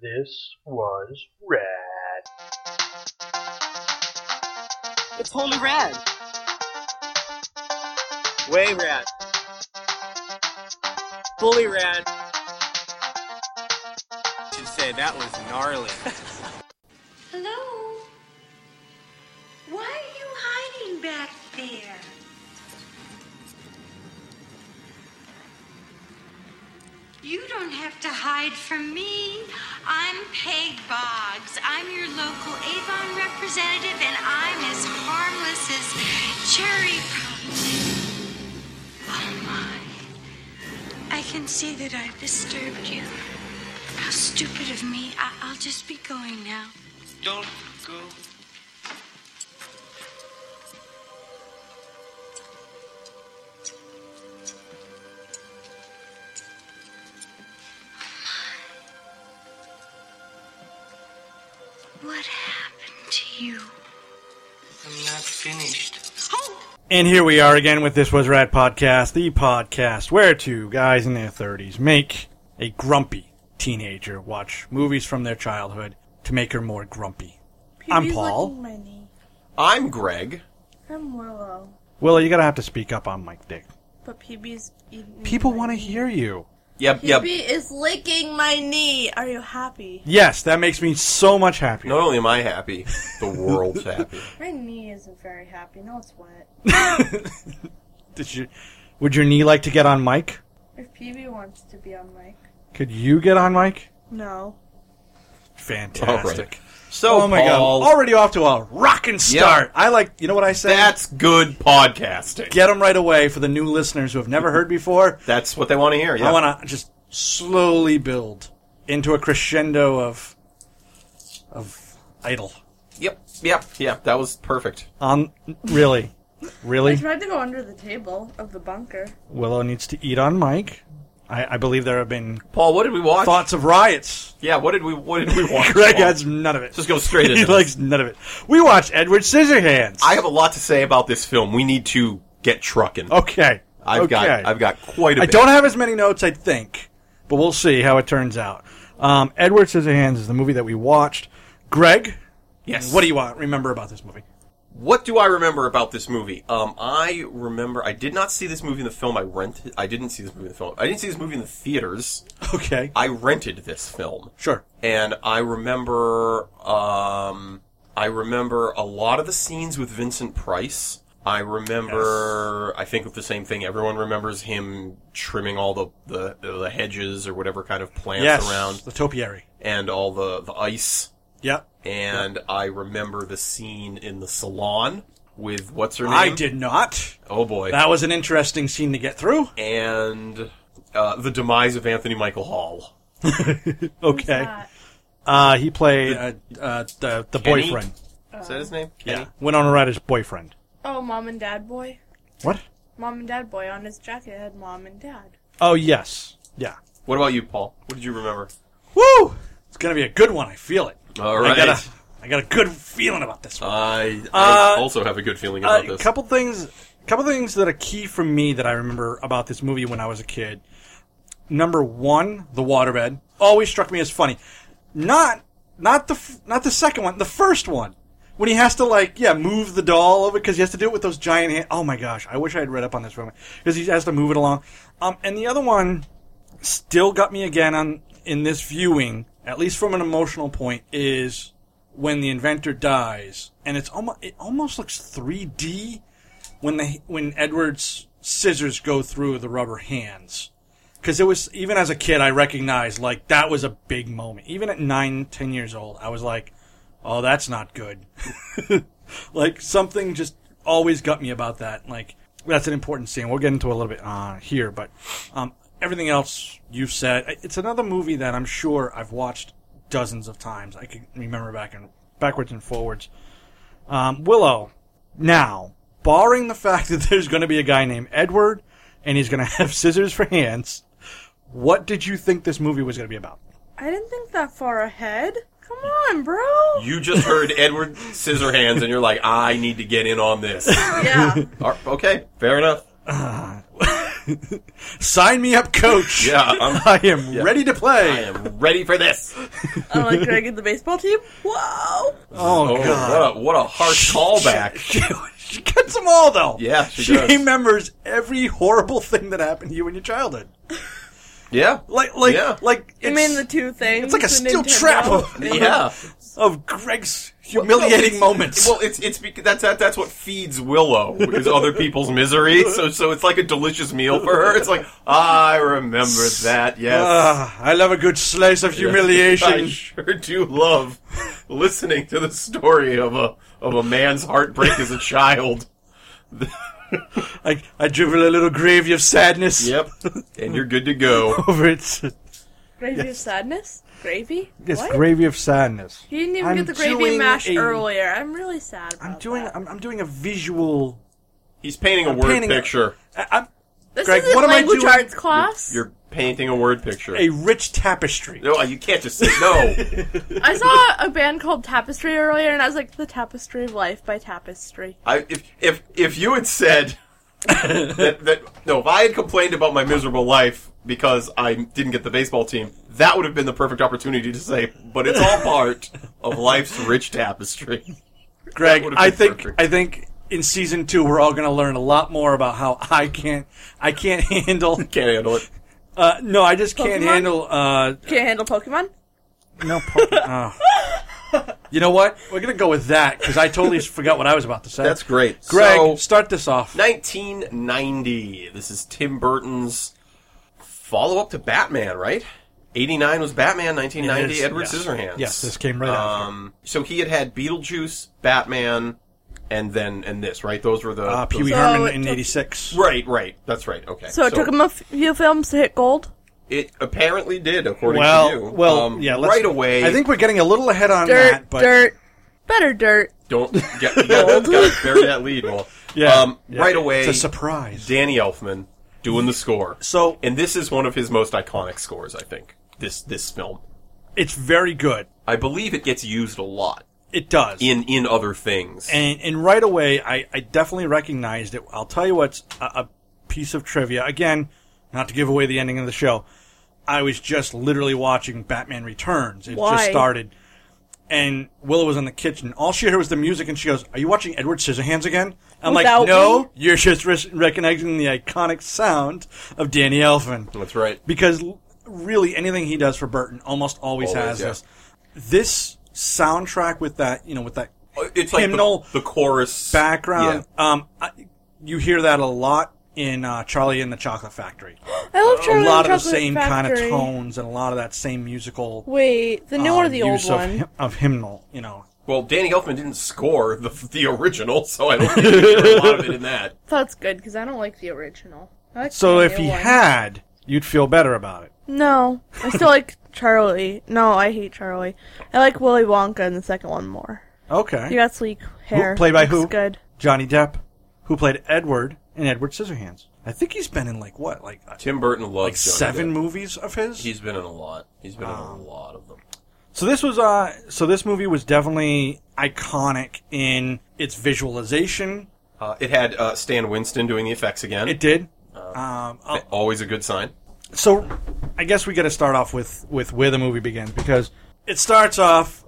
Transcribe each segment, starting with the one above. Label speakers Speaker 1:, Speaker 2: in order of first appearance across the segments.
Speaker 1: This was rad.
Speaker 2: It's holy rad. Way rad. Fully rad. Should say that was gnarly.
Speaker 3: Hello? Why are you hiding back there? You don't have to hide from me. I'm Peg Boggs. I'm your local Avon representative, and I'm as harmless as cherry pie. Oh my. I can see that I've disturbed you. How stupid of me. I- I'll just be going now.
Speaker 2: Don't go.
Speaker 3: What happened to you?
Speaker 2: I'm not finished.
Speaker 3: Oh!
Speaker 4: And here we are again with This Was Rat Podcast, the podcast where two guys in their 30s make a grumpy teenager watch movies from their childhood to make her more grumpy. I'm
Speaker 5: Who's
Speaker 4: Paul.
Speaker 5: licking my knee?
Speaker 6: I'm Greg.
Speaker 5: I'm Willow,
Speaker 4: Willow, you're going to have to speak up on Mike Dick.
Speaker 5: but PB's eating.
Speaker 4: People
Speaker 5: my
Speaker 6: Mm-hmm.
Speaker 4: want to
Speaker 5: knee.
Speaker 4: hear you.
Speaker 6: Yep,
Speaker 5: PB
Speaker 6: yep.
Speaker 5: is licking my knee. Are you happy?
Speaker 4: Yes, that makes me so much happier.
Speaker 6: Not only am I happy, the world's happy.
Speaker 5: My knee isn't very happy. No, it's wet.
Speaker 4: Did you, would your knee like to get on Mike?
Speaker 5: If PB wants to be on mic,
Speaker 4: Could you get on Mike?
Speaker 5: no.
Speaker 4: Fantastic.
Speaker 6: So,
Speaker 4: oh my
Speaker 6: Paul,
Speaker 4: god! Already off to a rockin' start. I like. You know what I say?
Speaker 6: that's good podcasting.
Speaker 4: get them right away for the new listeners who have never heard before.
Speaker 6: That's what they want to hear. Yeah.
Speaker 4: I want to just slowly build into a crescendo of of idol.
Speaker 6: Yep, yep, yep. That was perfect.
Speaker 4: Um, really,
Speaker 5: I
Speaker 4: really.
Speaker 5: tried to go under the table of the bunker.
Speaker 4: Willow needs to eat on Mike. I, I believe there have been
Speaker 6: Paul, what did we watch?
Speaker 4: thoughts of riots.
Speaker 6: Yeah, what did we what did we watch?
Speaker 4: Greg
Speaker 6: Paul?
Speaker 4: has none of it.
Speaker 6: Just go straight
Speaker 4: He
Speaker 6: into
Speaker 4: likes none of it. We watched Edward Scissorhands.
Speaker 6: I have a lot to say about this film. We need to get trucking.
Speaker 4: okay.
Speaker 6: I've got
Speaker 4: Oh, Okay.
Speaker 6: I've got quite a
Speaker 4: I
Speaker 6: bit.
Speaker 4: don't have as many notes, I think, but we'll see how it turns out. Um, Edward Scissorhands is the movie that we watched. Greg,
Speaker 6: Yes.
Speaker 4: what do you want? Remember about this movie?
Speaker 6: What do I remember about this movie? Um, I remember I did not see this movie in the film. I rented. I didn't see this movie in the film. I didn't see this movie in the theaters.
Speaker 4: Okay,
Speaker 6: I rented this film.
Speaker 4: sure.
Speaker 6: and I remember um, I remember a lot of the scenes with Vincent Price. I remember I think of the same thing. Everyone remembers him trimming all the the, the hedges or whatever kind of plants
Speaker 4: yes,
Speaker 6: around
Speaker 4: the topiary.
Speaker 6: and all the, the ice.
Speaker 4: Yep.
Speaker 6: And I remember the scene in the salon with what's her name?
Speaker 4: I did not.
Speaker 6: Oh boy.
Speaker 4: That was an interesting scene to get through.
Speaker 6: and uh, the demise of Anthony Michael Hall.
Speaker 4: Okay,
Speaker 5: That-
Speaker 4: uh, he played uh, uh, the the
Speaker 6: Kenny?
Speaker 4: boyfriend.
Speaker 6: Is that his name?
Speaker 4: Yeah,
Speaker 6: Kenny?
Speaker 4: Winona Ryder's boyfriend.
Speaker 5: oh, mom and dad boy.
Speaker 4: What?
Speaker 5: Mom and dad boy on his jacket had mom and dad.
Speaker 4: Oh yes, yeah.
Speaker 6: What about you, Paul? What did you remember?
Speaker 4: Woo! It's gonna be a good one. I feel it.
Speaker 6: All
Speaker 4: I
Speaker 6: right.
Speaker 4: got a I got a good feeling about this one.
Speaker 6: I, I
Speaker 4: Uh,
Speaker 6: also have a good feeling
Speaker 4: Uh,
Speaker 6: about
Speaker 4: a
Speaker 6: this.
Speaker 4: couple things couple things that are key for me that I remember about this movie when I was a kid. Number 1, the waterbed always struck me as funny. Not not the f- not the second one, the first one. When he has to like yeah move the doll over because he has to do it with those giant hands. Oh my gosh, I wish I had read up on this one because he has to move it along. Um, and the other one still got me again on in this viewing, at least from an emotional point, is when the inventor dies, and it's almost it almost looks 3D when the when Edward's scissors go through the rubber hands. Because it was even as a kid, I recognized like that was a big moment. Even at nine, ten years old, I was like, "Oh, that's not good." like something just always got me about that. Like that's an important scene. We'll get into a little bit uh, here, but um, everything else you've said, I- it's another movie that I'm sure I've watched dozens of times. I can remember back and backwards and forwards. Um, Willow, now barring the fact that there's going to be a guy named Edward and he's going to have scissors for hands, what did you think this movie was going to be about?
Speaker 5: I didn't think that far ahead. Come on, bro.
Speaker 6: you just heard Edward Scissorhands, and you're like, I need to get in on this.
Speaker 5: yeah.
Speaker 6: Ar- okay, fair enough.
Speaker 4: Sign me up, coach.
Speaker 6: Yeah, I'm-
Speaker 4: I am
Speaker 6: yeah.
Speaker 4: ready to play.
Speaker 6: I am ready for this.
Speaker 5: I'm like, can I get the baseball team? Whoa!
Speaker 4: Oh,
Speaker 6: Oh,
Speaker 4: god.
Speaker 6: what a what a harsh callback.
Speaker 4: She, she gets them all though.
Speaker 6: Yeah, she does.
Speaker 4: remembers every horrible thing that happened to you in your childhood.
Speaker 6: Yeah,
Speaker 4: Like, like,
Speaker 6: Yeah.
Speaker 4: like.
Speaker 5: I
Speaker 4: it's-
Speaker 5: mean the two things.
Speaker 4: it's like a
Speaker 5: the
Speaker 4: steel
Speaker 5: Nintendo
Speaker 4: trap of,
Speaker 5: and-
Speaker 6: yeah.
Speaker 4: of Greg's humiliating
Speaker 6: Well,
Speaker 4: moments.
Speaker 6: Well, it's it's because that's that, that's what feeds Willow is other people's misery. So so it's like a delicious meal for her. It's like I remember that. Yes.
Speaker 4: Ah, I love a good slice of
Speaker 6: I
Speaker 4: humiliation.
Speaker 6: sure do love listening to the story of a of a man's heartbreak as a child.
Speaker 4: I, I drivel a little gravy of sadness
Speaker 6: Yep. And you're good to go.
Speaker 4: over it.
Speaker 5: Gravy of sadness? Gravy?
Speaker 4: It's
Speaker 5: what?
Speaker 4: gravy of sadness.
Speaker 5: You didn't even
Speaker 4: I'm
Speaker 5: get the gravy
Speaker 4: doing
Speaker 5: mash
Speaker 4: a-
Speaker 5: earlier. I'm really sad. About
Speaker 4: I'm doing.
Speaker 5: that.
Speaker 4: I'm, I'm doing a visual.
Speaker 6: He's painting a
Speaker 4: I'm
Speaker 6: word
Speaker 4: painting a-
Speaker 6: picture.
Speaker 4: I, I'm
Speaker 5: this
Speaker 4: Greg,
Speaker 5: isn't
Speaker 4: what am I
Speaker 5: language
Speaker 4: doing?
Speaker 5: arts class.
Speaker 6: You're painting a word picture.
Speaker 4: a rich tapestry.
Speaker 6: no, you can't just say no.
Speaker 5: I saw a band called Tapestry earlier, and I was like, "The Tapestry of Life" by Tapestry.
Speaker 6: I, if if if you had said that, that no, if I had complained about my miserable life because I didn't get the baseball team, that would have been the perfect opportunity to say, but it's all part of life's rich tapestry.
Speaker 4: Greg,
Speaker 6: would've
Speaker 4: I
Speaker 6: been
Speaker 4: think
Speaker 6: perfect.
Speaker 4: I think in season two we're all going to learn a lot more about how I can't I can't handle.
Speaker 6: Can't handle it.
Speaker 4: Uh, no, I just can't
Speaker 5: Pokemon?
Speaker 4: handle. Uh,
Speaker 5: Can't handle Pokemon.
Speaker 4: no, po- oh. you know what? We're going to go with that because I totally forgot what I was about to say.
Speaker 6: That's great.
Speaker 4: Greg,
Speaker 6: So-
Speaker 4: start this off.
Speaker 6: 1990. This is Tim Burton's follow up to Batman, right? 89 was Batman, 1990
Speaker 4: It is,
Speaker 6: Edward
Speaker 4: yes.
Speaker 6: Scissorhands.
Speaker 4: Yes, this came right after.
Speaker 6: um, So he had had Beetlejuice, Batman, and then and this, right? Those were the
Speaker 4: Uh, Pee Wee
Speaker 6: those-
Speaker 5: So
Speaker 4: Herman
Speaker 5: it
Speaker 4: in
Speaker 5: took-
Speaker 4: '86.
Speaker 6: Right, right. That's right. Okay.
Speaker 5: So it took him a f- few films to hit gold.
Speaker 6: It apparently did, according to you.
Speaker 4: Well, well,
Speaker 6: Um,
Speaker 4: yeah. Let's,
Speaker 6: Right away.
Speaker 4: I think we're getting a little ahead on
Speaker 5: Dirt,
Speaker 4: that, but
Speaker 5: dirt, better dirt.
Speaker 6: don't get, you gotta, gotta bury that lead. Well,
Speaker 4: yeah,
Speaker 6: um,
Speaker 4: yeah.
Speaker 6: right away.
Speaker 4: It's a surprise.
Speaker 6: Danny Elfman doing the score.
Speaker 4: So-
Speaker 6: and this is one of his most iconic scores, I think. This this film,
Speaker 4: it's very good.
Speaker 6: I believe it gets used a lot
Speaker 4: It does.
Speaker 6: in in other things.
Speaker 4: and and right away I, I definitely recognized it. I'll tell you what's a, a piece of trivia again, not to give away the ending of the show. I was just literally watching Batman Returns. It just
Speaker 5: Why?
Speaker 4: started, and Willow was in the kitchen. All she heard was the music, and she goes, "Are you watching Edward Scissorhands again?" I'm
Speaker 5: Without
Speaker 4: like, "No,
Speaker 5: me?"
Speaker 4: you're just re- recognizing the iconic sound of Danny Elfman."
Speaker 6: That's right.
Speaker 4: because l- really anything he does for Burton almost always,
Speaker 6: Always,
Speaker 4: has
Speaker 6: yeah.
Speaker 4: this. This soundtrack with that, you know, with that
Speaker 6: Uh, It's like
Speaker 4: Hymnal.
Speaker 6: the, the chorus
Speaker 4: background.
Speaker 6: Yeah.
Speaker 4: Um, I, you hear that a lot in uh, Charlie and the Chocolate Factory.
Speaker 5: I love Charlie
Speaker 4: a lot
Speaker 5: and the
Speaker 4: of the
Speaker 5: Chocolate
Speaker 4: same kind
Speaker 5: Factory.
Speaker 4: of tones and a lot of that same musical.
Speaker 5: Wait, the new one or
Speaker 4: um,
Speaker 5: the old
Speaker 4: use of,
Speaker 5: one?
Speaker 4: hy- of hymnal, you know.
Speaker 6: Well, Danny Elfman didn't score the the original, so I don't think you hear a lot of it in that.
Speaker 5: That's good because I don't like the original. I like
Speaker 4: So
Speaker 5: the
Speaker 4: if
Speaker 5: new
Speaker 4: he
Speaker 5: one.
Speaker 4: had, you'd feel better about it.
Speaker 5: no, I still like Charlie. No, I hate Charlie. I like Willy Wonka in the second one more.
Speaker 4: Okay.
Speaker 5: You got sleek hair.
Speaker 4: Who- played by
Speaker 5: Looks
Speaker 4: who?
Speaker 5: Good.
Speaker 4: Johnny Depp, who played Edward in Edward Scissorhands. I think he's been in like what, like uh,
Speaker 6: Tim Burton loves
Speaker 4: like
Speaker 6: Johnny
Speaker 4: seven
Speaker 6: Depp.
Speaker 4: movies of his.
Speaker 6: He's been in a lot. He's been in a lot of them.
Speaker 4: So this was uh so this movie was definitely iconic in its visualization.
Speaker 6: Uh, it had uh, Stan Winston doing the effects again.
Speaker 4: It did. Um, uh,
Speaker 6: Always a good sign.
Speaker 4: so I guess we got to start off with with where the movie begins because it starts off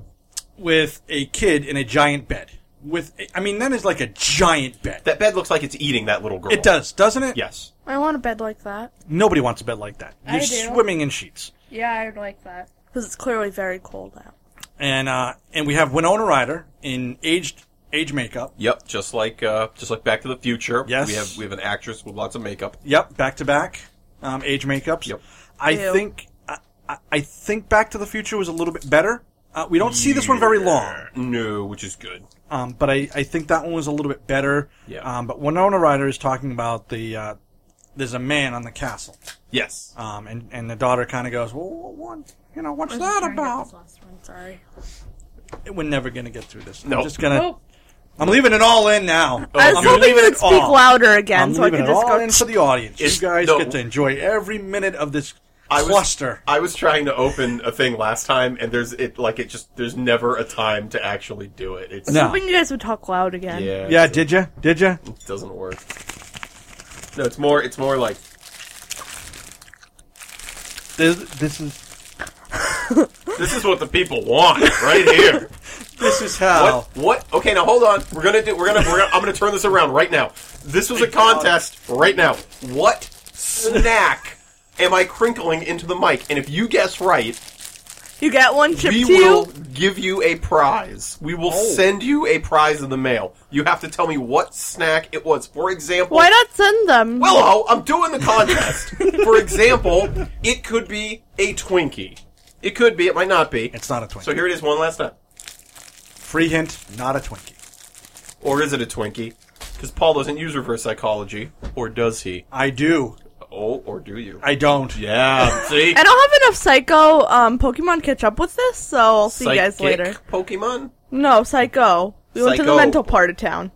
Speaker 4: with a kid in a giant bed. With a- I mean that is like a giant bed.
Speaker 6: That bed looks like it's eating that little girl.
Speaker 4: it does, doesn't it?
Speaker 6: Yes.
Speaker 5: I want a bed like that.
Speaker 4: Nobody wants a bed like that. You're
Speaker 5: I do.
Speaker 4: swimming in sheets.
Speaker 5: Yeah, I'd like that. Because it's clearly very cold out.
Speaker 4: And uh and we have Winona Ryder in aged age makeup.
Speaker 6: Yep, just like uh, just like Back to the Future.
Speaker 4: Yes.
Speaker 6: we have we have an actress with lots of makeup.
Speaker 4: Yep, back to back, um, age makeups.
Speaker 6: Yep.
Speaker 4: I
Speaker 5: Ew.
Speaker 4: think I, I- I think Back to the Future was a little bit better. Uh, we don't see this one very long,
Speaker 6: No, which is good.
Speaker 4: um, but I, I think that one was a little bit better.
Speaker 6: Yeah.
Speaker 4: Um, but Winona Ryder is talking about the uh, there's a man on the castle,
Speaker 6: Yes,
Speaker 4: um, and and the daughter kind of goes, well, what, you know, what's that about?
Speaker 5: last one, sorry.
Speaker 4: We're never gonna get through this.
Speaker 6: Nope.
Speaker 4: I'm just gonna.
Speaker 5: Nope.
Speaker 4: I'm leaving it all in now.
Speaker 5: I was
Speaker 4: I'm
Speaker 5: hoping you
Speaker 4: leaving
Speaker 5: would
Speaker 4: it
Speaker 5: speak
Speaker 4: all.
Speaker 5: louder again
Speaker 4: I'm
Speaker 5: so I
Speaker 4: leaving
Speaker 5: could
Speaker 4: it
Speaker 5: just
Speaker 4: all
Speaker 5: go.
Speaker 4: in for the audience.
Speaker 6: It's-
Speaker 4: you guys
Speaker 6: no.
Speaker 4: get to enjoy every minute of this
Speaker 6: I was-
Speaker 4: cluster.
Speaker 6: I was trying to open a thing last time, and there's it like it just there's never a time to actually do it. It's
Speaker 4: No.
Speaker 5: hoping you guys would talk loud again.
Speaker 6: yeah,
Speaker 4: yeah,
Speaker 6: it
Speaker 4: did you? Did you?
Speaker 6: doesn't work. No, it's more it's more like
Speaker 4: This, this is
Speaker 6: This is what the people want right here.
Speaker 4: this is how.
Speaker 6: What? What? Okay, now hold on. We're gonna do. We're gonna. We're gonna I'm gonna turn this around right now. This was a contest right now. What snack am I crinkling into the mic? And if you guess right,
Speaker 5: You got one chip
Speaker 6: we
Speaker 5: to you? Oh.
Speaker 6: will give you a prize. We will send you a prize in the mail. You have to tell me what snack it was. For example,
Speaker 5: Why not send them?
Speaker 6: Willow, I'm doing the contest. For example, it could be a Twinkie. It could be. It might not be.
Speaker 4: It's not a Twinkie.
Speaker 6: So here it is, one last time.
Speaker 4: Free hint: not a Twinkie.
Speaker 6: Or is it a Twinkie? Because Paul doesn't use reverse psychology, or does he?
Speaker 4: I do.
Speaker 6: Oh, or do you?
Speaker 4: I don't.
Speaker 6: yeah, see,
Speaker 5: I don't have enough Psycho um, Pokemon catch up with this, so I'll see you guys
Speaker 6: Psychic
Speaker 5: later.
Speaker 6: Pokemon.
Speaker 5: No, Psycho. We went to the
Speaker 6: Psycho.
Speaker 5: mental part of town.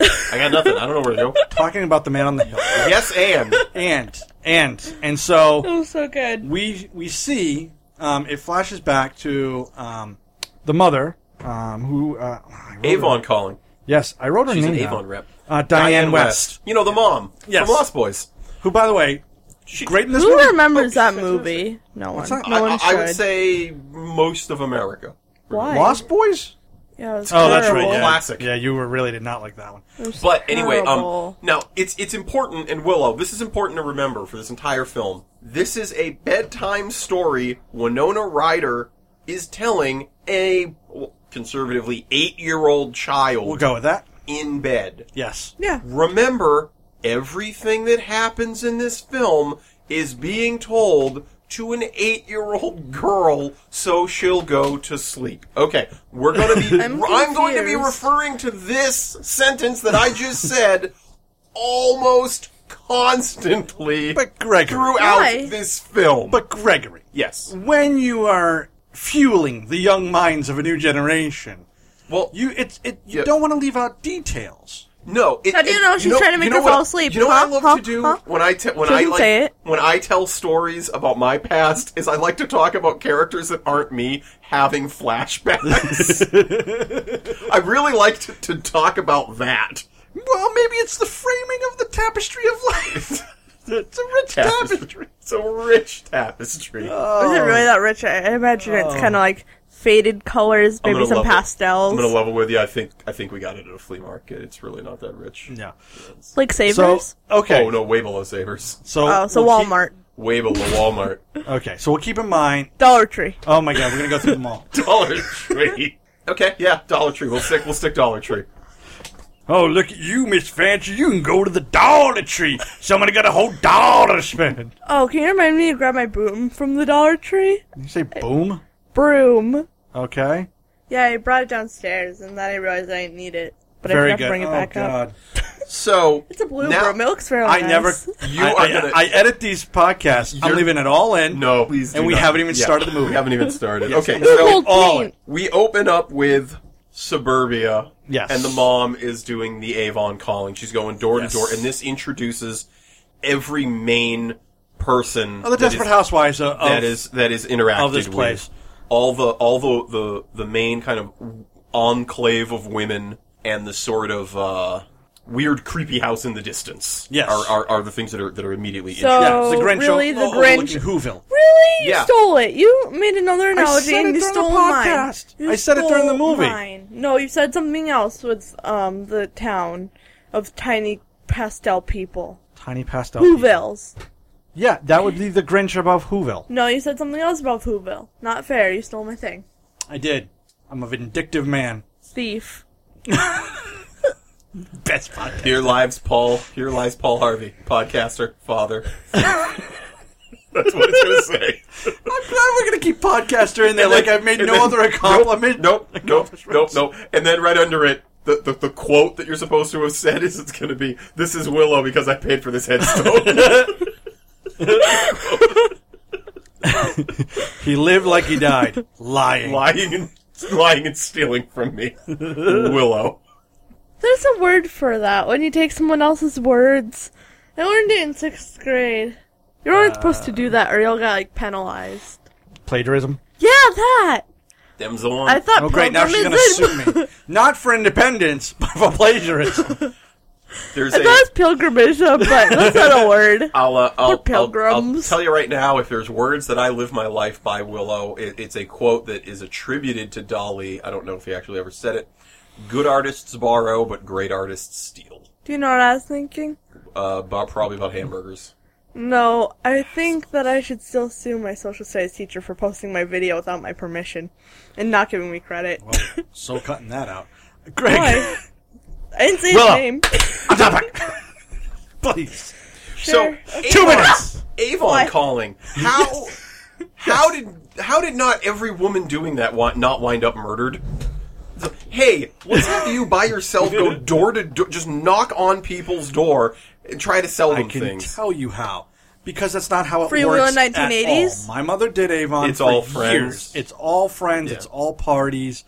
Speaker 6: I got nothing. I don't know where to go.
Speaker 4: Talking about the man on the hill.
Speaker 6: yes, and
Speaker 4: And and and so
Speaker 5: It was so good.
Speaker 4: we we see um, it flashes back to um, the mother um, who uh, I wrote her-
Speaker 6: Avon calling.
Speaker 4: Yes, I wrote her
Speaker 6: She's
Speaker 4: name.
Speaker 6: an
Speaker 4: down.
Speaker 6: Avon rep.
Speaker 4: Uh, Diane, West,
Speaker 6: You know the mom
Speaker 4: Yes.
Speaker 6: from Lost Boys.
Speaker 4: who by the way,
Speaker 6: She,
Speaker 4: great in this
Speaker 5: Who
Speaker 4: movie.
Speaker 5: remembers that movie? No one.
Speaker 4: that?
Speaker 5: No
Speaker 6: I,
Speaker 5: one
Speaker 6: I-
Speaker 5: should.
Speaker 6: I would say most of America.
Speaker 5: Why?
Speaker 4: Lost Boys.
Speaker 5: Yeah, it was
Speaker 4: Oh, that's right.
Speaker 5: terrible.
Speaker 4: Yeah.
Speaker 6: Classic.
Speaker 4: Yeah, you were really did not like that one.
Speaker 5: It was
Speaker 6: But anyway, um,
Speaker 5: terrible.
Speaker 6: now it's it's important, and Willow, this is important to remember for this entire film. This is a bedtime story Winona Ryder is telling a well, conservatively eight-year-old child
Speaker 4: We'll go with that.
Speaker 6: in bed.
Speaker 4: Yes.
Speaker 5: Yeah.
Speaker 6: Remember, everything that happens in this film is being told to an eight-year-old girl so she'll go to sleep. Okay, we're gonna be.
Speaker 5: I'm
Speaker 6: going to be
Speaker 5: confused.
Speaker 6: referring to this sentence that I just said almost constantly
Speaker 4: But Gregory.
Speaker 6: throughout
Speaker 5: Why?
Speaker 6: this film.
Speaker 4: But Gregory.
Speaker 6: yes,
Speaker 4: When you are fueling the young minds of a new generation,
Speaker 6: well, you
Speaker 4: you it's it you
Speaker 6: Yeah.
Speaker 4: don't want to leave out details.
Speaker 6: no. It,
Speaker 5: How do you
Speaker 6: it-
Speaker 5: know she's trying to make
Speaker 6: you know
Speaker 5: her fall
Speaker 6: what-
Speaker 5: asleep?
Speaker 6: You know what I
Speaker 5: Huh?
Speaker 6: love
Speaker 5: Huh?
Speaker 6: to do
Speaker 5: Huh?
Speaker 6: when I te- when
Speaker 5: She
Speaker 6: I
Speaker 5: doesn't
Speaker 6: like
Speaker 5: say it.
Speaker 6: when I tell stories about my past is I like to talk about characters that aren't me having flashbacks. I really like to, to talk about that.
Speaker 4: Well, maybe it's the framing of the tapestry of life. it's a rich
Speaker 6: Tapestry. Uh, It's a rich tapestry.
Speaker 5: Was it really that rich? I I imagine it's
Speaker 4: Oh.
Speaker 5: kind of like faded colors,
Speaker 6: I'm
Speaker 5: maybe some
Speaker 6: gonna level-
Speaker 5: pastels.
Speaker 6: I'm gonna level with you. I think I think we got it at a flea market. It's really not that rich.
Speaker 4: Yeah.
Speaker 5: like savers.
Speaker 4: So okay.
Speaker 6: Oh no, way below Savers.
Speaker 4: So
Speaker 5: oh, so
Speaker 4: we'll keep-
Speaker 5: Walmart,
Speaker 6: Way below Walmart.
Speaker 4: okay. So we'll keep in mind.
Speaker 5: Dollar Tree.
Speaker 4: Oh my god, we're gonna go through them all.
Speaker 6: Dollar Tree. Okay, yeah, Dollar Tree. We'll stick. We'll stick Dollar Tree.
Speaker 4: Oh look at you, Miss Fancy. You can go to the Dollar Tree. Somebody got a whole dollar to spend.
Speaker 5: Oh, can you remind me to grab my broom from the Dollar Tree?
Speaker 4: You say boom.
Speaker 5: Broom.
Speaker 4: Okay.
Speaker 5: Yeah, I brought it downstairs, and then I realized I didn't need it, but I
Speaker 4: Very
Speaker 5: forgot
Speaker 4: good.
Speaker 5: to bring it
Speaker 4: oh
Speaker 5: back up.
Speaker 4: god.
Speaker 6: So
Speaker 5: It's a blue
Speaker 6: now-
Speaker 5: broom. It looks very
Speaker 4: I
Speaker 5: nice.
Speaker 4: never.
Speaker 6: You
Speaker 4: I,
Speaker 6: are
Speaker 4: I-
Speaker 6: gonna-
Speaker 4: I edit these podcasts. I'm
Speaker 6: You're-
Speaker 4: leaving it all in.
Speaker 6: No, please.
Speaker 4: And
Speaker 6: do
Speaker 4: we
Speaker 6: not.
Speaker 4: haven't even
Speaker 6: Yeah,
Speaker 4: started the movie.
Speaker 6: We haven't even started.
Speaker 4: Yes.
Speaker 6: Okay,
Speaker 4: We're
Speaker 6: so
Speaker 5: Cold
Speaker 4: all
Speaker 5: paint.
Speaker 4: in.
Speaker 6: we open up with suburbia.
Speaker 4: Yes.
Speaker 6: And the mom is doing the Avon calling. She's going door
Speaker 4: Yes.
Speaker 6: to door, and this introduces every main person.
Speaker 4: Oh, the
Speaker 6: that is-
Speaker 4: Desperate Housewives of, of
Speaker 6: that is that is interacted
Speaker 4: of this place.
Speaker 6: with all the all the, the the main kind of enclave of women and the sort of uh, weird creepy house in the distance.
Speaker 4: Yes.
Speaker 6: are, are, are the things that are that are immediately
Speaker 5: So-
Speaker 6: introduced.
Speaker 4: Yeah, it's the
Speaker 5: Oh,
Speaker 4: Grinch.
Speaker 5: really, the
Speaker 4: o- overlooking
Speaker 5: Grinch?
Speaker 4: Whoville.
Speaker 5: Really? You
Speaker 6: Yeah.
Speaker 5: stole it. You made another analogy
Speaker 4: said it
Speaker 5: and you
Speaker 4: during the
Speaker 5: stole
Speaker 4: podcast.
Speaker 5: mine. You
Speaker 4: I said it during the
Speaker 5: stole
Speaker 4: movie.
Speaker 5: mine. No, you said something else with um the town of tiny pastel people.
Speaker 4: Tiny pastel.
Speaker 5: Whovilles.
Speaker 4: Yeah, that would be the Grinch above Whoville.
Speaker 5: No, you said something else about Whoville. Not fair. You stole my thing.
Speaker 4: I did. I'm a vindictive man.
Speaker 5: Thief.
Speaker 4: Best podcast.
Speaker 6: Here lives Paul. Here lies Paul Harvey, podcaster, father. That's what it's gonna say.
Speaker 4: I'm glad we're gonna keep podcaster in there. like I've made
Speaker 6: And
Speaker 4: no
Speaker 6: then-
Speaker 4: other compliment.
Speaker 6: Nope, nope, nope, nope, nope. And then right under it, the, the, the quote that you're supposed to have said is it's going to be, This is Willow because I paid for this headstone.
Speaker 4: He lived like he died, lying.
Speaker 6: lying, and, lying and stealing from me. Willow.
Speaker 5: There's a word for that when you take someone else's words. I learned it in sixth grade. You weren't supposed to
Speaker 4: Uh.
Speaker 5: do that, or you'll get like penalized.
Speaker 4: Plagiarism.
Speaker 5: Yeah, that.
Speaker 6: Them's the one.
Speaker 5: I thought.
Speaker 4: Oh, great! Now she's gonna
Speaker 5: pilgrimism-
Speaker 4: sue me. Not for independence, but for plagiarism.
Speaker 6: There's
Speaker 5: I
Speaker 6: a.
Speaker 5: thought it's pilgrimage, uh, but that's not a word.
Speaker 6: I'll, uh, I'll,
Speaker 5: We're
Speaker 6: I'll- I'll
Speaker 5: pilgrims.
Speaker 6: tell you right now, if there's words that I live my life by, Willow, it, it's a quote that is attributed to Dolly. I don't know if he actually ever said it. Good artists borrow, but great artists steal.
Speaker 5: Do you know what I was thinking?
Speaker 6: Uh, about, probably about hamburgers.
Speaker 5: No, I think that I should still sue my social studies teacher for posting my video without my permission and not giving me credit.
Speaker 4: So cutting that out. Greg,
Speaker 5: Why? I didn't say his
Speaker 4: Willow.
Speaker 5: name.
Speaker 4: please.
Speaker 5: Sure.
Speaker 6: So
Speaker 5: Okay.
Speaker 4: Two minutes.
Speaker 6: Avon
Speaker 5: What?
Speaker 6: calling. How? How did? How did not every woman doing that want not wind up murdered? So, Hey, let's have you by yourself go door to door, just knock on people's door and try to sell
Speaker 4: I
Speaker 6: them
Speaker 4: can
Speaker 6: things.
Speaker 4: tell you how. Because that's not how it
Speaker 5: Free will
Speaker 4: works.
Speaker 5: in 1980s?
Speaker 4: at all. My mother did Avon.
Speaker 6: It's
Speaker 4: for
Speaker 6: all friends.
Speaker 4: years. It's all friends.
Speaker 6: Yeah.
Speaker 4: It's all parties,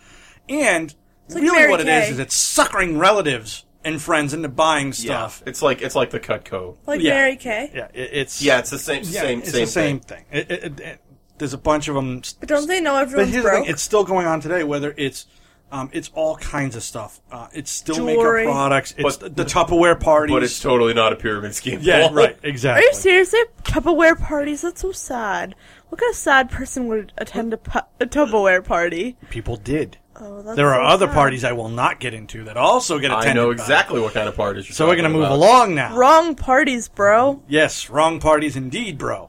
Speaker 4: and
Speaker 5: like
Speaker 4: really,
Speaker 5: Mary
Speaker 4: what it is
Speaker 5: Kay.
Speaker 4: is it's suckering relatives and friends into buying
Speaker 6: Yeah,
Speaker 4: stuff.
Speaker 6: it's like it's like the Cutco.
Speaker 5: Like
Speaker 4: Yeah.
Speaker 5: Mary Kay.
Speaker 4: Yeah, it, it's
Speaker 6: Yeah, it's the same
Speaker 4: yeah,
Speaker 6: same
Speaker 4: it's
Speaker 6: same,
Speaker 4: the same thing. It- it- it- it- there's a bunch of them
Speaker 5: But don't they know everyone's
Speaker 4: But here's the
Speaker 5: broke?
Speaker 4: thing: it's still going on today. Whether it's um, it's all kinds of stuff. Uh, it's still
Speaker 5: Jewelry.
Speaker 4: makeup products. It's
Speaker 6: But-
Speaker 4: the, the Tupperware parties.
Speaker 6: But it's totally not a pyramid scheme.
Speaker 4: yeah,
Speaker 6: Paul.
Speaker 4: right,
Speaker 5: Are
Speaker 4: exactly.
Speaker 5: you serious? They have Tupperware parties? That's so sad. What kind of sad person would attend a, pu- a Tupperware party?
Speaker 4: People did.
Speaker 5: Oh, that's
Speaker 4: there are
Speaker 5: so
Speaker 4: other
Speaker 5: sad.
Speaker 4: parties I will not get into that also get attended.
Speaker 6: I know
Speaker 4: by.
Speaker 6: exactly what kind of part is.
Speaker 4: So we're gonna move along now.
Speaker 5: Wrong parties, bro.
Speaker 4: Yes, wrong parties indeed, bro.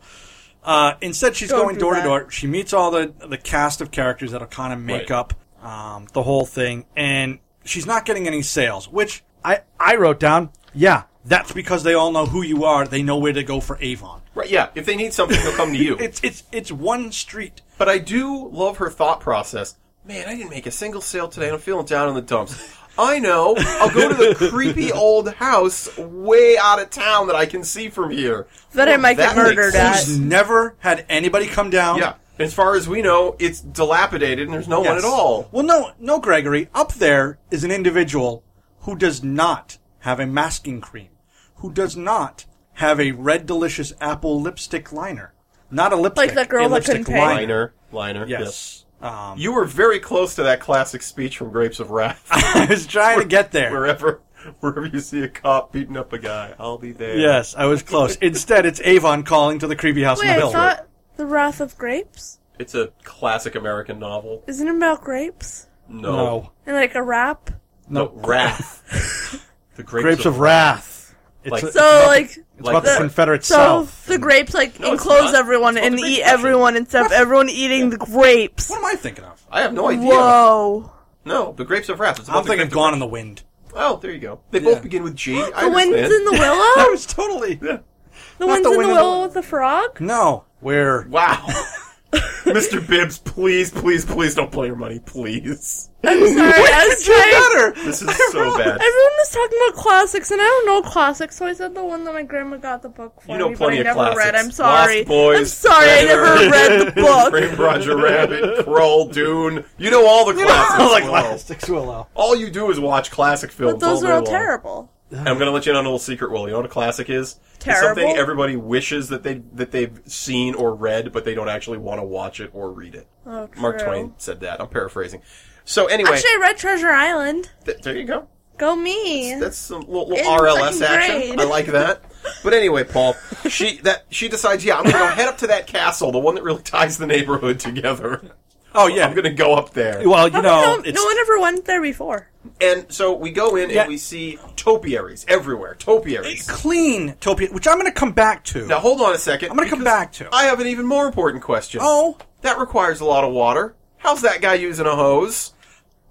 Speaker 4: Uh, instead, she's
Speaker 5: Don't
Speaker 4: going
Speaker 5: do
Speaker 4: door to
Speaker 5: that.
Speaker 4: door. She meets all the the cast of characters that'll kind of make
Speaker 6: Right.
Speaker 4: up um, the whole thing, and she's not getting any sales. Which I I wrote down. Yeah, that's because they all know who you are. They know where to go for Avon.
Speaker 6: Right, yeah, if they need something, they'll come to you.
Speaker 4: It's it's it's one street.
Speaker 6: But I do love her thought process. Man, I didn't make a single sale today, and I'm feeling down in the dumps. I know. I'll go to the creepy old house way out of town that I can see from here.
Speaker 5: That I might get
Speaker 6: that makes
Speaker 5: murdered
Speaker 6: sense.
Speaker 5: at.
Speaker 4: Who's never had anybody come down.
Speaker 6: Yeah. As far as we know, it's dilapidated and there's no one
Speaker 4: Yes.
Speaker 6: Oh, at all.
Speaker 4: Well, no, no, Gregory. Up there is an individual who does not have a masking cream, who does not have a red delicious apple lipstick liner, not a lipstick,
Speaker 5: that girl
Speaker 4: a
Speaker 5: that
Speaker 4: lipstick
Speaker 5: couldn't pay.
Speaker 4: liner.
Speaker 6: Liner, liner.
Speaker 4: Yes, Um,
Speaker 6: yep. You were very close to that classic speech from Grapes of Wrath.
Speaker 4: I was trying to get there.
Speaker 6: wherever, wherever you see a cop beating up a guy, I'll be there.
Speaker 4: Yes, I was close. Instead, it's Avon calling to the creepy house
Speaker 5: Wait,
Speaker 4: in the
Speaker 5: I
Speaker 4: hill.
Speaker 5: thought The Wrath of Grapes?
Speaker 6: It's a classic American novel.
Speaker 5: Isn't it about grapes?
Speaker 6: No.
Speaker 4: no,
Speaker 5: And like a rap?
Speaker 6: No, Wrath. the Grapes,
Speaker 4: grapes of wrath. It's,
Speaker 6: Like-
Speaker 4: a-
Speaker 5: So,
Speaker 4: it's about,
Speaker 5: Oh, like.
Speaker 4: it's about the
Speaker 6: like-
Speaker 4: Confederate
Speaker 5: So
Speaker 4: South.
Speaker 5: the grapes like
Speaker 6: No, it's
Speaker 5: enclose
Speaker 6: not.
Speaker 5: everyone
Speaker 6: It's called
Speaker 5: and
Speaker 6: the
Speaker 5: eat
Speaker 6: grape section.
Speaker 5: everyone and stuff. Everyone eating the grapes.
Speaker 4: What am I thinking of?
Speaker 6: I have no idea.
Speaker 5: Whoa!
Speaker 6: No, the Grapes of Wrath. It's about
Speaker 4: I'm
Speaker 6: the
Speaker 4: thinking
Speaker 6: Grapes of
Speaker 4: Gone
Speaker 6: Wrath.
Speaker 4: in the Wind.
Speaker 6: Oh, there you go. They
Speaker 4: Yeah.
Speaker 6: both begin with G. I
Speaker 5: The wind's
Speaker 6: understand.
Speaker 5: in the
Speaker 4: I
Speaker 5: willow.
Speaker 4: was totally
Speaker 6: Yeah.
Speaker 5: The
Speaker 4: Not the
Speaker 5: wind's in the
Speaker 4: wind in the
Speaker 5: willow
Speaker 4: willow.
Speaker 5: with the frog.
Speaker 4: no. Where
Speaker 6: Wow. Mr. Bibbs, please, please, please don't play your money, please.
Speaker 5: Sorry, I was trying.
Speaker 6: This is so bad.
Speaker 5: Everyone was talking about classics, and I don't know classics, so I said the one that my grandma got the book for
Speaker 6: You know
Speaker 5: me,
Speaker 6: plenty
Speaker 5: but
Speaker 6: of
Speaker 5: I never read.
Speaker 6: classics.
Speaker 5: I'm sorry.
Speaker 6: Lost Boys,
Speaker 5: I'm sorry, I never
Speaker 6: Predator.
Speaker 5: read the book.
Speaker 6: Frame Roger Rabbit, Crawl, Dune. You know all the classics.
Speaker 4: Like
Speaker 6: Willow.
Speaker 4: Plastics Willow.
Speaker 6: All you do is watch classic films.
Speaker 5: But those
Speaker 6: all
Speaker 5: are all
Speaker 6: day long.
Speaker 5: terrible.
Speaker 6: I'm gonna let you in on a little secret, Will. You know what a classic is? It's
Speaker 5: Terrible.
Speaker 6: something everybody wishes that they that they've seen or read, but they don't actually want to watch it or read it.
Speaker 5: Oh, true.
Speaker 6: Mark Twain said that. I'm paraphrasing. So anyway,
Speaker 5: Actually, I read Treasure Island.
Speaker 6: th- there you go.
Speaker 5: Go me.
Speaker 6: That's some little, little
Speaker 5: In
Speaker 6: RLS
Speaker 5: second
Speaker 6: action.
Speaker 5: grade.
Speaker 6: I like that. But anyway, Paul, she that she decides, yeah, I'm gonna go head up to that castle, the one that really ties the neighborhood together.
Speaker 4: Oh yeah.
Speaker 6: I'm gonna go up there.
Speaker 4: well, you
Speaker 5: How
Speaker 4: know,
Speaker 5: come no,
Speaker 4: it's
Speaker 5: no one ever went there before.
Speaker 6: And so we go in
Speaker 4: Yeah.
Speaker 6: and we see topiaries everywhere. Topiaries.
Speaker 4: clean topia, which I'm going to come back to.
Speaker 6: Now hold on a second.
Speaker 4: I'm going to come
Speaker 6: because
Speaker 4: back to.
Speaker 6: I have an even more important question.
Speaker 4: oh,
Speaker 6: That requires a lot of water. How's that guy using a hose?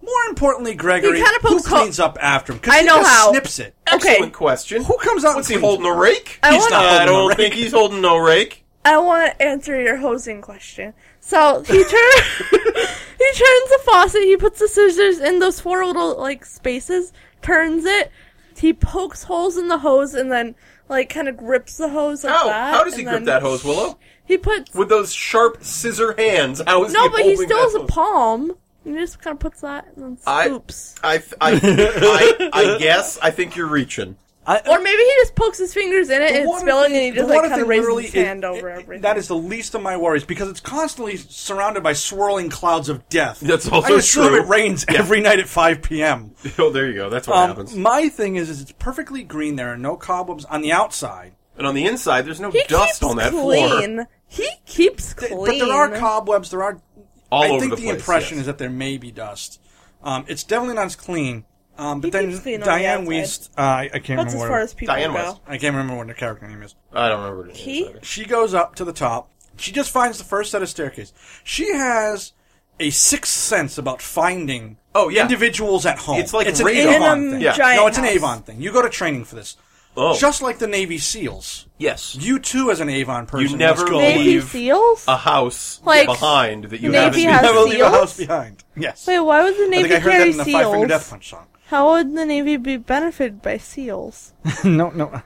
Speaker 4: more importantly, Gregory,
Speaker 5: You kinda
Speaker 4: who
Speaker 5: poked ho-
Speaker 4: cleans up after him? 'Cause
Speaker 5: I
Speaker 4: he
Speaker 5: know
Speaker 4: just
Speaker 5: how.
Speaker 4: Snips it.
Speaker 6: Excellent
Speaker 5: Okay,
Speaker 6: question.
Speaker 4: Who comes out?
Speaker 6: What's he
Speaker 4: and
Speaker 6: holding a rake?
Speaker 5: I
Speaker 4: He's
Speaker 5: want-
Speaker 4: not holding
Speaker 6: I don't
Speaker 4: a rake.
Speaker 6: think he's holding no rake.
Speaker 5: I want to answer your hosing question. So he turns, he turns the faucet. He puts the scissors in those four little like spaces. Turns it. He pokes holes in the hose and then like kind of grips the hose like
Speaker 6: How?
Speaker 5: that.
Speaker 6: How does he
Speaker 5: and
Speaker 6: grip
Speaker 5: then
Speaker 6: that hose, Willow?
Speaker 5: He puts
Speaker 6: With those sharp scissor hands. How is
Speaker 5: no,
Speaker 6: he
Speaker 5: but
Speaker 6: holding
Speaker 5: he still
Speaker 6: that
Speaker 5: has a
Speaker 6: hose?
Speaker 5: palm. He just kind of puts that and then
Speaker 6: I-
Speaker 5: scoops.
Speaker 6: I, I, I, I guess I think you're reaching.
Speaker 4: I,
Speaker 5: Or maybe he just pokes his fingers in it
Speaker 4: the
Speaker 5: and it's
Speaker 4: water
Speaker 5: spilling,
Speaker 4: thing-
Speaker 5: and he
Speaker 4: the
Speaker 5: just like
Speaker 4: water
Speaker 5: kind of
Speaker 4: thing
Speaker 5: raises
Speaker 4: literally
Speaker 5: his
Speaker 4: is-
Speaker 5: hand over
Speaker 4: it- it-
Speaker 5: everything.
Speaker 4: That is the least of my worries because it's constantly surrounded by swirling clouds of death.
Speaker 6: That's also
Speaker 4: I assume
Speaker 6: true.
Speaker 4: it rains every night at 5 p.m.
Speaker 6: Oh, there you go. That's what
Speaker 4: Um,
Speaker 6: happens.
Speaker 4: my thing is, is it's perfectly green. There are no cobwebs on the outside,
Speaker 6: And on the inside, there's no
Speaker 5: he
Speaker 6: dust
Speaker 5: keeps
Speaker 6: on that
Speaker 5: clean.
Speaker 6: floor.
Speaker 5: He keeps
Speaker 4: Th-
Speaker 5: clean.
Speaker 4: but there are cobwebs. There are.
Speaker 6: All
Speaker 4: I
Speaker 6: over
Speaker 4: think
Speaker 6: the
Speaker 4: the,
Speaker 6: place,
Speaker 4: impression
Speaker 6: yes.
Speaker 4: is that there may be dust. Um, it's definitely not as clean. Um, but
Speaker 5: He
Speaker 4: then
Speaker 5: keeps clean on the
Speaker 4: Diane
Speaker 5: outside.
Speaker 4: Weist, uh, I I can't
Speaker 5: That's as
Speaker 4: remember.
Speaker 5: far
Speaker 4: what-
Speaker 5: as people
Speaker 6: Diane
Speaker 5: go.
Speaker 6: was.
Speaker 4: I can't remember what her character name is.
Speaker 6: I don't remember what it is.
Speaker 5: He-
Speaker 6: either.
Speaker 4: She goes up to the top. She just finds the first set of staircase. She has a sixth sense about finding
Speaker 6: Oh, yeah.
Speaker 4: individuals at home.
Speaker 6: It's like
Speaker 4: it's an
Speaker 6: radar.
Speaker 4: Avon
Speaker 5: In a
Speaker 4: thing.
Speaker 5: giant
Speaker 4: No, it's an
Speaker 5: house.
Speaker 4: Avon thing. You go to training for this.
Speaker 6: Oh.
Speaker 4: Just like the Navy SEALs.
Speaker 6: Yes.
Speaker 4: You too, as an Avon person,
Speaker 6: never
Speaker 4: must go
Speaker 6: leave-
Speaker 5: Navy
Speaker 6: Believe-
Speaker 5: seals.
Speaker 6: A house
Speaker 5: Like,
Speaker 6: behind that you
Speaker 5: Navy
Speaker 6: haven't
Speaker 5: has
Speaker 4: never leave a
Speaker 5: seals?
Speaker 4: house behind. Yes.
Speaker 5: Wait, why would the
Speaker 4: I
Speaker 5: Navy
Speaker 4: think I heard that
Speaker 5: carry
Speaker 4: in the Five Finger Death
Speaker 5: seals?
Speaker 4: Punch song.
Speaker 5: How would the Navy be benefited by seals?
Speaker 4: no, no.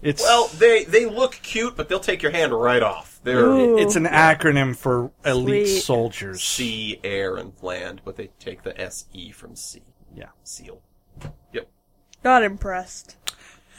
Speaker 4: It's
Speaker 6: Well, they they look cute, but they'll take your hand right off. They're
Speaker 5: Ooh.
Speaker 4: it's an acronym for elite
Speaker 5: Sweet.
Speaker 4: soldiers.
Speaker 6: sea, air, and land, but they take the S E from sea.
Speaker 4: Yeah.
Speaker 6: Seal. Yep.
Speaker 5: Not impressed.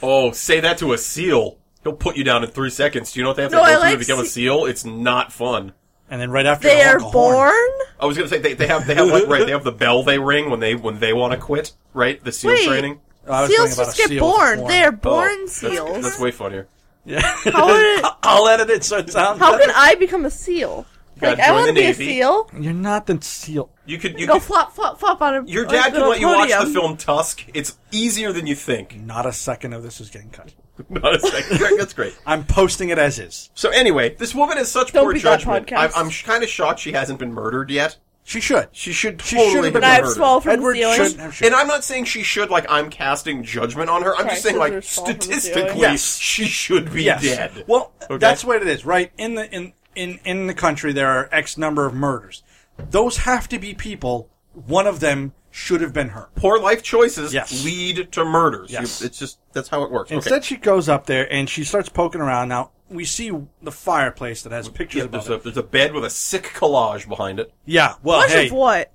Speaker 6: Oh, say that to a seal. He'll put you down in three seconds. Do you know what they have to
Speaker 5: No,
Speaker 6: go
Speaker 5: I
Speaker 6: through to
Speaker 5: like
Speaker 6: become a
Speaker 5: se-
Speaker 6: seal? It's not fun.
Speaker 4: And then right after
Speaker 5: They
Speaker 4: the
Speaker 5: are
Speaker 4: Hulk horn.
Speaker 5: born?
Speaker 6: I was gonna say they, they have they have like right they have the bell they ring when they when they want to quit right the seal
Speaker 5: Wait.
Speaker 6: training.
Speaker 4: I was
Speaker 5: Seals
Speaker 4: thinking about
Speaker 5: just
Speaker 4: a
Speaker 5: get
Speaker 4: seal with a
Speaker 5: born.
Speaker 4: horn.
Speaker 5: They are
Speaker 6: Oh,
Speaker 5: born
Speaker 6: that's-
Speaker 5: seals.
Speaker 6: That's, way funnier.
Speaker 4: Yeah.
Speaker 5: How would it-
Speaker 4: I'll edit it so it sounds.
Speaker 5: How
Speaker 4: better.
Speaker 5: can I become a seal?
Speaker 6: gotta
Speaker 5: Like I
Speaker 6: join
Speaker 5: want to
Speaker 6: the
Speaker 5: be a
Speaker 6: Navy.
Speaker 5: seal.
Speaker 4: You're not the seal.
Speaker 6: You could you
Speaker 5: Go
Speaker 6: could,
Speaker 5: flop, flop, flop on a.
Speaker 6: your
Speaker 5: on
Speaker 6: dad
Speaker 5: a
Speaker 6: can let you watch the
Speaker 5: podium.
Speaker 6: film Tusk. It's easier than you think.
Speaker 4: Not a second of this is getting cut.
Speaker 6: Not a second. That's great.
Speaker 4: I'm posting it as is.
Speaker 6: So anyway, this woman has such
Speaker 5: Don't
Speaker 6: poor
Speaker 5: be that
Speaker 6: judgment.
Speaker 5: podcast.
Speaker 6: I, I'm kind of shocked she hasn't been murdered yet.
Speaker 4: She should.
Speaker 6: She should
Speaker 4: She
Speaker 6: totally
Speaker 4: should
Speaker 6: have
Speaker 4: have been
Speaker 6: been
Speaker 5: Knives
Speaker 6: murdered.
Speaker 4: murdered.
Speaker 5: fall from
Speaker 4: Edward
Speaker 5: ceiling.
Speaker 4: shouldn't have shot.
Speaker 6: And I'm not saying she should. Like I'm casting judgment on her. I'm
Speaker 5: Sorry,
Speaker 6: just saying like
Speaker 5: scissors fall from the ceiling.
Speaker 6: statistically,
Speaker 4: Yes.
Speaker 6: she should be
Speaker 4: yes.
Speaker 6: dead.
Speaker 4: Well,
Speaker 6: Okay.
Speaker 4: that's what it is, right? In the in in in the country, there are X number of murders. Those have to be people. One of them should have been her.
Speaker 6: poor life choices
Speaker 4: Yes.
Speaker 6: lead to murders.
Speaker 4: Yes.
Speaker 6: You- it's just that's how it works.
Speaker 4: Instead,
Speaker 6: Okay.
Speaker 4: she goes up there and she starts poking around. Now we see the fireplace that has pictures
Speaker 6: Yeah,
Speaker 4: above it.
Speaker 6: there's a there's a bed with a sick collage behind it.
Speaker 4: yeah. Well,
Speaker 5: Much
Speaker 4: hey, eh,
Speaker 5: of what?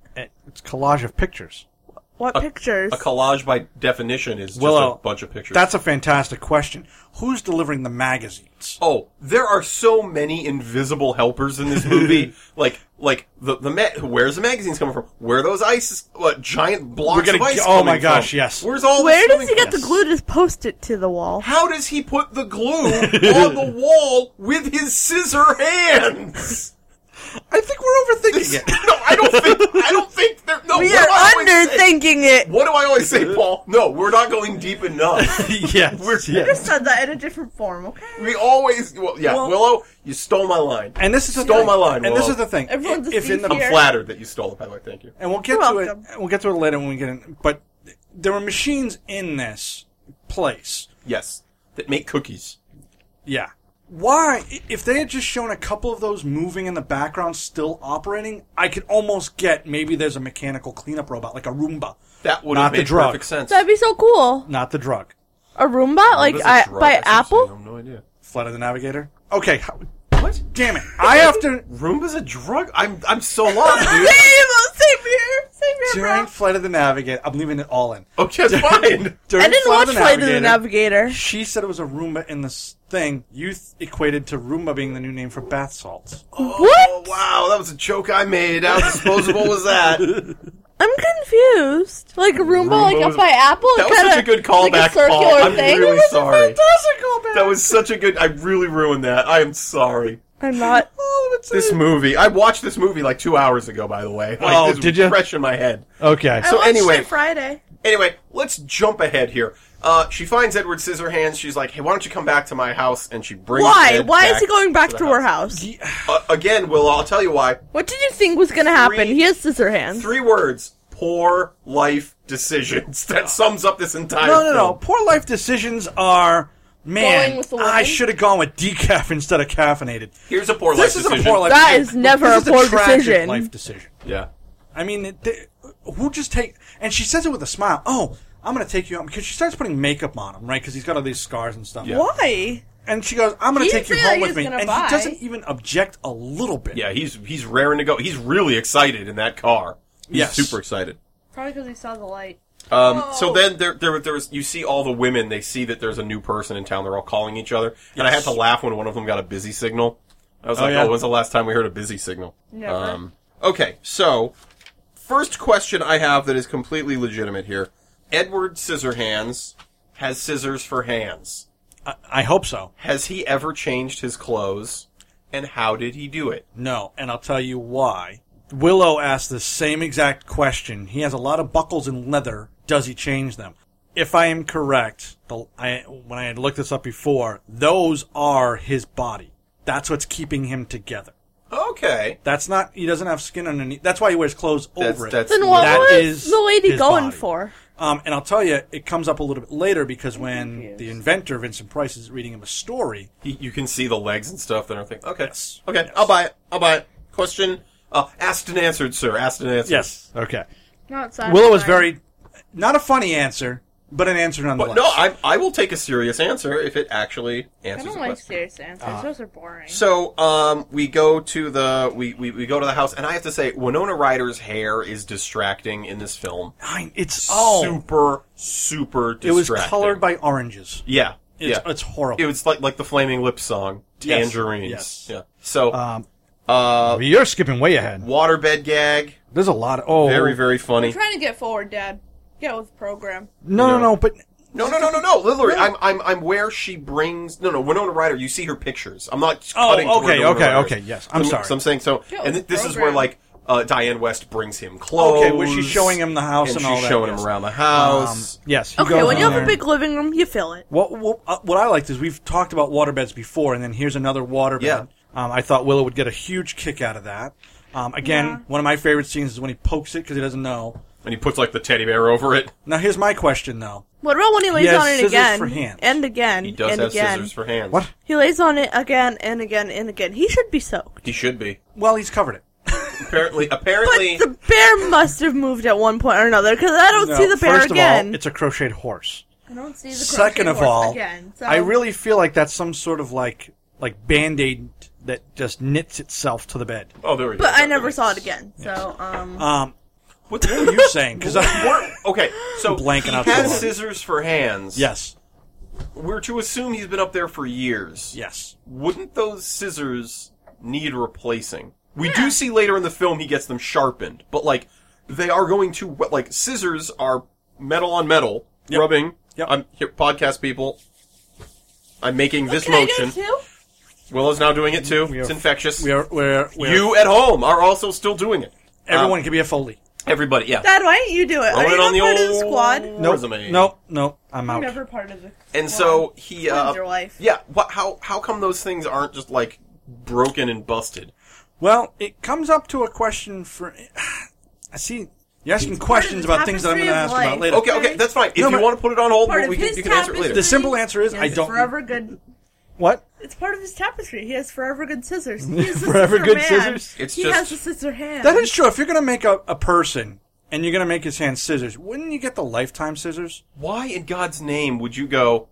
Speaker 4: it's collage of pictures.
Speaker 5: What pictures?
Speaker 6: A collage by definition is just
Speaker 4: Willow,
Speaker 6: a bunch of pictures.
Speaker 4: uh, That's a fantastic question. Who's delivering the magazines?
Speaker 6: Oh, there are so many invisible helpers in this movie. like, like the the ma- where's the magazines coming from? Where are those ice uh, giant blocks
Speaker 4: We're gonna
Speaker 6: of ice?
Speaker 4: get- oh
Speaker 6: coming
Speaker 4: my gosh,
Speaker 6: from?
Speaker 4: yes.
Speaker 6: Where's all?
Speaker 5: Where
Speaker 6: this
Speaker 5: does he get the
Speaker 4: Yes.
Speaker 5: glue to just post it to the wall?
Speaker 6: How does he put the glue on the wall with his scissor hands?
Speaker 4: I think we're overthinking
Speaker 6: no,
Speaker 4: it.
Speaker 6: I don't think. I don't think. There, no,
Speaker 5: We
Speaker 6: what
Speaker 5: are
Speaker 6: do I always say?
Speaker 5: underthinking it.
Speaker 6: What do I always say, Paul? No, we're not going deep enough.
Speaker 4: yes.
Speaker 6: We're-
Speaker 4: yes.
Speaker 5: Said that in a different form, okay?
Speaker 6: We always, well, yeah,
Speaker 4: Well-
Speaker 6: Willow, you stole my line.
Speaker 4: And this is the
Speaker 6: Stole
Speaker 4: thing.
Speaker 6: my line,
Speaker 4: And
Speaker 6: Will.
Speaker 4: this is the thing.
Speaker 5: Everyone's
Speaker 4: if in the
Speaker 5: a thief
Speaker 6: I'm
Speaker 5: here.
Speaker 6: flattered that you stole it, by the way. Thank you.
Speaker 4: and we'll get
Speaker 5: You're
Speaker 4: to
Speaker 5: welcome.
Speaker 4: it. We'll get to it later when we get in. But there were machines in this place.
Speaker 6: Yes, that make cookies.
Speaker 4: Yeah. Why? If they had just shown a couple of those moving in the background, still operating, I could almost get maybe there's a mechanical cleanup robot like a Roomba.
Speaker 6: That would
Speaker 4: Not
Speaker 6: have
Speaker 4: the
Speaker 6: made
Speaker 4: drug.
Speaker 6: perfect sense.
Speaker 5: That'd be so cool.
Speaker 4: Not the drug.
Speaker 5: A Roomba,
Speaker 6: What
Speaker 5: like
Speaker 6: is a
Speaker 5: I,
Speaker 6: drug?
Speaker 5: by
Speaker 6: That's
Speaker 5: Apple.
Speaker 6: interesting. I have no idea.
Speaker 4: Flight of the Navigator. Okay. how-
Speaker 6: What?
Speaker 4: Damn it! I have to.
Speaker 6: Roomba's a drug? I'm I'm so lost,
Speaker 5: Same,
Speaker 6: dude.
Speaker 5: same here, same here, bro.
Speaker 4: During Flight of the Navigator, I'm leaving it all in.
Speaker 6: okay, fine.
Speaker 4: During
Speaker 5: I didn't watch Flight of the Navigator.
Speaker 4: She said it was a Roomba in this thing. You th- equated to Roomba being the new name for bath salts.
Speaker 6: Oh,
Speaker 5: What?
Speaker 6: wow, that was a joke I made. How disposable was that? That
Speaker 5: I'm confused. Like a Roomba, like
Speaker 6: Roomba's-
Speaker 5: up by Apple. it
Speaker 6: was
Speaker 5: kinda-
Speaker 6: such a good
Speaker 5: like
Speaker 6: callback,
Speaker 5: a circular
Speaker 6: Paul. I'm
Speaker 5: thing.
Speaker 6: really
Speaker 5: It was a
Speaker 6: sorry.
Speaker 5: fantastic callback.
Speaker 6: That was such a good. I really ruined that. I am sorry.
Speaker 5: I'm not.
Speaker 6: This movie. I watched this movie like two hours ago, by the way. Like,
Speaker 4: Oh,
Speaker 6: this was
Speaker 4: did ya?
Speaker 6: Fresh in my head.
Speaker 4: Okay.
Speaker 5: I watched
Speaker 6: anyway-
Speaker 5: it Friday.
Speaker 6: Anyway, let's jump ahead here. Uh, she finds Edward Scissorhands. She's like, "Hey, why don't you come back to my house?" And she brings.
Speaker 5: Why?
Speaker 6: Ed
Speaker 5: Why
Speaker 6: back
Speaker 5: is he going back
Speaker 6: the
Speaker 5: to, her house?
Speaker 6: Uh, again, Will, I'll tell you why.
Speaker 5: What did you think was gonna happen?
Speaker 6: Three-
Speaker 5: he has scissor hands.
Speaker 6: Three words: poor life decisions. That sums up this entire.
Speaker 4: No, no, no.
Speaker 6: film.
Speaker 4: Poor life decisions are.
Speaker 5: Going
Speaker 4: Man,
Speaker 5: with the
Speaker 4: I
Speaker 5: line?
Speaker 4: should have gone with decaf instead of caffeinated.
Speaker 6: Here's a poor
Speaker 4: This
Speaker 6: life
Speaker 4: is
Speaker 6: decision.
Speaker 4: a poor life.
Speaker 5: That
Speaker 4: decision.
Speaker 5: is never
Speaker 4: This
Speaker 5: a poor
Speaker 4: tragic
Speaker 5: decision.
Speaker 4: Life decision.
Speaker 6: Yeah.
Speaker 4: I mean, it, they, who just take? And she says it with a smile. Oh, I'm gonna take you out because she starts putting makeup on him, right? Because he's got all these scars and stuff.
Speaker 6: Yeah.
Speaker 5: Why?
Speaker 4: And she goes, "I'm gonna
Speaker 5: He
Speaker 4: take you
Speaker 5: said
Speaker 4: home
Speaker 5: he
Speaker 4: with
Speaker 5: was
Speaker 4: me,"
Speaker 5: gonna
Speaker 4: and
Speaker 5: buy.
Speaker 4: he doesn't even object a little bit.
Speaker 6: Yeah. He's he's raring to go. He's really excited in that car. He's
Speaker 4: Yes.
Speaker 6: super excited.
Speaker 5: Probably because he saw the light.
Speaker 6: Um, So then there, there, there was, you see all the women, they see that there's a new person in town, they're all calling each other. And I had
Speaker 4: Yes.
Speaker 6: to laugh when one of them got a busy signal. I was
Speaker 4: Oh,
Speaker 6: like,
Speaker 4: yeah.
Speaker 6: oh, when's the last time we heard a busy signal? Um,
Speaker 5: Never.
Speaker 6: okay, so, first question I have that is completely legitimate here. Edward Scissorhands has scissors for hands.
Speaker 4: I, I hope so.
Speaker 6: Has he ever changed his clothes? And how did he do it?
Speaker 4: No, and I'll tell you why. Willow asked the same exact question. He has a lot of buckles and leather. Does he change them? If I am correct, the, I, when I had looked this up before, those are his body. That's what's keeping him together.
Speaker 6: Okay.
Speaker 4: That's not. He doesn't have skin underneath. That's why he wears clothes
Speaker 6: That's,
Speaker 4: over it.
Speaker 6: that's
Speaker 5: Then what
Speaker 4: That
Speaker 5: was
Speaker 4: is
Speaker 5: the lady
Speaker 4: his
Speaker 5: going
Speaker 4: body.
Speaker 5: for?
Speaker 4: Um, and I'll tell you, it comes up a little bit later because when the inventor Vincent Price is reading him a story,
Speaker 6: You, you can see the legs and stuff that are thinking, okay,
Speaker 4: Yes.
Speaker 6: okay, I'll buy it. I'll buy it. Question uh, asked and answered, sir. Asked and answered.
Speaker 4: yes, okay.
Speaker 5: Not
Speaker 4: Willow is very not a funny answer, but an answer nonetheless.
Speaker 6: But no, I, I will take a serious answer if it actually
Speaker 5: I
Speaker 6: answers
Speaker 5: don't
Speaker 6: the
Speaker 5: like
Speaker 6: question. Ah.
Speaker 5: serious answers. Those are boring.
Speaker 6: So um, we go to the we, we, we go to the house, and I have to say, Winona Ryder's hair is distracting in this film.
Speaker 4: I, it's oh,
Speaker 6: super super. Distracting.
Speaker 4: it was colored by oranges.
Speaker 6: yeah
Speaker 4: It's,
Speaker 6: yeah.
Speaker 4: it's horrible.
Speaker 6: It was like like the Flaming Lips song,
Speaker 4: Yes,
Speaker 6: Tangerines.
Speaker 4: yes.
Speaker 6: Yeah. So
Speaker 4: um,
Speaker 6: uh,
Speaker 4: you're skipping way ahead.
Speaker 6: waterbed gag,
Speaker 4: There's a lot. Of, oh,
Speaker 6: very very funny.
Speaker 5: I'm trying to get forward, Dad. Get with the program.
Speaker 4: No, no, no. But
Speaker 6: No, no, no, no, no, Lillery. I'm, I'm, I'm where she brings. No, no, Winona Ryder. You see her pictures. I'm not
Speaker 4: Oh,
Speaker 6: cutting. to
Speaker 4: okay,
Speaker 6: Winona
Speaker 4: okay,
Speaker 6: Ryder's.
Speaker 4: okay, yes. I'm
Speaker 6: so,
Speaker 4: sorry.
Speaker 6: So I'm saying so,
Speaker 5: Yeah,
Speaker 6: and th- this is where
Speaker 5: program.
Speaker 6: like uh, Diane West brings him clothes.
Speaker 4: Okay, where she's showing him the house and
Speaker 6: she's
Speaker 4: all that,
Speaker 6: showing
Speaker 4: yes.
Speaker 6: him around the house.
Speaker 4: um, yes. he
Speaker 5: Okay,
Speaker 4: goes
Speaker 5: when you
Speaker 4: in
Speaker 5: have a
Speaker 4: there.
Speaker 5: big living room, you fill it.
Speaker 4: What, what, uh, what I liked is we've talked about waterbeds before, and then here's another waterbed.
Speaker 6: Yeah.
Speaker 4: Um, I thought Willow would get a huge kick out of that. Um, again, one of my favorite scenes is when he pokes it because he doesn't know.
Speaker 6: and he puts like the teddy bear over it.
Speaker 4: Now, here's my question, though.
Speaker 5: What about when he lays
Speaker 4: has
Speaker 5: on it
Speaker 4: scissors
Speaker 5: again
Speaker 4: for hands.
Speaker 5: and again
Speaker 6: He does
Speaker 5: and
Speaker 6: have
Speaker 5: again?
Speaker 6: scissors for hands.
Speaker 4: What?
Speaker 5: He lays on it again and again and again. He should be soaked.
Speaker 6: He should be.
Speaker 4: Well, he's covered it.
Speaker 6: Apparently,
Speaker 5: But
Speaker 6: apparently.
Speaker 5: the bear must have moved at one point or another because I don't
Speaker 4: No,
Speaker 5: see the bear
Speaker 4: first
Speaker 5: again.
Speaker 4: of all, it's a crocheted horse.
Speaker 5: I don't see the
Speaker 4: Second of all,
Speaker 5: again, so.
Speaker 4: I really feel like that's some sort of like like band aid that just knits itself to the bed.
Speaker 6: oh, there we go.
Speaker 5: But I never saw it again. So um,
Speaker 4: Um,
Speaker 6: What the
Speaker 4: what were you saying? Because
Speaker 6: We're- okay, so
Speaker 4: Blanking
Speaker 6: he
Speaker 4: out so
Speaker 6: has
Speaker 4: hard.
Speaker 6: scissors for hands.
Speaker 4: yes,
Speaker 6: we're to assume he's been up there for years.
Speaker 4: yes,
Speaker 6: wouldn't those scissors need replacing? We do see later in the film he gets them sharpened, but like they are going to like scissors are metal on metal rubbing.
Speaker 4: Yep.
Speaker 6: I'm here, podcast people. I'm making this
Speaker 5: Can I do it
Speaker 6: motion.
Speaker 5: too?
Speaker 6: Willow's now doing it too.
Speaker 4: We are-
Speaker 6: it's infectious.
Speaker 4: we are we're, we're
Speaker 6: you at home are also still doing it.
Speaker 4: everyone
Speaker 6: Um,
Speaker 4: can be a foley.
Speaker 6: everybody, yeah.
Speaker 5: Dad, why don't you do it?
Speaker 6: Throw
Speaker 5: Are you
Speaker 6: it on
Speaker 5: not
Speaker 6: the
Speaker 5: part of the
Speaker 6: old
Speaker 5: squad?
Speaker 4: No,
Speaker 6: resume.
Speaker 4: no, no, I'm
Speaker 5: I'm
Speaker 4: out.
Speaker 5: never part of the.
Speaker 6: And
Speaker 5: squad.
Speaker 6: so he, uh,
Speaker 5: Ruins your life.
Speaker 6: yeah. What? How? How come those things aren't just like broken and busted?
Speaker 4: Well, it comes up to a question for. I see. You're asking questions
Speaker 5: part of
Speaker 4: about
Speaker 5: the
Speaker 4: things that I'm going to ask
Speaker 5: tapestry of
Speaker 4: about
Speaker 5: life.
Speaker 4: later.
Speaker 6: Okay, okay, that's fine. If
Speaker 4: No,
Speaker 6: you
Speaker 4: but-
Speaker 6: want to put it on hold,
Speaker 5: Part of
Speaker 6: we can,
Speaker 5: his
Speaker 6: you can answer it later.
Speaker 4: The simple answer is
Speaker 5: He
Speaker 4: I
Speaker 5: has
Speaker 4: don't.
Speaker 5: Forever good.
Speaker 4: What?
Speaker 5: It's part of his tapestry. He has forever good scissors. He is the
Speaker 4: Forever
Speaker 5: scissor
Speaker 4: good
Speaker 5: man.
Speaker 4: scissors?
Speaker 6: It's
Speaker 5: he
Speaker 6: just-
Speaker 5: has the scissor hand.
Speaker 4: That is true. If you're going to make a, a person and you're going to make his hand scissors, wouldn't you get the lifetime scissors?
Speaker 6: Why in God's name would you go?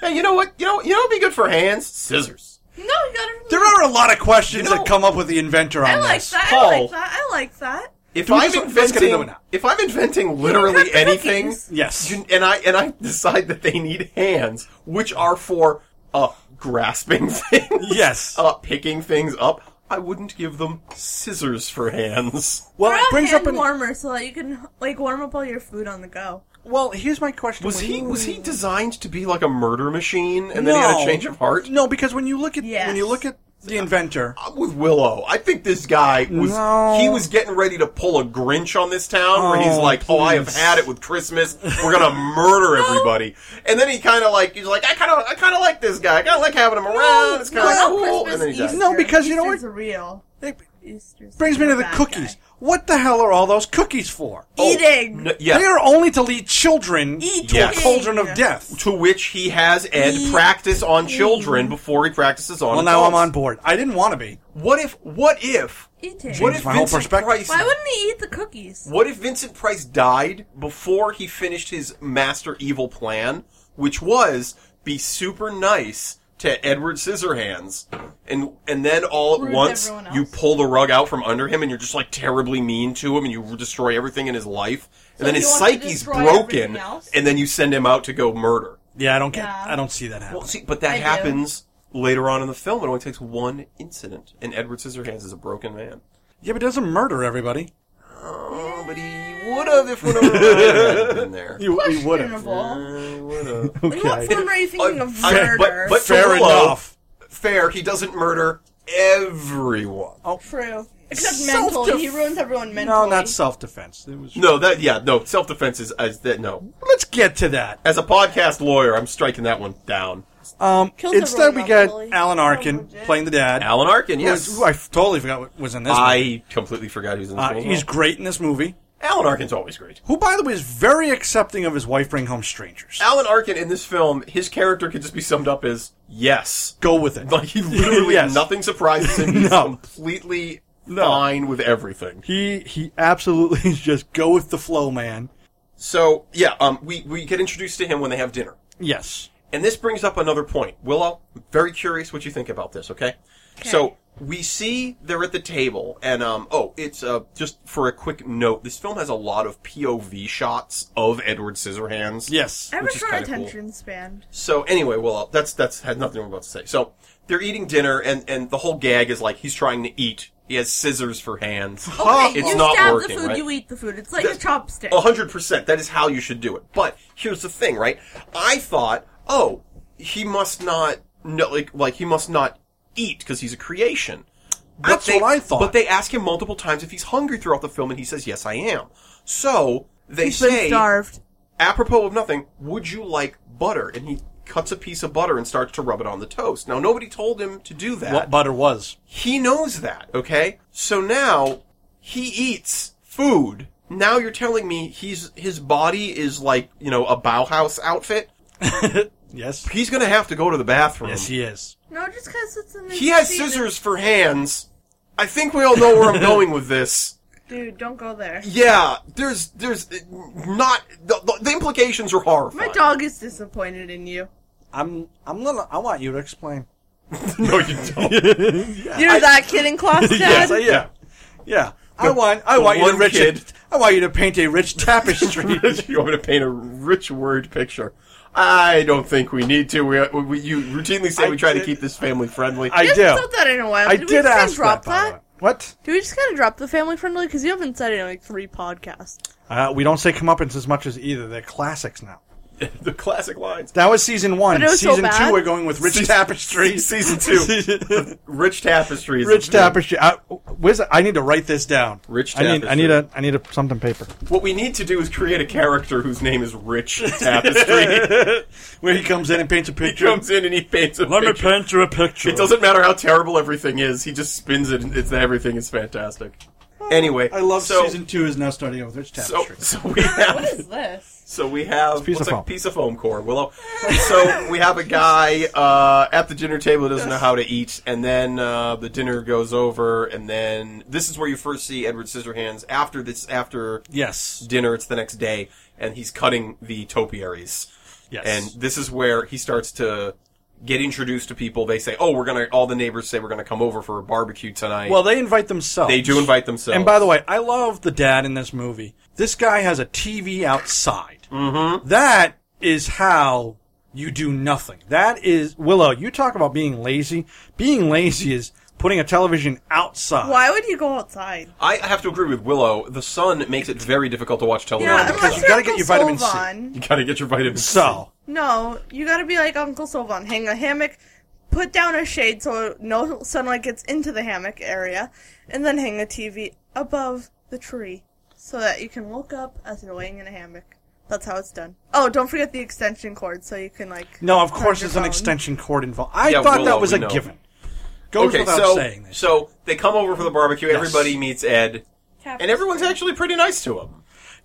Speaker 6: Hey, you know what? You know, you know, what'd be good for hands, scissors.
Speaker 5: no. He got it. from
Speaker 4: There
Speaker 5: the-
Speaker 4: are a lot of questions
Speaker 6: You know-
Speaker 4: that come up with the inventor on
Speaker 5: I like
Speaker 4: this.
Speaker 5: that. I
Speaker 6: Paul.
Speaker 5: like that. I like that.
Speaker 6: If
Speaker 4: Do we
Speaker 6: I'm
Speaker 4: just- let's get into it
Speaker 6: inventing,
Speaker 4: now.
Speaker 6: if I'm inventing literally anything,
Speaker 5: cookies.
Speaker 4: Yes.
Speaker 6: you- and I and I decide that they need hands, which are for uh grasping things,
Speaker 4: Yes.
Speaker 6: uh picking things up, I wouldn't give them scissors for hands.
Speaker 4: well,
Speaker 5: Or
Speaker 4: it
Speaker 5: a
Speaker 4: brings
Speaker 5: hand
Speaker 4: up an.
Speaker 5: warmer so that you can like warm up all your food on the go.
Speaker 4: Well, here's my question.
Speaker 6: Was
Speaker 4: When
Speaker 6: he
Speaker 4: you-
Speaker 6: was he designed to be like a murder machine, and then he had a
Speaker 4: No.
Speaker 6: change of heart?
Speaker 4: No, because when you look at
Speaker 5: Yes.
Speaker 4: when you look at the inventor,
Speaker 6: I'm with Willow. I think this guy was
Speaker 4: No.
Speaker 6: he was getting ready to pull a Grinch on this town where he's
Speaker 4: Oh,
Speaker 6: like, "Oh, I have
Speaker 4: please.
Speaker 6: had it with Christmas. We're gonna murder everybody." And then he kind of like he's like, "I kind of I kind of like this guy. I kind of like having him around. It's kind of
Speaker 5: no,
Speaker 6: cool."
Speaker 5: Christmas,
Speaker 6: And then he dies.
Speaker 5: Easter.
Speaker 4: No, because you know
Speaker 5: Easter's real.
Speaker 4: it
Speaker 5: Easter's
Speaker 4: brings me
Speaker 5: the
Speaker 4: to the
Speaker 5: bad
Speaker 4: cookies.
Speaker 5: guy.
Speaker 4: What the hell are all those cookies for?
Speaker 5: Eating.
Speaker 6: No, Oh, yeah.
Speaker 4: They are only to lead children
Speaker 5: Eat
Speaker 4: to a
Speaker 6: Yes.
Speaker 4: cauldron of death.
Speaker 6: To which he has Ed practice on children before he practices on.
Speaker 4: Well, now I'm
Speaker 6: adults.
Speaker 4: on board. I didn't want to be.
Speaker 6: What if? What if?
Speaker 5: Eating.
Speaker 6: What if
Speaker 4: my whole
Speaker 6: Vincent
Speaker 4: perspective.
Speaker 6: Price
Speaker 5: Why wouldn't he eat the cookies?
Speaker 6: What if Vincent Price died before he finished his master evil plan, which was be super nice to Edward Scissorhands, and and then all at
Speaker 7: Ruins
Speaker 6: once
Speaker 7: everyone
Speaker 6: you
Speaker 7: else.
Speaker 6: pull the rug out from under him, and you're just like terribly mean to him, and you destroy everything in his life, and then
Speaker 7: he
Speaker 6: his
Speaker 7: wants to
Speaker 6: psyche's
Speaker 7: destroy
Speaker 6: broken,
Speaker 7: everything else?
Speaker 6: and then you send him out to go murder.
Speaker 4: Yeah, I don't get.
Speaker 7: Yeah.
Speaker 4: I don't see that happen.
Speaker 6: Well, see, but that
Speaker 7: I do.
Speaker 6: happens later on in the film. It only takes one incident, and Edward Scissorhands is a broken man.
Speaker 4: yeah, but it doesn't murder everybody.
Speaker 6: Oh, but he would have if one of them been there.
Speaker 4: You, would have.
Speaker 7: Questionable.
Speaker 6: Would have.
Speaker 5: What
Speaker 4: Okay.
Speaker 5: film are you thinking of
Speaker 6: I-
Speaker 5: murder?
Speaker 6: but- but-
Speaker 4: Fair
Speaker 6: Hello.
Speaker 4: enough.
Speaker 6: Fair, he doesn't murder everyone.
Speaker 4: Oh.
Speaker 7: True. Except
Speaker 4: Self-def-
Speaker 7: mentally, he ruins everyone mentally.
Speaker 4: No, not self defense. It was.
Speaker 6: No, that yeah, no. Self defense is as that no.
Speaker 4: Let's get to that.
Speaker 6: As a podcast lawyer, I'm striking that one down.
Speaker 4: Um,
Speaker 5: Kills
Speaker 4: instead, we
Speaker 5: everyone
Speaker 4: get
Speaker 5: lawfully.
Speaker 4: Alan Arkin playing the dad.
Speaker 6: Alan Arkin,
Speaker 4: who is-
Speaker 6: yes.
Speaker 4: who I f- totally forgot what was in this. movie.
Speaker 6: I completely forgot who's in this
Speaker 4: Uh,
Speaker 6: one.
Speaker 4: he's great in this movie.
Speaker 6: Alan Arkin's always great.
Speaker 4: Who, by the way, is very accepting of his wife bringing home strangers.
Speaker 6: Alan Arkin in this film, his character could just be summed up as yes.
Speaker 4: Go with it.
Speaker 6: Like he literally
Speaker 4: Yes.
Speaker 6: nothing surprises him. He's
Speaker 4: No.
Speaker 6: completely fine with everything.
Speaker 4: He he absolutely is just go with the flow, man.
Speaker 6: So yeah, um, we we get introduced to him when they have dinner.
Speaker 4: Yes.
Speaker 6: And this brings up another point. Willow, I'm very curious what you think about this, okay? So, we see they're at the table, and, um, oh, it's, uh, just for a quick note, this film has a lot of POV shots of Edward Scissorhands.
Speaker 4: Yes.
Speaker 5: I have a
Speaker 6: which is
Speaker 5: short
Speaker 6: kinda cool.
Speaker 5: attention span.
Speaker 6: So, anyway, Willow, that's, that's, had nothing I'm about to say. So, they're eating dinner, and, and the whole gag is like, he's trying to eat. He has scissors for hands.
Speaker 4: Oh,
Speaker 5: Okay,
Speaker 6: it's
Speaker 5: you
Speaker 6: not
Speaker 5: stab
Speaker 6: working,
Speaker 5: the food,
Speaker 6: right?
Speaker 5: you eat the food. It's like
Speaker 6: That-
Speaker 5: a chopstick.
Speaker 6: A hundred percent. That is how you should do it. But here's the thing, right? I thought, oh, he must not no, like like he must not eat because he's a creation. But
Speaker 4: That's
Speaker 6: they-
Speaker 4: what I thought.
Speaker 6: But they ask him multiple times if he's hungry throughout the film, and he says, "Yes, I am." So they
Speaker 5: He's been
Speaker 6: say,
Speaker 5: starved.
Speaker 6: apropos of nothing, would you like butter? And he cuts a piece of butter and starts to rub it on the toast. Now nobody told him to do that.
Speaker 4: What butter was?
Speaker 6: He knows that, okay? So now he eats food. Now you're telling me he's his body is like, you know, a Bauhaus outfit?
Speaker 4: Yes.
Speaker 6: He's going to have to go to the bathroom.
Speaker 4: Yes, he is.
Speaker 5: No, just because it's in the
Speaker 6: he has scissors for hands. I think we all know where I'm going with this.
Speaker 5: Dude, don't go there.
Speaker 6: Yeah, there's there's uh, not the, the- the implications are
Speaker 5: My
Speaker 6: horrifying.
Speaker 5: dog is disappointed in you.
Speaker 4: I'm I'm gonna I want you to explain.
Speaker 6: no, you don't.
Speaker 5: You're that kid in class, Dad?
Speaker 4: Yes, I- yeah. Yeah. I want I want you to
Speaker 6: one
Speaker 4: rich
Speaker 6: kid-
Speaker 4: I want you to paint a rich tapestry.
Speaker 6: you want me to paint a rich word picture? I don't think we need to. We, we you routinely say
Speaker 4: I
Speaker 6: we try to
Speaker 4: did-
Speaker 6: keep this family friendly.
Speaker 4: I
Speaker 5: We haven't
Speaker 4: do.
Speaker 5: said that in a while.
Speaker 4: I did,
Speaker 5: did, we just kinda
Speaker 4: ask
Speaker 5: drop
Speaker 4: that. by the way. What?
Speaker 5: Do we just kind of drop the family friendly? Because you haven't said it in like three podcasts.
Speaker 4: Uh, we don't say comeuppance as much as either. They're classics now.
Speaker 6: the classic lines.
Speaker 4: That was season one.
Speaker 5: But it was so
Speaker 4: season
Speaker 5: bad.
Speaker 4: two, we're going with rich
Speaker 6: Season-
Speaker 4: tapestry.
Speaker 6: season two. Rich tapestries.
Speaker 4: rich tapestry. I, where's I need to write this down.
Speaker 6: Rich
Speaker 4: I need. I
Speaker 6: tapestry.
Speaker 4: need a. I need a something paper
Speaker 6: What we need to do is create a character whose name is Rich Tapestry.
Speaker 4: where he comes in and paints a
Speaker 6: he
Speaker 4: picture.
Speaker 6: comes in and he paints a picture.
Speaker 4: you a picture.
Speaker 6: It doesn't matter how terrible everything is. He just spins it, and it's, everything is fantastic. Anyway,
Speaker 4: Oh, I love
Speaker 6: so,
Speaker 4: season two is now starting out with rich
Speaker 6: So,
Speaker 4: tapestry.
Speaker 6: so we
Speaker 7: What
Speaker 6: have
Speaker 7: is this?
Speaker 6: So we have
Speaker 4: piece
Speaker 6: what's
Speaker 4: of
Speaker 6: a
Speaker 4: foam.
Speaker 6: piece of foam core, Willow. so we have a guy uh, at the dinner table who doesn't know how to eat, and then uh, the dinner goes over, and then this is where you first see Edward Scissorhands. After this, after
Speaker 4: yes.
Speaker 6: dinner, it's the next day, and he's cutting the topiaries,
Speaker 4: Yes.
Speaker 6: and this is where he starts to get introduced to people. They say, "Oh, we're gonna." All the neighbors say, "We're gonna come over for a barbecue tonight."
Speaker 4: well, they invite themselves.
Speaker 6: they do invite themselves.
Speaker 4: And by the way, I love the dad in this movie. This guy has a TV outside. Mm-hmm. is how you do nothing. That is Willow. You talk about being lazy. Being lazy is putting a television outside.
Speaker 5: Why would you go outside?
Speaker 6: I have to agree with Willow. The sun makes it very difficult to watch television.
Speaker 5: Yeah,
Speaker 4: because
Speaker 5: unless
Speaker 4: you
Speaker 5: you're
Speaker 4: gotta
Speaker 5: Uncle
Speaker 4: get your vitamin C.
Speaker 5: Sylvan.
Speaker 6: You gotta get your vitamin C.
Speaker 4: So
Speaker 5: No, you gotta be like Uncle Sylvan. Hang a hammock, put down a shade so no sunlight gets into the hammock area, and then hang a TV above the tree so that you can look up as you're laying in a hammock. That's how it's done. Oh, don't forget the extension cord so you can like.
Speaker 4: no, of course,
Speaker 5: your
Speaker 4: there's an
Speaker 5: phone.
Speaker 4: extension cord involved. I
Speaker 6: Yeah,
Speaker 4: thought
Speaker 6: Willow,
Speaker 4: that was
Speaker 6: we
Speaker 4: a
Speaker 6: know.
Speaker 4: given. Goes
Speaker 6: okay,
Speaker 4: without
Speaker 6: so
Speaker 4: saying this.
Speaker 6: so they come over for the barbecue. Everybody meets Ed, and everyone's actually pretty nice to him.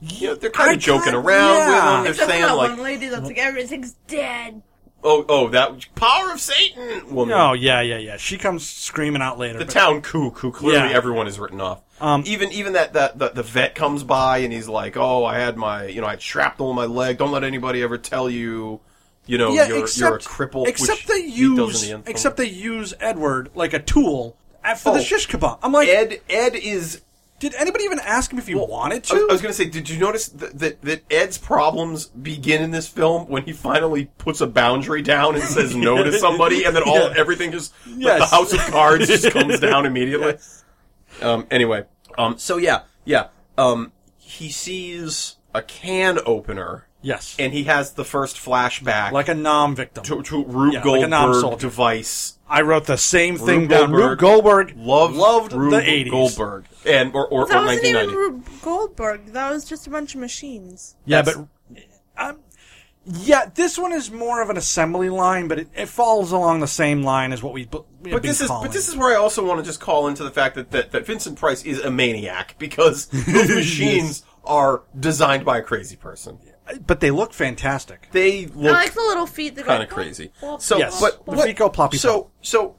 Speaker 6: You know, they're kind
Speaker 4: I
Speaker 6: of joking
Speaker 4: kinda-
Speaker 6: around
Speaker 4: yeah.
Speaker 6: with
Speaker 5: Except
Speaker 6: him. They're
Speaker 5: for
Speaker 6: saying
Speaker 5: that
Speaker 6: like,
Speaker 5: one lady that's like everything's dead.
Speaker 6: "Oh, oh, that power of Satan woman."
Speaker 4: oh yeah, yeah, yeah. She comes screaming out later.
Speaker 6: The
Speaker 4: but-
Speaker 6: town kook, who clearly
Speaker 4: Yeah.
Speaker 6: everyone is written off.
Speaker 4: Um,
Speaker 6: even even that, that the, the vet comes by and he's like, "Oh, I had my you know I had shrapnel in my leg. Don't let anybody ever tell you You know,
Speaker 4: yeah,
Speaker 6: you're,
Speaker 4: except,
Speaker 6: you're a cripple.
Speaker 4: except
Speaker 6: which
Speaker 4: they
Speaker 6: he
Speaker 4: use
Speaker 6: does in the end-
Speaker 4: except they use Edward like a tool at- for the
Speaker 6: Oh.
Speaker 4: shish kebab. I'm like,
Speaker 6: Ed. Ed is
Speaker 4: did anybody even ask him if he wanted
Speaker 6: I was,
Speaker 4: to?
Speaker 6: I was going to say, did you notice that, that that Ed's problems begin in this film when he finally puts a boundary down and says no to somebody, and then all
Speaker 4: Yeah.
Speaker 6: everything just like
Speaker 4: Yes.
Speaker 6: the house of cards just comes down immediately. Um. Anyway. Um. So yeah. Yeah. Um. He sees a can opener,
Speaker 4: yes,
Speaker 6: and he has the first flashback
Speaker 4: like a nom victim.
Speaker 6: to, to Rube
Speaker 4: Yeah, like a
Speaker 6: Goldberg
Speaker 4: nom soldier.
Speaker 6: device.
Speaker 4: I wrote the same
Speaker 6: Rube
Speaker 4: thing down. Rube Goldberg
Speaker 6: loved,
Speaker 4: loved
Speaker 6: Rube
Speaker 4: the 80s.
Speaker 6: Goldberg, and or or, or
Speaker 5: That wasn't
Speaker 6: 1990.
Speaker 5: even Rube Goldberg. That was just a bunch of machines.
Speaker 4: Yeah,
Speaker 6: That's-
Speaker 4: but um, yeah, this one is more of an assembly line, but it, it follows along the same line as what we. But
Speaker 6: But this is but this is where I also want to just call into the fact that that, that Vincent Price is a maniac because those machines are designed by a crazy person.
Speaker 4: But they look fantastic.
Speaker 6: They
Speaker 5: I
Speaker 6: look
Speaker 5: like the little feet that go
Speaker 6: kind of crazy. So,
Speaker 4: Yes.
Speaker 6: but
Speaker 4: The
Speaker 6: what,
Speaker 4: feet go ploppy
Speaker 6: So, so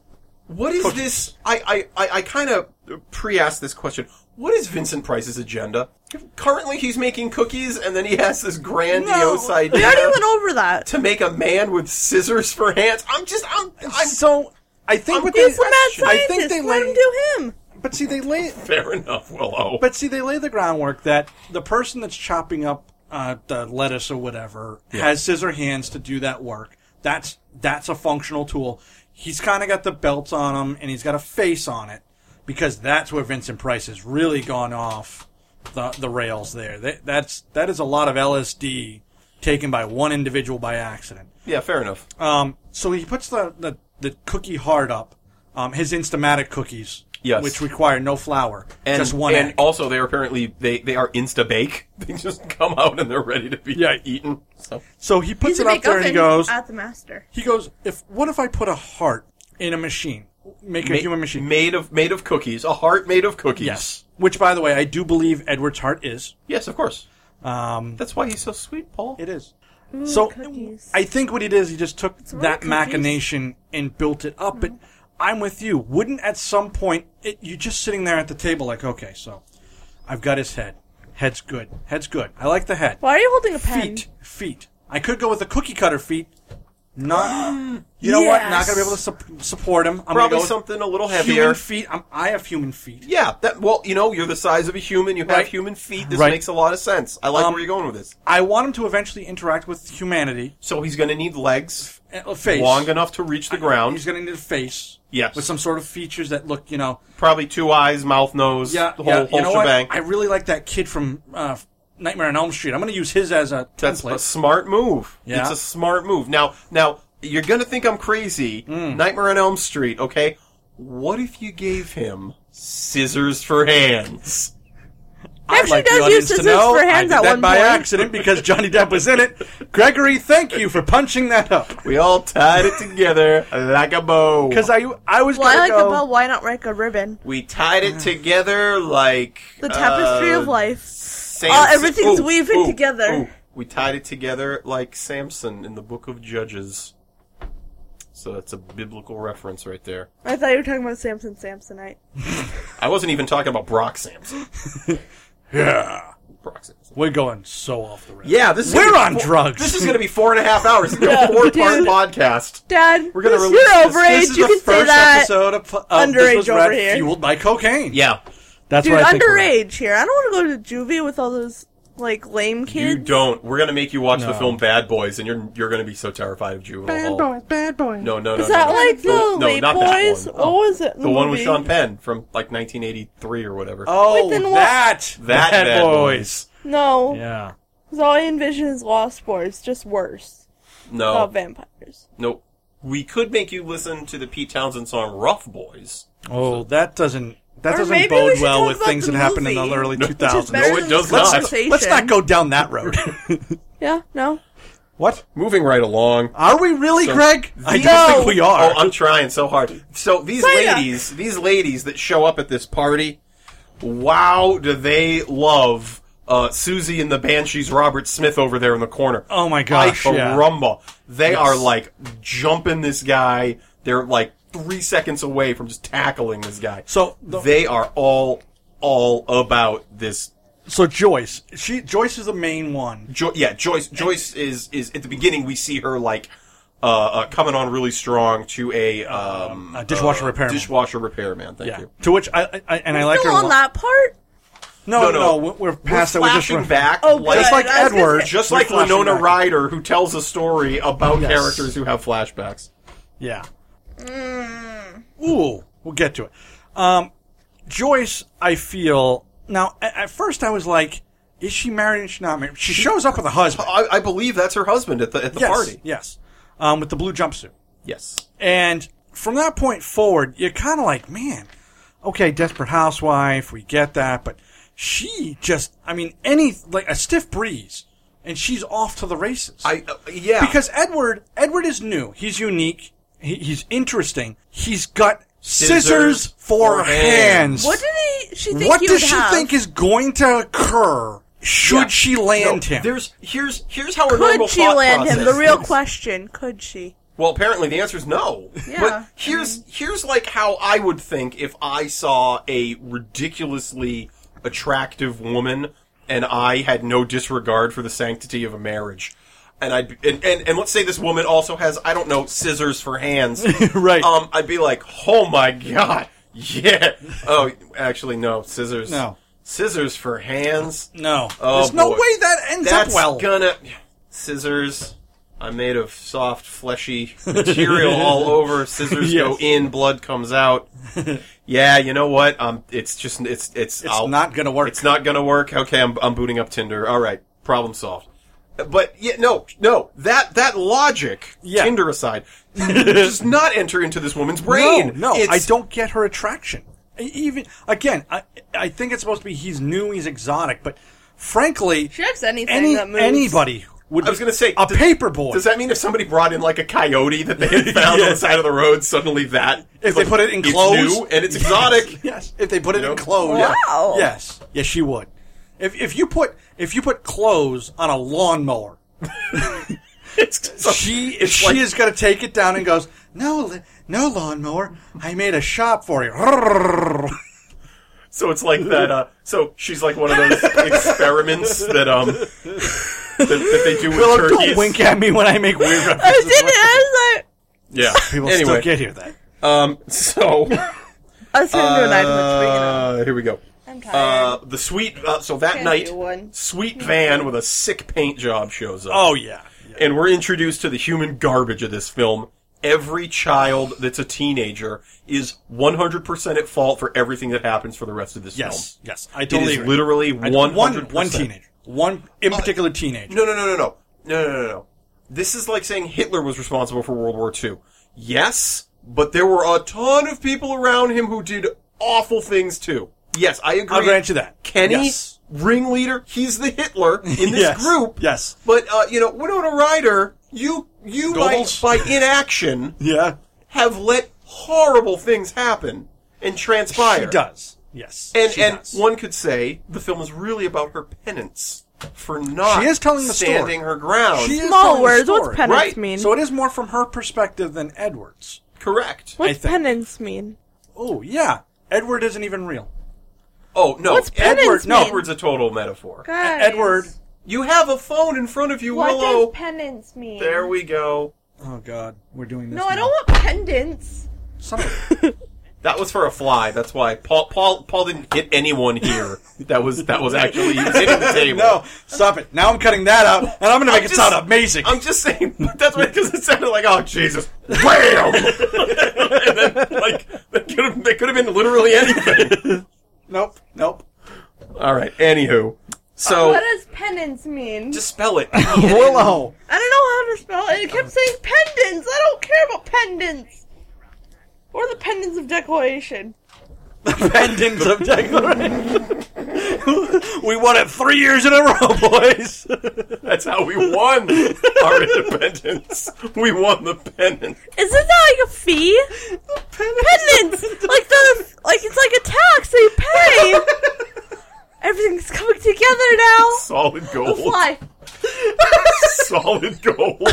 Speaker 6: what is this? I I I, I kind of pre-asked this question. What is Vincent Price's agenda? Currently, he's making cookies, and then he has this grandiose
Speaker 5: We
Speaker 6: idea
Speaker 5: already went over that.
Speaker 6: to make a man with scissors for hands. I'm just I'm I'm
Speaker 4: so I think
Speaker 6: I'm
Speaker 4: what they,
Speaker 5: He's a mad scientist.
Speaker 4: I think they
Speaker 5: Let
Speaker 4: lay,
Speaker 5: him do him.
Speaker 4: but see they lay,
Speaker 6: fair enough, Willow.
Speaker 4: but see they lay the groundwork that the person that's chopping up uh, the lettuce or whatever has scissor hands to do that work. That's that's a functional tool. He's kind of got the belts on him, and he's got a face on it because that's where Vincent Price has really gone off the the rails. There, that, that's that is a lot of LSD taken by one individual by accident.
Speaker 6: yeah, fair enough.
Speaker 4: Um, so he puts the, the, the cookie hard up, um, his Instamatic cookies,
Speaker 6: Yes.
Speaker 4: which require no flour,
Speaker 6: and,
Speaker 4: just one
Speaker 6: and
Speaker 4: egg.
Speaker 6: also they're apparently they they are insta bake they just come out and they're ready to be
Speaker 4: Yeah.
Speaker 6: eaten so
Speaker 4: so he puts
Speaker 5: He's a
Speaker 4: it up
Speaker 5: big
Speaker 4: there and he
Speaker 5: oven
Speaker 4: goes,
Speaker 5: at the master.
Speaker 4: he goes, if what if I put a heart in a machine, make a
Speaker 6: Ma-
Speaker 4: human machine?
Speaker 6: made of made of cookies a heart made of cookies
Speaker 4: yes, which by the way, I do believe Edward's heart is.
Speaker 6: yes of course
Speaker 4: Um,
Speaker 6: that's why he's so sweet paul
Speaker 4: it is.
Speaker 6: Mm,
Speaker 4: so
Speaker 5: cookies.
Speaker 4: I think what he did is he just took
Speaker 5: really
Speaker 4: that
Speaker 5: cookies.
Speaker 4: machination and built it up.
Speaker 6: Mm-hmm.
Speaker 4: But I'm with you. Wouldn't at some point it, you're just sitting there at the table like, okay, so I've got his head. Head's good. Head's good. I like the head.
Speaker 5: Why are you holding a pen?
Speaker 4: Feet. Feet. I could go with the cookie cutter feet. Not. you know what? Not gonna be able to sup- support him. I'm
Speaker 6: probably
Speaker 4: gonna go
Speaker 6: something a little
Speaker 4: with
Speaker 6: heavier
Speaker 4: Human feet. I'm, I have human feet.
Speaker 6: yeah that well you know you're the size of a human you have
Speaker 4: Right.
Speaker 6: human feet this
Speaker 4: Right.
Speaker 6: makes a lot of sense i like
Speaker 4: Um,
Speaker 6: where you're going with this
Speaker 4: I want him to eventually interact with humanity.
Speaker 6: so he's going to need legs
Speaker 4: A face.
Speaker 6: long enough to reach the ground
Speaker 4: He's gonna need a face.
Speaker 6: Yes.
Speaker 4: With some sort of features that look, you know,
Speaker 6: probably two eyes mouth nose
Speaker 4: Yeah,
Speaker 6: the whole,
Speaker 4: yeah,
Speaker 6: whole
Speaker 4: you know
Speaker 6: shebang
Speaker 4: What? I really like that kid from uh, Nightmare on Elm Street. I'm going to use his as a
Speaker 6: That's
Speaker 4: template.
Speaker 6: a smart move.
Speaker 4: Yeah.
Speaker 6: It's a smart move. Now, now you're gonna think I'm crazy.
Speaker 4: Mm.
Speaker 6: Nightmare on Elm Street. Okay, what if you gave him scissors for hands?
Speaker 4: I'd
Speaker 5: Actually
Speaker 4: like the
Speaker 5: does use
Speaker 4: audience to
Speaker 5: scissors
Speaker 4: know
Speaker 5: for
Speaker 4: I
Speaker 5: hands
Speaker 4: did
Speaker 5: at
Speaker 4: that
Speaker 5: one
Speaker 4: by
Speaker 5: point.
Speaker 4: accident because Johnny Depp was in it. Gregory, thank you for punching that up
Speaker 6: We all tied it together like a bow.
Speaker 4: because I I was
Speaker 5: Well, I
Speaker 4: going
Speaker 5: like
Speaker 4: to go.
Speaker 5: the bow. Why not like a ribbon?
Speaker 6: we tied it together like
Speaker 5: The tapestry
Speaker 6: uh,
Speaker 5: of life.
Speaker 6: Samson.
Speaker 5: Uh, everything's weaving together.
Speaker 6: We tied it together like Samson in the Book of Judges. So that's a biblical reference right there.
Speaker 5: I thought you were talking about Samson Samsonite.
Speaker 6: I wasn't even talking about Brock Samson.
Speaker 4: yeah,
Speaker 6: Brock Samson.
Speaker 4: we're going so off the rails.
Speaker 6: Yeah, this is
Speaker 4: We're
Speaker 6: gonna be
Speaker 4: on drugs.
Speaker 6: This is going to be four and a half hours. It's going to be a
Speaker 5: dude.
Speaker 6: four-part podcast.
Speaker 5: Dad,
Speaker 6: We're gonna
Speaker 5: this-
Speaker 6: release
Speaker 5: you're
Speaker 6: this-
Speaker 5: overage.
Speaker 4: This is
Speaker 5: you
Speaker 4: the
Speaker 5: can say
Speaker 4: first
Speaker 5: that.
Speaker 4: episode of, pu- of
Speaker 5: Underage
Speaker 4: this was
Speaker 5: over
Speaker 4: Red
Speaker 5: here.
Speaker 4: fueled by cocaine.
Speaker 6: Yeah,
Speaker 4: that's
Speaker 5: Dude,
Speaker 4: what I think we're at.
Speaker 5: underage here. I don't want to go to juvie with all those like lame
Speaker 6: you
Speaker 5: kids.
Speaker 6: don't. We're going to make you watch the
Speaker 4: No.
Speaker 6: film Bad Boys, and you're you're going to be so terrified of juvenile
Speaker 4: Bad
Speaker 6: hall.
Speaker 4: boys, bad boys.
Speaker 6: No, no, no.
Speaker 5: Is that
Speaker 6: no.
Speaker 5: like the
Speaker 6: no, no,
Speaker 5: Late
Speaker 6: not
Speaker 5: Boys?
Speaker 6: That one.
Speaker 5: What was it?
Speaker 6: The one with
Speaker 5: movie?
Speaker 6: Sean Penn from like 1983 or whatever.
Speaker 4: Oh,
Speaker 5: Wait, then what-
Speaker 4: that
Speaker 6: that
Speaker 4: bad,
Speaker 6: Bad
Speaker 4: boys.
Speaker 5: No,
Speaker 4: Yeah.
Speaker 5: 'cause all I envision is Lost Boys, just worse
Speaker 6: No,
Speaker 5: about vampires.
Speaker 6: no. We could make you listen to the Pete Townsend song "Rough Boys."
Speaker 4: Oh, that doesn't that
Speaker 5: Or
Speaker 4: doesn't
Speaker 5: maybe
Speaker 4: bode
Speaker 5: we should
Speaker 4: well
Speaker 5: talk
Speaker 4: with
Speaker 5: about
Speaker 4: things
Speaker 5: the
Speaker 4: that happened in the
Speaker 5: movie,
Speaker 4: early
Speaker 6: No,
Speaker 4: two
Speaker 5: Which is
Speaker 4: thousands.
Speaker 5: better
Speaker 6: No, it
Speaker 5: than
Speaker 6: does
Speaker 5: the
Speaker 6: not.
Speaker 4: Let's,
Speaker 5: conversation.
Speaker 4: let's not go down that road.
Speaker 5: Yeah, no.
Speaker 4: what?
Speaker 6: Moving right along.
Speaker 4: Are we really,
Speaker 6: So-
Speaker 4: Greg? I don't
Speaker 5: No.
Speaker 4: think we are.
Speaker 6: Oh, I'm trying so hard. So these
Speaker 5: Saya.
Speaker 6: ladies, these ladies that show up at this party, wow, do they love uh, Susie and the Banshees, Robert Smith over there in the corner.
Speaker 4: Oh my gosh,
Speaker 6: Like a
Speaker 4: yeah.
Speaker 6: rumba. They are like jumping this guy. They're like three seconds away from just tackling this guy.
Speaker 4: So, the-
Speaker 6: they are all all about this
Speaker 4: So Joyce, she Joyce is the main one.
Speaker 6: Jo- yeah, Joyce. Joyce is is at the beginning. We see her like uh, uh coming on really strong to a um
Speaker 4: a dishwasher
Speaker 6: uh,
Speaker 4: repairman.
Speaker 6: Dishwasher repairman. Thank
Speaker 4: Yeah.
Speaker 6: you.
Speaker 4: To which I, I, I and I like her.
Speaker 5: Still
Speaker 4: a
Speaker 5: on
Speaker 4: lot.
Speaker 5: that part?
Speaker 4: No, no,
Speaker 6: No,
Speaker 4: no,
Speaker 6: no.
Speaker 4: We're, we're
Speaker 6: We're
Speaker 4: past that. We're just
Speaker 6: flashing
Speaker 4: re-
Speaker 6: back,
Speaker 7: Oh,
Speaker 6: like,
Speaker 7: good.
Speaker 4: Just like
Speaker 7: I was gonna
Speaker 4: Edward,
Speaker 7: say-
Speaker 6: just
Speaker 4: we're
Speaker 6: like
Speaker 4: flashing
Speaker 6: Winona
Speaker 4: back.
Speaker 6: Ryder, who tells a story about
Speaker 4: Yes.
Speaker 6: characters who have flashbacks.
Speaker 4: Yeah. Mm. Ooh, we'll get to it. Um, Joyce, I feel now. At, at first, I was like, "Is she married? Is she not married?" She, shows up with a husband.
Speaker 6: I, I believe that's her husband at the at the
Speaker 4: yes,
Speaker 6: party.
Speaker 4: yes, um, with the blue jumpsuit.
Speaker 6: Yes.
Speaker 4: And from that point forward, you're kind of like, man, okay, desperate housewife, we get that, but she just, I mean, any like a stiff breeze, and she's off to the races.
Speaker 6: I uh, yeah.
Speaker 4: because Edward Edward is new. He's unique. He, he's interesting. He's got scissors,
Speaker 6: Scissors
Speaker 4: for
Speaker 6: for
Speaker 4: hands.
Speaker 6: hands.
Speaker 5: What did he, she think
Speaker 4: What
Speaker 5: he
Speaker 4: does
Speaker 5: would
Speaker 4: she
Speaker 5: have?
Speaker 4: think is going to occur should
Speaker 6: Yeah.
Speaker 4: she land
Speaker 6: No,
Speaker 4: him?
Speaker 6: There's here's here's how a normal
Speaker 5: Could she
Speaker 6: thought
Speaker 5: land him? The
Speaker 6: process
Speaker 5: real
Speaker 6: is.
Speaker 5: question. Could she?
Speaker 6: Well, apparently the answer is no.
Speaker 5: Yeah.
Speaker 6: But here's here's like how I would think if I saw a ridiculously attractive woman and I had no disregard for the sanctity of a marriage. And I'd be- and, and, and let's say this woman also has I don't know scissors for hands.
Speaker 4: Right.
Speaker 6: Um I'd be like, "Oh my god. Yeah. Oh, actually no, scissors.
Speaker 4: No.
Speaker 6: Scissors for hands.
Speaker 4: no,
Speaker 6: Oh,
Speaker 4: there's no
Speaker 6: boy.
Speaker 4: way that ends
Speaker 6: That's
Speaker 4: up well.
Speaker 6: gonna scissors. I'm made of soft, fleshy material all over. Scissors go
Speaker 4: Yes.
Speaker 6: in, blood comes out. Yeah, you know what? Um, it's just it's it's
Speaker 4: it's not gonna work.
Speaker 6: Oh. It's not gonna work. Okay, I'm I'm booting up Tinder. All right, problem solved. But yeah, no, no. That that logic,
Speaker 4: Yeah.
Speaker 6: Tinder aside, does not enter into this woman's brain.
Speaker 4: No, no,
Speaker 6: It's-
Speaker 4: I don't get her attraction. E- Even again, I I think it's supposed to be he's new, he's exotic, but frankly,
Speaker 5: She likes anything
Speaker 4: any
Speaker 5: that moves.
Speaker 4: anybody would.
Speaker 6: I was gonna say
Speaker 4: a
Speaker 6: does-
Speaker 4: paper boy.
Speaker 6: Does that mean if somebody brought in like a coyote that they had found on the side of the road, suddenly that
Speaker 4: if they put it in
Speaker 6: it's
Speaker 4: clothes
Speaker 6: new and it's exotic?
Speaker 4: Yes, if they put it
Speaker 6: You
Speaker 4: in
Speaker 6: know?
Speaker 4: clothes.
Speaker 6: Yeah.
Speaker 5: Wow.
Speaker 4: Yes, yes, she would. If if you put if you put clothes on a lawnmower,
Speaker 6: It's so-
Speaker 4: she
Speaker 6: it's
Speaker 4: she
Speaker 6: like-
Speaker 4: is going to take it down and goes no li- no lawnmower. I made a shop for you.
Speaker 6: so it's like that. Uh, so she's like one of those experiments that um that, that they do with
Speaker 4: Philip,
Speaker 6: turkeys.
Speaker 4: don't wink at me when I make weird
Speaker 5: I
Speaker 4: references.
Speaker 5: Oh, did it. I was like,
Speaker 6: Yeah.
Speaker 4: People
Speaker 6: anyway,
Speaker 4: still can't hear that.
Speaker 6: um, so
Speaker 5: I was gonna do an item that's big enough.
Speaker 6: uh, here we go.
Speaker 7: I'm tired.
Speaker 6: Uh, the sweet. Uh, so that
Speaker 7: Can't do
Speaker 6: night,
Speaker 7: one.
Speaker 6: sweet van with a sick paint job shows up.
Speaker 4: Oh yeah.
Speaker 6: and we're introduced to the human garbage of this film. Every child that's a teenager is 100% at fault for everything that happens for the rest of this
Speaker 4: Yes,
Speaker 6: film.
Speaker 4: yes, I
Speaker 6: It is
Speaker 4: totally agree.
Speaker 6: literally
Speaker 4: I- one
Speaker 6: 100%.
Speaker 4: one teenager, one in particular teenager.
Speaker 6: No, no, no, no, no. No, no, no, no. This is like saying Hitler was responsible for World War II. Yes, but there were a ton of people around him who did awful things too. Yes, I agree.
Speaker 4: I'll grant you that.
Speaker 6: Kenny,
Speaker 4: Yes.
Speaker 6: ringleader, he's the Hitler in this
Speaker 4: Yes,
Speaker 6: group.
Speaker 4: yes.
Speaker 6: But uh, you know, Winona Ryder, you you
Speaker 4: Goals.
Speaker 6: might by inaction
Speaker 4: Yeah,
Speaker 6: have let horrible things happen and transpire.
Speaker 4: she does. Yes,
Speaker 6: And
Speaker 4: she
Speaker 6: and
Speaker 4: does.
Speaker 6: one could say the film is really about her penance for not
Speaker 4: She is telling the story.
Speaker 6: standing her ground.
Speaker 4: She is telling
Speaker 5: Small
Speaker 4: the
Speaker 5: words. What's
Speaker 4: story.
Speaker 5: penance
Speaker 6: Right.
Speaker 5: mean?
Speaker 4: So it is more from her perspective than Edward's.
Speaker 6: Correct.
Speaker 5: What's
Speaker 4: think.
Speaker 5: penance mean?
Speaker 4: Oh yeah, Edward isn't even real. E-
Speaker 6: Oh no,
Speaker 5: What's penance
Speaker 6: Edward. No,
Speaker 5: mean?
Speaker 6: Edward's a total metaphor.
Speaker 5: Guys,
Speaker 4: E-, Edward.
Speaker 6: You have a phone in front of you,
Speaker 5: What
Speaker 6: Willow.
Speaker 5: does penance mean?
Speaker 6: there we go.
Speaker 4: Oh God, we're doing this.
Speaker 5: No, I don't want pendants.
Speaker 6: That was for a fly. That's why Paul Paul Paul didn't hit anyone here. That was that was actually he was hitting the table.
Speaker 4: no, stop it. Now I'm cutting that out, and I'm going to make
Speaker 6: I'm
Speaker 4: it
Speaker 6: just-
Speaker 4: sound amazing.
Speaker 6: I'm just saying that's why because it sounded like oh Jesus, bam, and then like that could have that could have been literally anything.
Speaker 4: nope, nope.
Speaker 6: All right. Anywho, so
Speaker 4: Oh.
Speaker 5: Uh, What does penance mean?
Speaker 6: just spell it.
Speaker 4: Willow.
Speaker 5: I don't know how to spell it. It
Speaker 7: Oh.
Speaker 5: kept saying pendants. I don't care about pendants. Or the pendants of decoration.
Speaker 4: Pendants of declaration. we won it three years in a row, boys.
Speaker 6: That's how we won our independence. We won the pennant.
Speaker 5: Isn't that like a fee? Pendants! like the like it's like a tax they pay. Everything's coming together now.
Speaker 6: Solid
Speaker 5: The
Speaker 6: gold.
Speaker 5: fly.
Speaker 6: Solid gold.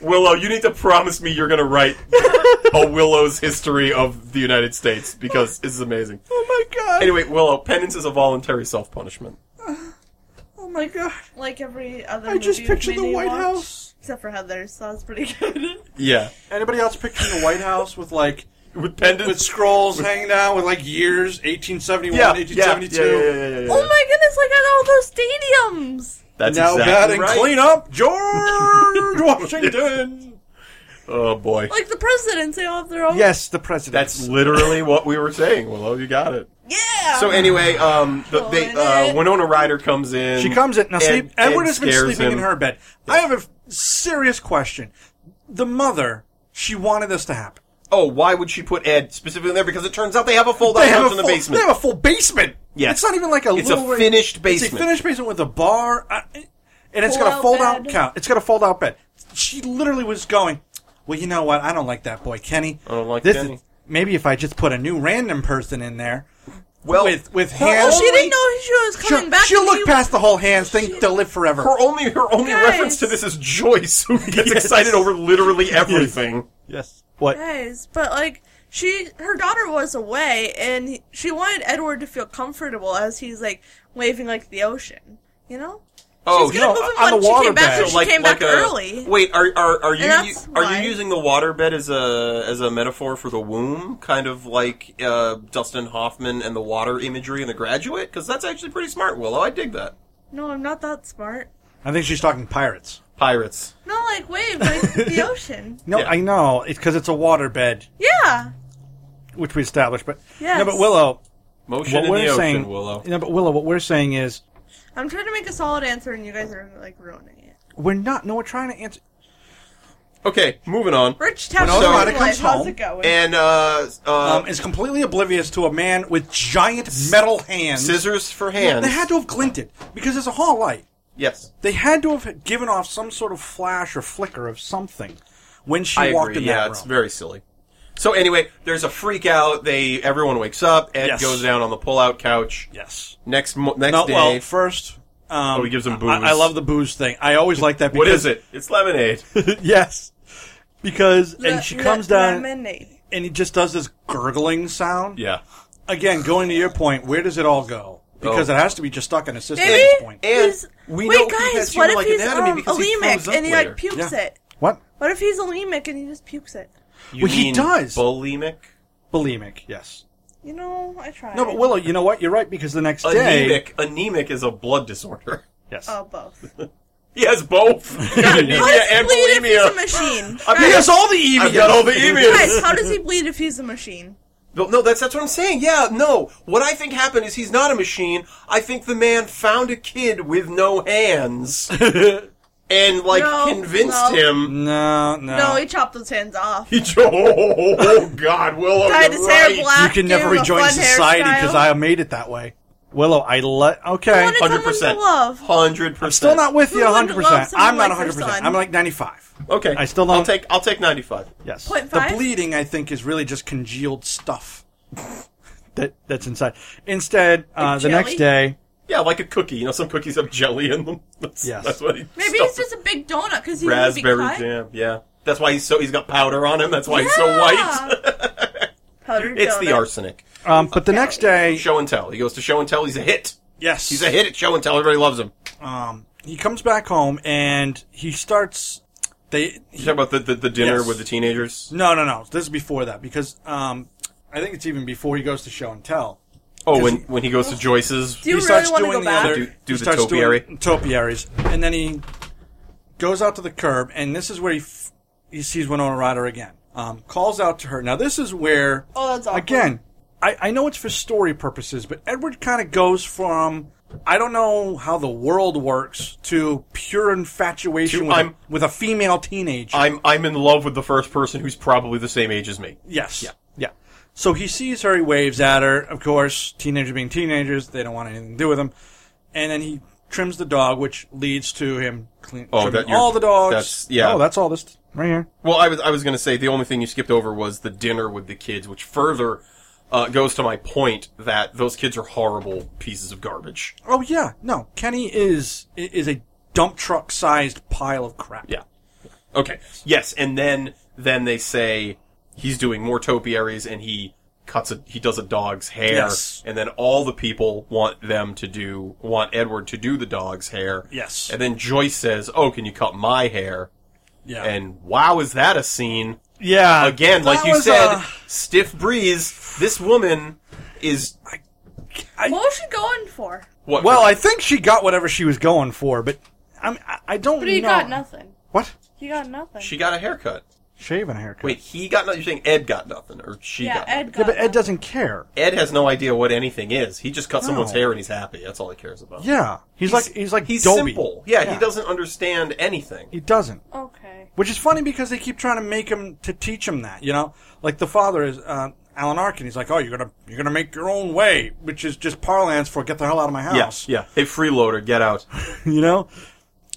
Speaker 6: Willow, you need to promise me you're going to write a Willow's history of the United States because this is amazing.
Speaker 4: Oh my god.
Speaker 6: Anyway, Willow, penance is a voluntary self punishment.
Speaker 4: Oh my god.
Speaker 7: Like every other
Speaker 4: I
Speaker 7: movie
Speaker 4: just
Speaker 7: we've
Speaker 4: pictured
Speaker 7: made
Speaker 4: the
Speaker 7: me
Speaker 4: White
Speaker 7: watch,
Speaker 4: House.
Speaker 7: Except for Heather's, so that's pretty good.
Speaker 6: Yeah.
Speaker 4: Anybody else picturing the White House with like
Speaker 6: With
Speaker 4: with
Speaker 6: pendants.
Speaker 4: scrolls hanging down with like years 1871,
Speaker 6: yeah, yeah, yeah,
Speaker 4: 1872.
Speaker 6: yeah, yeah, yeah, yeah.
Speaker 5: Oh my goodness, I got all those stadiums!
Speaker 6: That's
Speaker 4: Now
Speaker 6: exactly
Speaker 4: batting
Speaker 6: right.
Speaker 4: cleanup, George Washington.
Speaker 6: Oh boy.
Speaker 5: Like the presidents, they all have their own.
Speaker 4: yes, the president.
Speaker 6: That's literally what we were saying. Willow, you got it.
Speaker 7: yeah.
Speaker 6: So anyway, um, the, they, uh,
Speaker 7: Pulling it.
Speaker 6: Winona Ryder comes in.
Speaker 4: She comes in now.
Speaker 6: and-
Speaker 4: Sleep.
Speaker 6: and
Speaker 4: Edward has been
Speaker 6: scares
Speaker 4: sleeping in
Speaker 6: him.
Speaker 4: her bed. I have a f- serious question. The mother, she wanted this to happen.
Speaker 6: Oh, why would she put Ed specifically there? Because it turns out they have a fold out
Speaker 4: They have, a
Speaker 6: house in
Speaker 4: full,
Speaker 6: the basement.
Speaker 4: they have a full basement.
Speaker 6: Yeah.
Speaker 4: it's not even like a
Speaker 6: It's a
Speaker 4: little.
Speaker 6: finished
Speaker 4: It's a
Speaker 6: basement.
Speaker 4: finished basement with a bar, I, and it's got
Speaker 7: Full-out
Speaker 4: a fold out
Speaker 7: bed.
Speaker 4: couch. It's got a fold out bed. She literally was going. Well, you know what? I don't like that boy, Kenny. I
Speaker 6: don't like
Speaker 4: this
Speaker 6: Kenny."
Speaker 4: Is, maybe if I just put a new random person in there.
Speaker 6: well,
Speaker 4: with with
Speaker 5: Well,
Speaker 4: hands.
Speaker 5: Oh, she didn't know she was coming
Speaker 4: She'll,
Speaker 5: back.
Speaker 4: she'll
Speaker 5: and
Speaker 4: look
Speaker 5: he-
Speaker 4: past the whole hands thing. They'll live forever.
Speaker 6: her only her only
Speaker 5: Guys.
Speaker 6: reference to this is Joyce, who gets excited over literally everything.
Speaker 4: yes. What?
Speaker 5: Guys, but like she, her daughter was away, and he- she wanted Edward to feel comfortable as he's like waving like the ocean. You know,
Speaker 6: Oh,
Speaker 5: She's gonna
Speaker 4: no,
Speaker 5: move him
Speaker 4: on
Speaker 5: when
Speaker 4: the
Speaker 5: she
Speaker 4: water
Speaker 5: came back.
Speaker 4: bed.
Speaker 5: When she came back early.
Speaker 6: Wait, are are, are you
Speaker 5: And
Speaker 6: you-
Speaker 5: that's
Speaker 6: are
Speaker 5: why.
Speaker 6: you using the waterbed as a as a metaphor for the womb, kind of like uh, Dustin Hoffman and the water imagery in The Graduate? Because that's actually pretty smart, Willow. I dig that.
Speaker 5: No, I'm not that smart.
Speaker 4: I think she's talking pirates.
Speaker 6: Pirates.
Speaker 5: No, like wave like the ocean.
Speaker 4: No,
Speaker 6: Yeah.
Speaker 4: I know. It's because it's a waterbed,
Speaker 5: Yeah.
Speaker 4: which we established. But no,
Speaker 5: Yes.
Speaker 4: but Willow,
Speaker 6: Motion
Speaker 4: what
Speaker 6: in the
Speaker 4: we're
Speaker 6: ocean,
Speaker 4: saying,
Speaker 6: Willow.
Speaker 4: no, but Willow, what we're saying is
Speaker 5: I'm trying to make a solid answer, and you guys are like ruining it.
Speaker 4: we're not. No, we're trying to answer.
Speaker 6: Okay, moving on.
Speaker 5: Rich Town
Speaker 4: Winona
Speaker 5: School
Speaker 4: Ryder
Speaker 5: Life.
Speaker 4: comes
Speaker 7: how's
Speaker 4: home.
Speaker 7: it going?
Speaker 6: And uh, uh,
Speaker 4: Um, is completely oblivious to a man with giant metal hands.
Speaker 6: scissors for hands.
Speaker 4: They had to have glinted because it's a hall light.
Speaker 6: yes.
Speaker 4: They had to have given off some sort of flash or flicker of something when she
Speaker 6: I
Speaker 4: walked
Speaker 6: agree.
Speaker 4: in
Speaker 6: yeah,
Speaker 4: that room.
Speaker 6: it's very silly. So anyway, there's a freak out. They everyone wakes up. Ed
Speaker 4: Yes.
Speaker 6: goes down on the pull-out couch.
Speaker 4: yes.
Speaker 6: Next mo- next
Speaker 4: No,
Speaker 6: day,
Speaker 4: well, first. Um,
Speaker 6: Oh, he gives him
Speaker 4: I, I
Speaker 6: booze.
Speaker 4: love the booze thing. I always like that. Because,
Speaker 6: what is it? It's lemonade.
Speaker 4: yes, because
Speaker 5: Le-
Speaker 4: and she
Speaker 5: le-
Speaker 4: comes down
Speaker 5: lemonade.
Speaker 4: and he just does this gurgling sound.
Speaker 6: yeah.
Speaker 4: Again, going to your point, where does it all go? Because
Speaker 6: Oh.
Speaker 4: it has to be just stuck in a system
Speaker 5: Maybe
Speaker 4: at this point.
Speaker 6: and
Speaker 5: he's,
Speaker 6: we
Speaker 5: wait,
Speaker 6: know he
Speaker 5: guys,
Speaker 6: has
Speaker 5: what if
Speaker 6: human-like
Speaker 5: he's
Speaker 6: anatomy
Speaker 5: um,
Speaker 6: because he
Speaker 5: anemic
Speaker 6: throws up
Speaker 5: and he
Speaker 6: later.
Speaker 5: like pukes
Speaker 4: Yeah.
Speaker 5: it?
Speaker 4: What?
Speaker 5: What if he's anemic and he just pukes it?
Speaker 6: You
Speaker 4: Well, he
Speaker 6: mean
Speaker 4: does.
Speaker 6: bulimic.
Speaker 4: Bulimic, yes.
Speaker 5: You know, I tried.
Speaker 4: No, but Willow, you know what? You're right because the next day,
Speaker 6: Anemic. Anemic is a blood disorder.
Speaker 4: yes,
Speaker 5: Oh, both.
Speaker 6: He has both. He's got anemia
Speaker 5: How
Speaker 6: and
Speaker 5: does he bleed if he's a
Speaker 6: bulimia.
Speaker 5: machine?
Speaker 6: I mean,
Speaker 4: he has
Speaker 5: guys,
Speaker 4: all the EVs.
Speaker 6: I've got all the emias.
Speaker 5: guys, how does he bleed if he's a machine?
Speaker 6: But no, that's that's what I'm saying. Yeah, no. What I think happened is he's not a machine. I think the man found a kid with no hands and like
Speaker 5: No,
Speaker 6: convinced
Speaker 5: no.
Speaker 6: him.
Speaker 4: No, no.
Speaker 5: No, he chopped those hands off.
Speaker 6: He oh, God, Willow,
Speaker 5: Dyed his hair
Speaker 6: right.
Speaker 5: black.
Speaker 4: you can never
Speaker 5: gave him a
Speaker 4: rejoin
Speaker 5: fun
Speaker 4: society because
Speaker 5: hairstyle.
Speaker 4: I made it that way. Willow, I let okay.
Speaker 5: wanted
Speaker 6: Hundred
Speaker 5: Someone
Speaker 6: percent.
Speaker 5: to love.
Speaker 6: Hundred percent.
Speaker 4: Still not with you
Speaker 5: Who
Speaker 4: 100. percent
Speaker 5: loves someone
Speaker 4: I'm not
Speaker 5: like
Speaker 4: 100.
Speaker 5: their
Speaker 4: percent
Speaker 5: son?
Speaker 4: I'm like 95.
Speaker 6: Okay,
Speaker 4: I still
Speaker 6: I'll
Speaker 4: don't-
Speaker 6: take. I'll take ninety-five.
Speaker 4: Yes.
Speaker 5: Point
Speaker 4: The
Speaker 5: five?
Speaker 4: bleeding, I think, is really just congealed stuff that that's inside. Instead, uh, the next
Speaker 5: jelly?
Speaker 4: day,
Speaker 6: Yeah, like a cookie. You know, some cookies have jelly in them. That's,
Speaker 4: Yes.
Speaker 6: that's what he.
Speaker 5: Maybe he's
Speaker 6: stuffed
Speaker 5: just a big donut because
Speaker 6: with
Speaker 5: he
Speaker 6: raspberry
Speaker 5: would be cut.
Speaker 6: jam. Yeah, that's why he's so. He's got powder on him. That's why he's so white.
Speaker 5: Powdered
Speaker 6: It's
Speaker 5: donut.
Speaker 6: the arsenic.
Speaker 4: um, but the next day,
Speaker 6: Show and tell. He goes to show and tell. He's a hit.
Speaker 4: yes,
Speaker 6: He's a hit at show and tell. Everybody loves him.
Speaker 4: um, he comes back home and he starts. They
Speaker 6: You talk about the the, the dinner
Speaker 4: Yes.
Speaker 6: with the teenagers.
Speaker 4: no, no, no. This is before that because um, I think it's even before he goes to show and tell.
Speaker 6: Oh, when when he goes to Joyce's.
Speaker 5: Do
Speaker 4: he
Speaker 5: you really
Speaker 4: starts
Speaker 5: want to
Speaker 4: doing
Speaker 5: go
Speaker 4: the
Speaker 5: back?
Speaker 4: other.
Speaker 6: Do- do
Speaker 4: he
Speaker 6: the
Speaker 4: starts
Speaker 6: topiary.
Speaker 4: doing topiaries, and then he goes out to the curb, and this is where he f- he sees Winona Ryder again. Um, calls out to her. Now this is where
Speaker 7: Oh, that's awkward.
Speaker 4: again. I, I know it's for story purposes, but Edward kind of goes from I don't know how the world works to pure infatuation
Speaker 6: To,
Speaker 4: with, a,
Speaker 6: I'm-
Speaker 4: with a female teenager.
Speaker 6: I'm I'm in love with the first person who's probably the same age as me.
Speaker 4: Yes. Yeah. Yeah. So he sees her, he waves at her. Of course, teenagers being teenagers, they don't want anything to do with him. And then he trims the dog, which leads to him clean,
Speaker 6: Oh,
Speaker 4: trimming
Speaker 6: that you're-
Speaker 4: all the dogs.
Speaker 6: that's- yeah.
Speaker 4: Oh, that's all this right here.
Speaker 6: Well, I was I was going to say the only thing you skipped over was the dinner with the kids, which further uh, goes to my point that those kids are horrible pieces of garbage.
Speaker 4: Oh yeah, no, Kenny is is a dump truck sized pile of crap.
Speaker 6: Yeah. Okay. Yes, and then then they say he's doing more topiaries, and he cuts a he does a dog's hair,
Speaker 4: Yes.
Speaker 6: and then all the people want them to do want Edward to do the dog's hair.
Speaker 4: Yes.
Speaker 6: and then Joyce says, "Oh, can you cut my hair?"
Speaker 4: Yeah.
Speaker 6: And wow, is that a scene?
Speaker 4: yeah.
Speaker 6: Again, like
Speaker 4: That
Speaker 6: you
Speaker 4: was,
Speaker 6: said,
Speaker 4: uh,
Speaker 6: stiff breeze. This woman is
Speaker 5: What was she going for?
Speaker 6: what?
Speaker 4: well, I think she got whatever she was going for, but I'm, I- I don't
Speaker 5: But he
Speaker 4: know.
Speaker 5: got nothing.
Speaker 4: What?
Speaker 5: He got nothing.
Speaker 6: she got a haircut.
Speaker 4: Shave and a haircut.
Speaker 6: Wait, he got nothing. You're saying Ed got nothing, or she
Speaker 5: yeah,
Speaker 6: got? nothing.
Speaker 5: Ed got.
Speaker 4: Yeah, but Ed
Speaker 5: nothing.
Speaker 4: doesn't care.
Speaker 6: Ed has no idea what anything is. He just cut someone's
Speaker 4: No.
Speaker 6: hair and he's happy. That's all he cares about.
Speaker 4: Yeah. He's, like he's like
Speaker 6: he's
Speaker 4: Dobie.
Speaker 6: simple. Yeah, he doesn't understand anything.
Speaker 4: He doesn't.
Speaker 5: Okay.
Speaker 4: Which is funny because they keep trying to make him to teach him that, you know. Like the father is uh, Alan Arkin. He's like, "Oh, you're gonna you're gonna make your own way," which is just parlance for "get the hell out of my house."
Speaker 6: yeah. Hey, freeloader, get out!
Speaker 4: You know,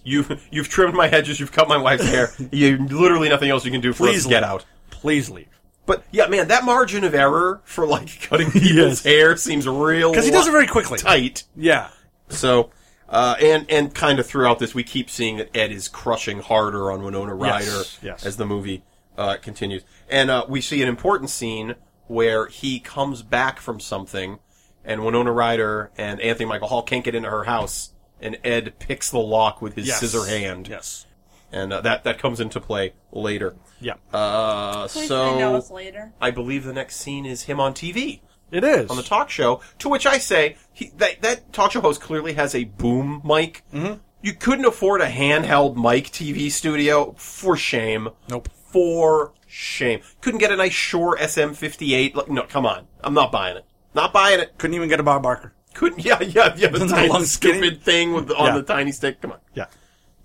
Speaker 6: You you've trimmed my hedges. You've cut my wife's hair. You literally nothing else you can do for
Speaker 4: please
Speaker 6: us. Get
Speaker 4: leave.
Speaker 6: out.
Speaker 4: Please leave.
Speaker 6: But yeah, man, that margin of error for like cutting people's
Speaker 4: Yes.
Speaker 6: hair seems real
Speaker 4: Because he does it very quickly.
Speaker 6: tight.
Speaker 4: Yeah.
Speaker 6: So. Uh, and and kind of throughout this, we keep seeing that Ed is crushing harder on Winona Ryder
Speaker 4: Yes, yes.
Speaker 6: as the movie uh, continues, and uh, we see an important scene where he comes back from something, and Winona Ryder and Anthony Michael Hall can't get into her house, and Ed picks the lock with his
Speaker 4: Yes.
Speaker 6: scissor hand,
Speaker 4: Yes.
Speaker 6: and uh, that that comes into play later.
Speaker 4: Yeah.
Speaker 6: Uh,
Speaker 5: Please
Speaker 6: so
Speaker 5: find out later.
Speaker 6: I believe the next scene is him on TV
Speaker 4: It is.
Speaker 6: on the talk show. To which I say, he, that that talk show host clearly has a boom mic. Mm-hmm. You couldn't afford a handheld mic TV studio. For shame.
Speaker 4: Nope.
Speaker 6: For shame. Couldn't get a nice Shure SM58. Like, no, come on. I'm not buying it. Not buying it.
Speaker 4: Couldn't even get a Bob Barker.
Speaker 6: Couldn't. Yeah, yeah, yeah. The
Speaker 4: Isn't that
Speaker 6: tiny,
Speaker 4: long, skinny?
Speaker 6: stupid thing with the- on
Speaker 4: Yeah.
Speaker 6: the tiny stick. Come on.
Speaker 4: Yeah.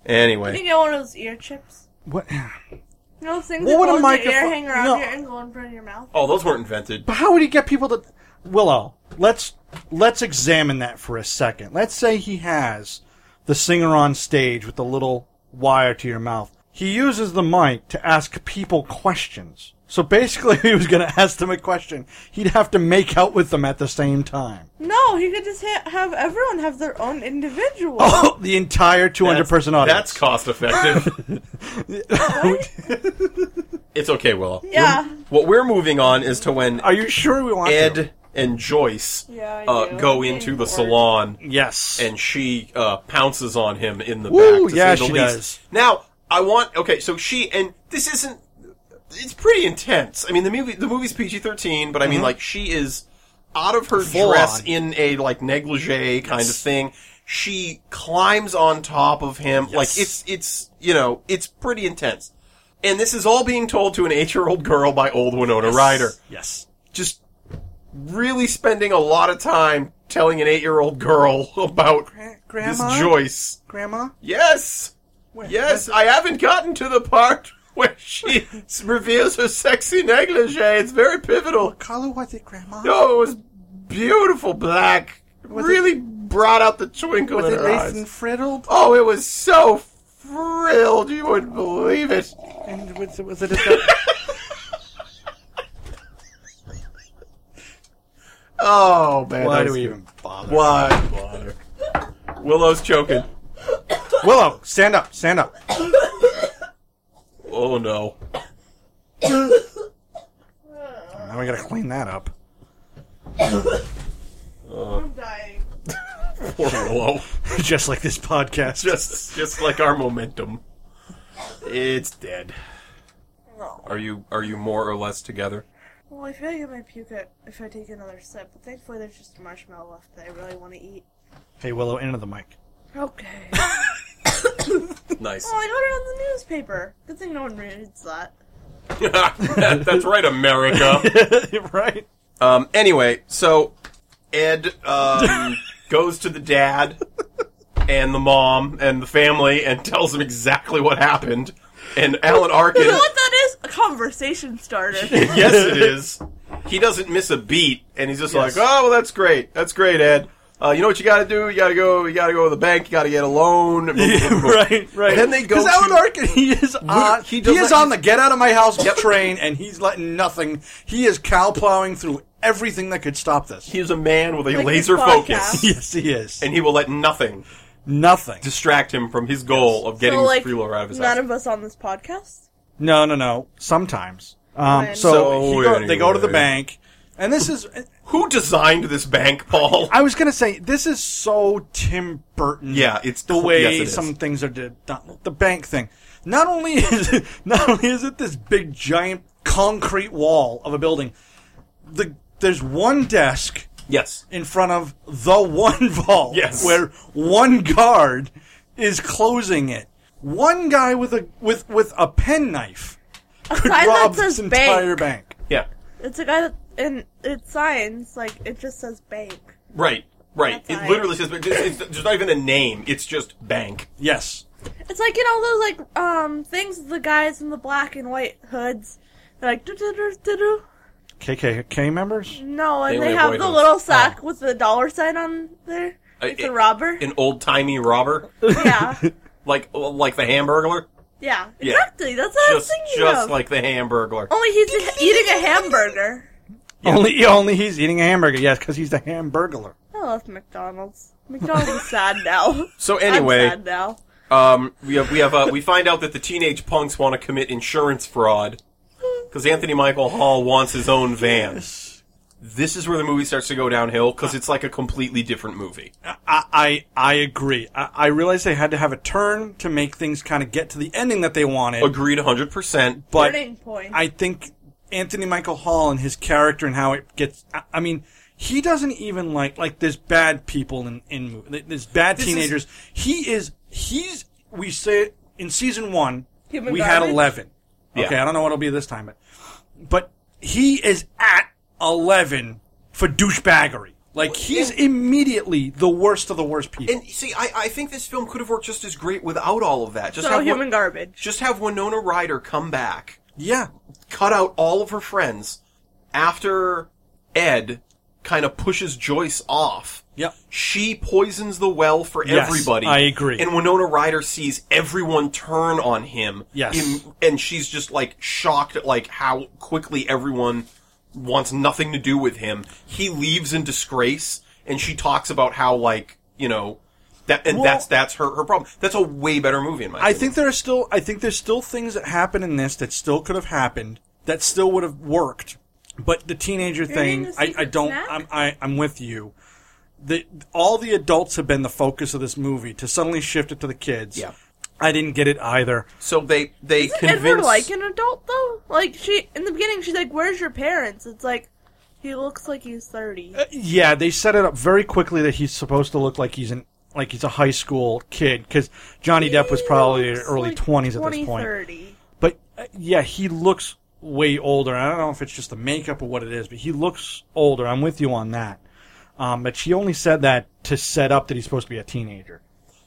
Speaker 6: Anyway.
Speaker 5: Did he get one of those ear chips?
Speaker 4: What?
Speaker 5: You know those things
Speaker 4: What
Speaker 5: that
Speaker 4: would
Speaker 5: go
Speaker 4: a
Speaker 5: in your ear,
Speaker 4: microphone-
Speaker 5: hang around
Speaker 4: No.
Speaker 5: here, and go in front of your mouth?
Speaker 6: Oh, those weren't invented.
Speaker 4: But how would he get people to? Willow, let's let's examine that for a second. Let's say he has the singer on stage with the little wire to your mouth. He uses the mic to ask people questions. So basically, if he was going to ask them a question, he'd have to make out with them at the same time.
Speaker 5: No, he could just ha- have everyone have their own individual.
Speaker 4: the entire 200
Speaker 6: That's-
Speaker 4: person audience.
Speaker 6: That's cost effective. it's okay, Willow.
Speaker 5: Yeah.
Speaker 6: We're- what we're moving on is to when
Speaker 4: Are you sure we want to?
Speaker 6: Ed and Joyce
Speaker 5: Yeah, I
Speaker 6: uh,
Speaker 5: do.
Speaker 6: go
Speaker 5: I'm
Speaker 6: into
Speaker 5: getting
Speaker 6: the
Speaker 5: bored.
Speaker 6: salon
Speaker 4: Yes.
Speaker 6: and she uh, pounces on him in the
Speaker 4: Woo,
Speaker 6: back. To
Speaker 4: yeah,
Speaker 6: say the
Speaker 4: she
Speaker 6: least.
Speaker 4: does.
Speaker 6: Now, I want okay. So she and this isn't. It's pretty intense. I mean, the movie the movie's PG thirteen, but I mean, like she is out of her
Speaker 4: Mm-hmm. Full
Speaker 6: dress
Speaker 4: on.
Speaker 6: in a like negligee kind of thing. She climbs on top of him. Like it's it's you know it's pretty intense. And this is all being told to an eight year old girl by old Winona Ryder
Speaker 4: yes.
Speaker 6: just really spending a lot of time telling an eight-year-old girl about
Speaker 4: Grandma?
Speaker 6: this Joyce.
Speaker 4: Grandma?
Speaker 6: Yes, yes, I haven't gotten to the part where she s- reveals her sexy negligee. It's very pivotal.
Speaker 4: Color was it, Grandma?
Speaker 6: No, it was beautiful black.
Speaker 4: Was it-
Speaker 6: really brought out the twinkle
Speaker 4: Was
Speaker 6: in
Speaker 4: it
Speaker 6: her
Speaker 4: nice and
Speaker 6: eyes.
Speaker 4: frizzled?
Speaker 6: Oh, it was so thrilled. You wouldn't believe it.
Speaker 4: And was, was it a...
Speaker 6: Oh man,
Speaker 4: Why
Speaker 6: that
Speaker 4: do
Speaker 6: was
Speaker 4: we
Speaker 6: good.
Speaker 4: even bother?
Speaker 6: Why bother? Willow's choking.
Speaker 4: Willow, stand up, stand up.
Speaker 6: Oh no.
Speaker 4: Now we gotta clean that up.
Speaker 7: I'm dying.
Speaker 6: Poor Willow.
Speaker 4: Just like this podcast.
Speaker 6: just just like our momentum. It's dead. Are you are you more or less together?
Speaker 7: Well, I feel like I might puke it if I take another sip, but thankfully there's just a marshmallow left that I really want to eat.
Speaker 4: Hey, Willow, into the mic.
Speaker 7: Okay. well,
Speaker 6: Nice.
Speaker 7: I got it on the newspaper. Good thing no one reads that.
Speaker 6: That- that's right, America.
Speaker 4: right?
Speaker 6: Um. Anyway, so Ed um, goes to the dad and the mom and the family and tells them exactly what happened. And Alan Arkin.
Speaker 7: You know what that is? A conversation starter.
Speaker 6: yes, it is. He doesn't miss a beat, and he's just like, "Oh, well, that's great. That's great, Ed. Uh, you know what you got to do? You got to go. You got to go to the bank. You got to get a loan.
Speaker 4: right, right.
Speaker 6: Then they go
Speaker 4: Because Alan
Speaker 6: to-
Speaker 4: Arkin, he is on,
Speaker 6: he
Speaker 4: he,
Speaker 6: does
Speaker 4: is
Speaker 6: not-
Speaker 4: on the get out of my house train, and he's letting nothing. He is cow plowing through everything that could stop this.
Speaker 6: He's a man with a
Speaker 7: Like
Speaker 6: laser
Speaker 7: this
Speaker 6: focus,
Speaker 7: podcast.
Speaker 4: yes, he is.
Speaker 6: and he will let nothing
Speaker 4: Nothing.
Speaker 6: distract him from his goal of getting
Speaker 5: so,
Speaker 6: this
Speaker 5: like,
Speaker 6: freeloader out of his
Speaker 5: none
Speaker 6: house.
Speaker 5: of
Speaker 7: Of us on this podcast?
Speaker 4: No, no, no. Sometimes. Um,
Speaker 7: When-
Speaker 4: so
Speaker 6: So
Speaker 4: he go- they go to the
Speaker 6: anyway.
Speaker 4: bank, and this is.
Speaker 6: Who designed this bank, Paul?
Speaker 4: I was gonna say this is so Tim Burton.
Speaker 6: Yeah, it's
Speaker 4: the way
Speaker 6: yes, it is.
Speaker 4: some things are did- done. The bank thing. Not only is it, not only is it this big giant concrete wall of a building, the there's one desk
Speaker 6: yes.
Speaker 4: in front of the one vault
Speaker 6: Yes.
Speaker 4: where one guard is closing it. One guy with a with with a penknife could
Speaker 5: sign that
Speaker 4: rob
Speaker 5: says
Speaker 4: this entire
Speaker 5: bank.
Speaker 4: bank.
Speaker 6: Yeah.
Speaker 5: It's a guy that and it's signs like it just says bank.
Speaker 6: Right. Right.
Speaker 5: That's
Speaker 6: it
Speaker 5: right.
Speaker 6: literally says, it's, it's, there's not even a name. It's just bank.
Speaker 4: Yes.
Speaker 5: It's like in all those like um things the guys in the black and white hoods. They're like do do do do do.
Speaker 4: KKK members?
Speaker 5: No,
Speaker 6: They
Speaker 5: and
Speaker 6: only
Speaker 5: they
Speaker 6: have
Speaker 5: have
Speaker 6: white
Speaker 5: the
Speaker 6: hoods. Oh.
Speaker 5: little sack with the dollar sign on there.
Speaker 6: Uh,
Speaker 5: Like the
Speaker 6: it-
Speaker 5: robber.
Speaker 6: An old timey robber,
Speaker 5: yeah.
Speaker 6: like like the Hamburglar.
Speaker 5: Yeah.
Speaker 6: Yeah.
Speaker 5: Exactly. That's what
Speaker 6: Just
Speaker 5: I was thinking
Speaker 6: just
Speaker 5: of. Oh,
Speaker 6: like the Hamburglar.
Speaker 5: Only he's eating a hamburger.
Speaker 4: Only only he's eating a hamburger, yes, because he's the hamburglar.
Speaker 5: I love McDonald's. McDonald's is sad now.
Speaker 6: So anyway,
Speaker 5: I'm sad now.
Speaker 6: Um, we have we have uh, we find out that the teenage punks want to commit insurance fraud because Anthony Michael Hall wants his own van. This is where the movie starts to go downhill because it's like a completely different movie.
Speaker 4: I, I I agree. I, I realized they had to have a turn to make things kind of get to the ending that they wanted.
Speaker 6: Agreed, hundred percent.
Speaker 4: but
Speaker 5: Turning point.
Speaker 4: I think Anthony Michael Hall and his character and how it gets. I, I mean, he doesn't even like like there's bad people in in movie. There's bad
Speaker 6: This is-
Speaker 4: teenagers. he is he's we say it in season one
Speaker 5: Human
Speaker 4: we had
Speaker 5: garbage?
Speaker 4: eleven.
Speaker 6: Yeah.
Speaker 4: Okay, I don't know what it'll be this time, but but he is at eleven for douchebaggery. Like he's immediately the worst of the worst people.
Speaker 6: And see, I, I think this film could have worked just as great without all of that. Just
Speaker 5: so
Speaker 6: have
Speaker 5: human
Speaker 6: Wi-
Speaker 5: garbage.
Speaker 6: just have Winona Ryder come back,
Speaker 4: yeah,
Speaker 6: cut out all of her friends after Ed kind of pushes Joyce off.
Speaker 4: Yep.
Speaker 6: She poisons the well for
Speaker 4: Yes,
Speaker 6: everybody.
Speaker 4: I agree.
Speaker 6: And Winona Ryder sees everyone turn on him.
Speaker 4: Yes.
Speaker 6: in- and she's just like shocked at like how quickly everyone wants nothing to do with him. He leaves in disgrace and she talks about how like, you know, that and
Speaker 4: Well-
Speaker 6: that's that's her her problem. That's a way better movie in my
Speaker 4: I
Speaker 6: opinion.
Speaker 4: think there are still I think there's still things that happen in this that still could have happened that still would have worked. But the teenager
Speaker 5: eating
Speaker 4: thing,
Speaker 5: the
Speaker 4: I, I
Speaker 5: secret
Speaker 4: don't.
Speaker 5: snack?
Speaker 4: I'm I, I'm with you. The all the adults have been the focus of this movie to suddenly shift it to the kids.
Speaker 6: Yeah.
Speaker 4: I didn't get it either.
Speaker 6: so they they
Speaker 5: Isn't
Speaker 6: convince
Speaker 5: Edward like an adult though? Like she in the beginning, she's like, "Where's your parents?" It's like he looks like he's thirty.
Speaker 4: Uh, Yeah, they set it up very quickly that he's supposed to look like he's an like he's a high school kid because Johnny Depp was probably
Speaker 5: Looks
Speaker 4: early
Speaker 5: like
Speaker 4: twenties at this
Speaker 5: 20,
Speaker 4: point.
Speaker 5: 30.
Speaker 4: But uh, yeah, he looks way older. I don't know if it's just the makeup or what it is, but he looks older. I'm with you on that. Um, but she only said that to set up that he's supposed to be a teenager.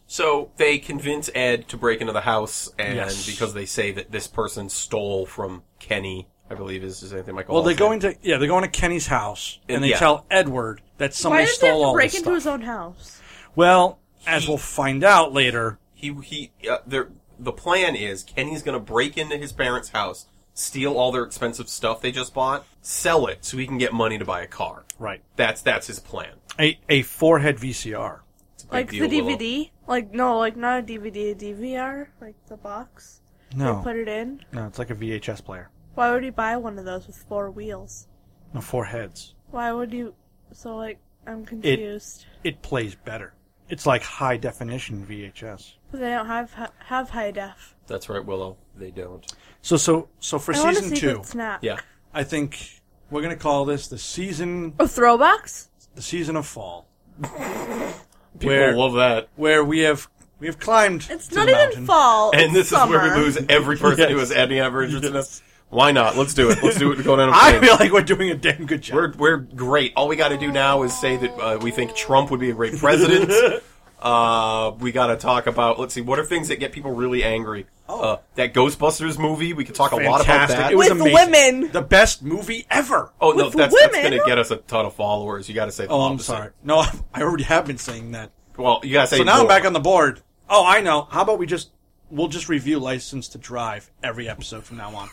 Speaker 6: So they convince Ed to break into the house, and
Speaker 4: Yes.
Speaker 6: because they say that this person stole from Kenny, I believe is his anything Michael.
Speaker 4: Well, they
Speaker 6: Hall's
Speaker 4: go
Speaker 6: name.
Speaker 4: into yeah, they go into Kenny's house and
Speaker 6: And-
Speaker 4: they
Speaker 6: yeah.
Speaker 4: tell Edward that somebody
Speaker 5: Why does he
Speaker 4: stole
Speaker 5: have to
Speaker 4: all
Speaker 5: break
Speaker 4: this
Speaker 5: into
Speaker 4: stuff.
Speaker 5: his own house?
Speaker 4: Well, as we'll find out later,
Speaker 6: He he. Uh, their- the plan is Kenny's going to break into his parents' house, steal all their expensive stuff they just bought, sell it so he can get money to buy a car.
Speaker 4: right?
Speaker 6: That's that's his plan.
Speaker 4: A a forehead VCR.
Speaker 6: It's a big
Speaker 5: Like the
Speaker 6: deal, Willow.
Speaker 5: DVD? Like no, like not a DVD, a DVR, like the box. They
Speaker 4: No,
Speaker 5: put it in.
Speaker 4: no, it's like a VHS player.
Speaker 5: Why would he buy one of those with four wheels?
Speaker 4: No, four heads.
Speaker 5: Why would you? So like, I'm confused.
Speaker 4: It plays better. It's like high definition VHS.
Speaker 5: But they don't have ha- have high def.
Speaker 6: That's right, Willow. They don't.
Speaker 4: So so so for
Speaker 5: I want a
Speaker 4: season
Speaker 5: secret
Speaker 4: two,
Speaker 5: snack.
Speaker 6: Yeah.
Speaker 4: I think we're gonna call this the season
Speaker 5: Oh, throwbacks.
Speaker 4: the season of fall,
Speaker 6: People
Speaker 4: Where-
Speaker 6: love that.
Speaker 4: where we have we have climbed.
Speaker 5: It's
Speaker 4: to
Speaker 5: not
Speaker 4: the
Speaker 5: even
Speaker 4: mountain.
Speaker 5: fall.
Speaker 6: And
Speaker 5: it's
Speaker 6: this is where
Speaker 5: summer.
Speaker 6: we lose every person who
Speaker 4: Yes.
Speaker 6: has any ever interest in us. Why not? Let's do it. Let's do it. Go down. a
Speaker 4: I
Speaker 6: plane.
Speaker 4: feel like we're doing a damn good job.
Speaker 6: We're we're great. All we got to do now is say that uh, we think Trump would be a great president. uh, we got to talk about. Let's see. What are things that get people really angry? Uh, that Ghostbusters movie. We could talk a lot about
Speaker 4: Oh. Fantastic.
Speaker 6: that.
Speaker 4: It was
Speaker 5: With
Speaker 4: amazing.
Speaker 5: women.
Speaker 4: The best movie ever.
Speaker 6: oh no,
Speaker 5: with
Speaker 6: that's, that's
Speaker 5: women?
Speaker 6: going to get us a ton of followers. You got to say. The
Speaker 4: Oh, I'm
Speaker 6: opposite.
Speaker 4: sorry. No, I already have been saying that.
Speaker 6: Well, you got to say.
Speaker 4: So now I'm
Speaker 6: more.
Speaker 4: back on the board. Oh, I know. How about we just we'll just review License to Drive every episode from now on.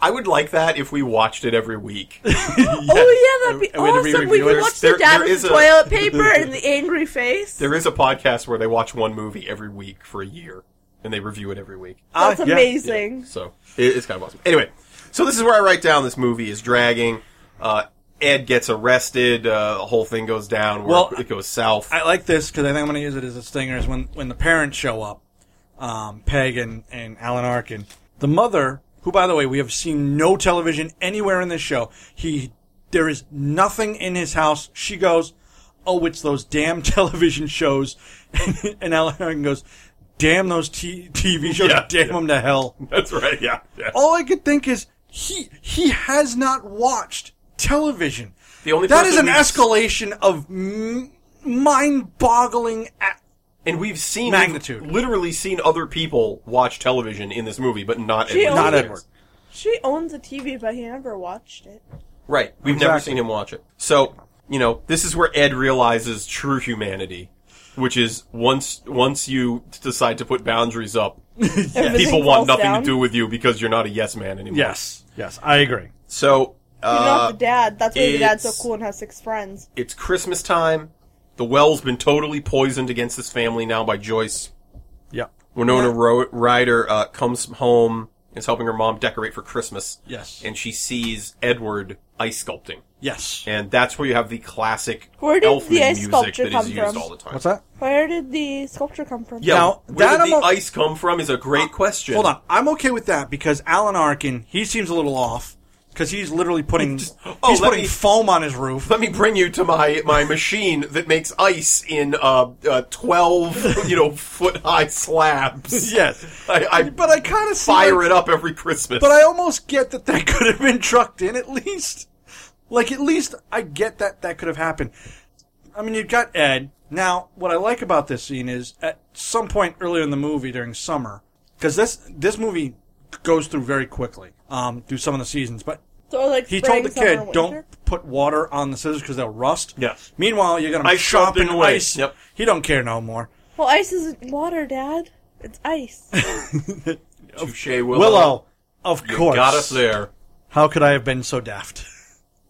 Speaker 6: I would like that if we watched it every week.
Speaker 5: Oh yeah, that'd be
Speaker 4: And we had to be
Speaker 5: awesome. We could
Speaker 4: reviewers.
Speaker 5: watch
Speaker 6: There-
Speaker 5: the dad
Speaker 6: there
Speaker 5: with
Speaker 6: is
Speaker 5: the
Speaker 6: a-
Speaker 5: toilet paper and the angry face.
Speaker 6: There is a podcast where they watch one movie every week for a year and they review it every week.
Speaker 5: That's
Speaker 4: Ah, yeah.
Speaker 5: amazing.
Speaker 6: So it, it's kind of awesome. Anyway, so this is where I write down this movie is dragging. Uh, Ed gets arrested. Uh, the whole thing goes down. Where
Speaker 4: Well,
Speaker 6: it goes south.
Speaker 4: I like this because I think I'm going to use it as a stinger. Is when when the parents show up, um, Peg and and Alan Arkin, the mother, who by the way we have seen no television anywhere in this show. He there is nothing in his house. She goes, "Oh, it's those damn television shows," and, Alan Arkin goes, "Damn those t- TV shows!
Speaker 6: Yeah,
Speaker 4: damn
Speaker 6: yeah.
Speaker 4: them to hell!"
Speaker 6: That's right. Yeah. yeah.
Speaker 4: All I could think is he he has not watched television.
Speaker 6: The only
Speaker 4: that
Speaker 6: person
Speaker 4: is an
Speaker 6: we've-
Speaker 4: escalation of m- mind-boggling. a-
Speaker 6: And we've seen
Speaker 4: Magnitude.
Speaker 6: we've literally seen other people watch television in this movie, but not
Speaker 5: She
Speaker 6: Edward.
Speaker 5: owns-
Speaker 4: Not Edward.
Speaker 5: She owns a TV, but he never watched it.
Speaker 6: Right. We've never
Speaker 4: Exactly.
Speaker 6: seen him watch it. So, you know, this is where Ed realizes true humanity, which is once once you decide to put boundaries up,
Speaker 5: Everything
Speaker 6: people want
Speaker 5: falls
Speaker 6: nothing
Speaker 5: down.
Speaker 6: to do with you because you're not a yes man anymore.
Speaker 4: Yes, yes, I agree.
Speaker 6: So,
Speaker 5: You're
Speaker 6: uh,
Speaker 5: not the dad. That's why the dad's so
Speaker 6: it's-
Speaker 5: cool and has six friends.
Speaker 6: it's Christmas time. The well's been totally poisoned against this family now by Joyce.
Speaker 4: Yeah.
Speaker 6: Winona Ro- Ryder uh, comes home is helping her mom decorate for Christmas.
Speaker 4: Yes.
Speaker 6: and she sees Edward ice sculpting,
Speaker 4: Yes.
Speaker 6: and that's where you have the classic
Speaker 5: Where did
Speaker 6: Elfman
Speaker 5: the ice
Speaker 6: music
Speaker 5: sculpture
Speaker 6: that
Speaker 5: come
Speaker 6: is used
Speaker 5: from?
Speaker 6: all the time.
Speaker 4: What's that?
Speaker 5: Where did the sculpture come from?
Speaker 6: Yeah,
Speaker 4: Now,
Speaker 6: where
Speaker 4: that
Speaker 6: did the
Speaker 4: I'm o-
Speaker 6: ice come from is a great question.
Speaker 4: Hold on, I'm okay with that because Alan Arkin he seems a little off because he's literally putting
Speaker 6: oh,
Speaker 4: he's
Speaker 6: let
Speaker 4: putting
Speaker 6: me-
Speaker 4: foam on his roof.
Speaker 6: Let me bring you to my, my machine that makes ice in uh, uh twelve you know foot high slabs.
Speaker 4: yes,
Speaker 6: I, I
Speaker 4: but I kind of
Speaker 6: fire it up every Christmas.
Speaker 4: But I almost get that that could have been trucked in at least. Like at least I get that that could have happened. I mean, you've got Ed. Now, what I like about this scene is at some point earlier in the movie during summer, because this this movie goes through very quickly um, through some of the seasons. But
Speaker 5: So like
Speaker 4: he
Speaker 5: spring,
Speaker 4: told the
Speaker 5: summer,
Speaker 4: kid,
Speaker 5: winter?
Speaker 4: "Don't put water on the scissors because they'll rust."
Speaker 6: Yes.
Speaker 4: Meanwhile, you're gonna
Speaker 6: Ice
Speaker 4: shop
Speaker 6: shoved
Speaker 4: in
Speaker 6: it away.
Speaker 4: ice.
Speaker 6: Yep.
Speaker 4: He don't care no more.
Speaker 5: Well, ice isn't water, Dad. It's ice.
Speaker 6: Touche, Willow.
Speaker 4: Willow, of
Speaker 6: You
Speaker 4: course.
Speaker 6: got us there.
Speaker 4: How could I have been so daft?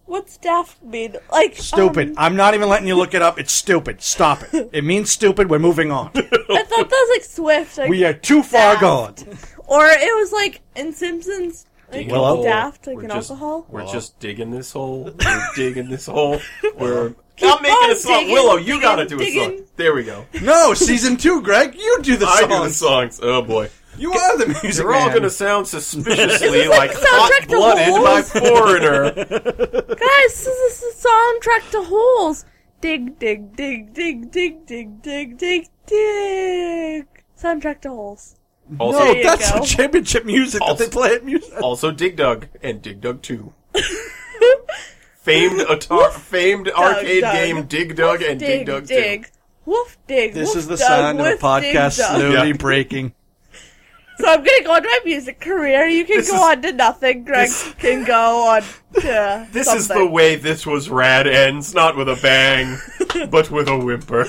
Speaker 5: What's daft mean? Like
Speaker 4: Stupid.
Speaker 5: um,
Speaker 4: I'm not even letting you look it up. It's stupid. Stop it. It means stupid. We're moving on.
Speaker 5: I thought that was like Swift. Like,
Speaker 4: We are too far
Speaker 5: Daft.
Speaker 4: gone.
Speaker 5: or it was like in Simpsons. Like
Speaker 6: Digging
Speaker 4: Willow?
Speaker 6: a
Speaker 5: Willow?
Speaker 6: hole.
Speaker 5: daft, like
Speaker 6: We're
Speaker 5: an
Speaker 6: just-
Speaker 5: alcohol.
Speaker 6: We're just digging this hole. We're digging this hole. We're
Speaker 5: Keep
Speaker 6: not making
Speaker 5: on
Speaker 6: a song.
Speaker 5: digging,
Speaker 6: Willow, you
Speaker 5: digging,
Speaker 6: gotta do a
Speaker 5: digging.
Speaker 6: song. There we go.
Speaker 4: No, season two, Greg. You do the
Speaker 6: I
Speaker 4: songs.
Speaker 6: do the songs. Oh boy,
Speaker 4: You are the music
Speaker 6: they're all
Speaker 4: man.
Speaker 6: gonna sound suspiciously like
Speaker 5: the soundtrack
Speaker 6: hot
Speaker 5: to
Speaker 6: blooded
Speaker 5: Holes?
Speaker 6: by foreigner.
Speaker 5: Guys, this is the soundtrack to holes. Dig, dig, dig, dig, dig, dig, dig, dig, dig. Soundtrack to holes.
Speaker 6: Also,
Speaker 4: No,
Speaker 5: you
Speaker 4: that's
Speaker 5: go.
Speaker 4: the championship music
Speaker 6: Also-
Speaker 4: that they play at music.
Speaker 6: also Dig Dug and Dig Dug Two. Famed atar- famed arcade
Speaker 5: Dug.
Speaker 6: game Dig Dug and Dig, Dug Two.
Speaker 5: dig. Woof, dig.
Speaker 4: This
Speaker 5: woof,
Speaker 4: is the
Speaker 5: dug,
Speaker 4: sound of a
Speaker 5: woof, dig,
Speaker 4: podcast
Speaker 5: dug.
Speaker 4: slowly
Speaker 6: Yeah.
Speaker 4: breaking.
Speaker 5: So I'm gonna go on to my music career. You can
Speaker 6: This
Speaker 5: go
Speaker 6: is-
Speaker 5: on to nothing. Greg
Speaker 6: this-
Speaker 5: can go on to
Speaker 6: This is the
Speaker 5: something.
Speaker 6: way this was rad ends, not with a bang, but with a whimper.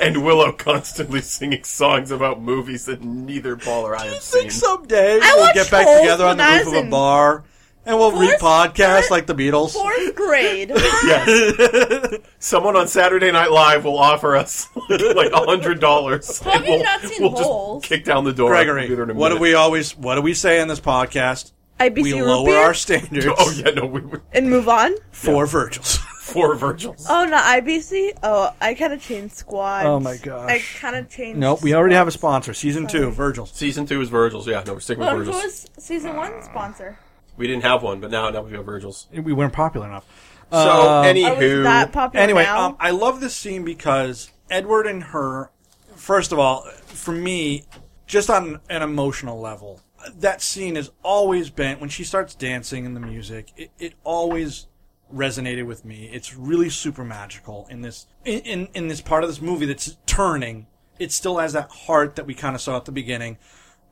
Speaker 6: And Willow constantly singing songs about movies that neither Paul or I have
Speaker 4: I think
Speaker 6: seen.
Speaker 4: someday
Speaker 5: I
Speaker 4: we'll
Speaker 5: watched
Speaker 4: get back
Speaker 5: Holes
Speaker 4: together on the
Speaker 5: when I
Speaker 4: roof
Speaker 5: was
Speaker 4: of a
Speaker 5: in
Speaker 4: bar and we'll
Speaker 5: fourth-
Speaker 4: re-podcast like the Beatles.
Speaker 5: fourth grade.
Speaker 6: Yes. Someone on Saturday Night Live will offer us like a hundred dollars.
Speaker 5: How have
Speaker 6: and
Speaker 5: you
Speaker 6: we'll,
Speaker 5: not seen
Speaker 6: we'll just
Speaker 5: Holes?
Speaker 6: kick down the door. on the
Speaker 4: Gregory,
Speaker 6: computer in a
Speaker 4: what do
Speaker 6: minute.
Speaker 4: we always what do we say in this podcast?
Speaker 5: IBC
Speaker 4: We
Speaker 5: root
Speaker 4: lower
Speaker 5: beer
Speaker 4: our standards
Speaker 6: Oh yeah, no, we were
Speaker 5: and move on.
Speaker 4: for Virgils.
Speaker 6: four Virgils.
Speaker 5: Oh, not IBC. Oh, I kind of changed squad.
Speaker 4: Oh my gosh.
Speaker 5: I kind of changed.
Speaker 4: Nope, we already have a sponsor. Season two, Virgil's.
Speaker 6: Season two is Virgils. Yeah, no, we're sticking
Speaker 5: Well,
Speaker 6: with
Speaker 5: who
Speaker 6: Virgils.
Speaker 5: was season one sponsor?
Speaker 6: We didn't have one, but now now we have Virgils. Uh,
Speaker 4: We weren't popular enough.
Speaker 6: So
Speaker 4: Um,
Speaker 5: I was that
Speaker 6: anywho,
Speaker 5: popular
Speaker 4: Anyway,
Speaker 5: now.
Speaker 4: um, I love this scene because Edward and her, first of all, for me, just on an emotional level, that scene has always been, when she starts dancing and the music, it, it always resonated with me. It's really super magical in this, in, in, in this part of this movie that's turning. It still has that heart that we kind of saw at the beginning.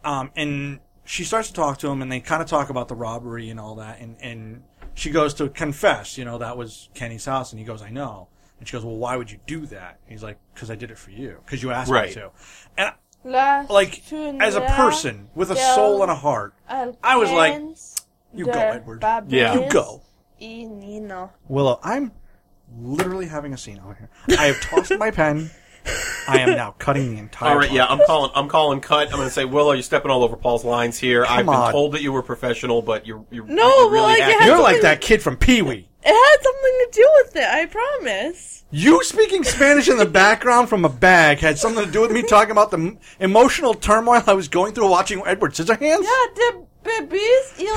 Speaker 4: um, and she starts to talk to him, and they kind of talk about the robbery and all that. And, and she goes to confess, you know, that was Kenny's house. And he goes, I know. And she goes, Well, why would you do that? And he's like, Because I did it for you, because you asked me
Speaker 6: Right.
Speaker 4: to. And
Speaker 5: Last
Speaker 4: like,
Speaker 5: tune
Speaker 4: as a
Speaker 5: there.
Speaker 4: person with a soul and a heart,
Speaker 5: I'll
Speaker 4: I was like,
Speaker 5: dance.
Speaker 4: You go, Edward.
Speaker 6: Yeah.
Speaker 4: you go.
Speaker 7: E Nino.
Speaker 4: Willow, I'm literally having a scene over here. I have tossed my pen. I am now cutting the entire.
Speaker 6: All right, yeah,
Speaker 4: podcast.
Speaker 6: I'm calling. I'm calling cut. I'm going to say, Willow, you're stepping all over Paul's lines here. I've been
Speaker 4: on.
Speaker 6: told that you were professional, but you're you're
Speaker 5: No,
Speaker 6: you're
Speaker 5: but like,
Speaker 6: really
Speaker 5: it
Speaker 6: acting.
Speaker 5: has-
Speaker 4: You're like that kid from Pee Wee.
Speaker 5: It had something to do with it, I promise.
Speaker 4: You speaking Spanish in the background from a bag had something to do with me talking about the m- emotional turmoil I was going through watching Edward Scissorhands.
Speaker 5: Yeah, the babies, you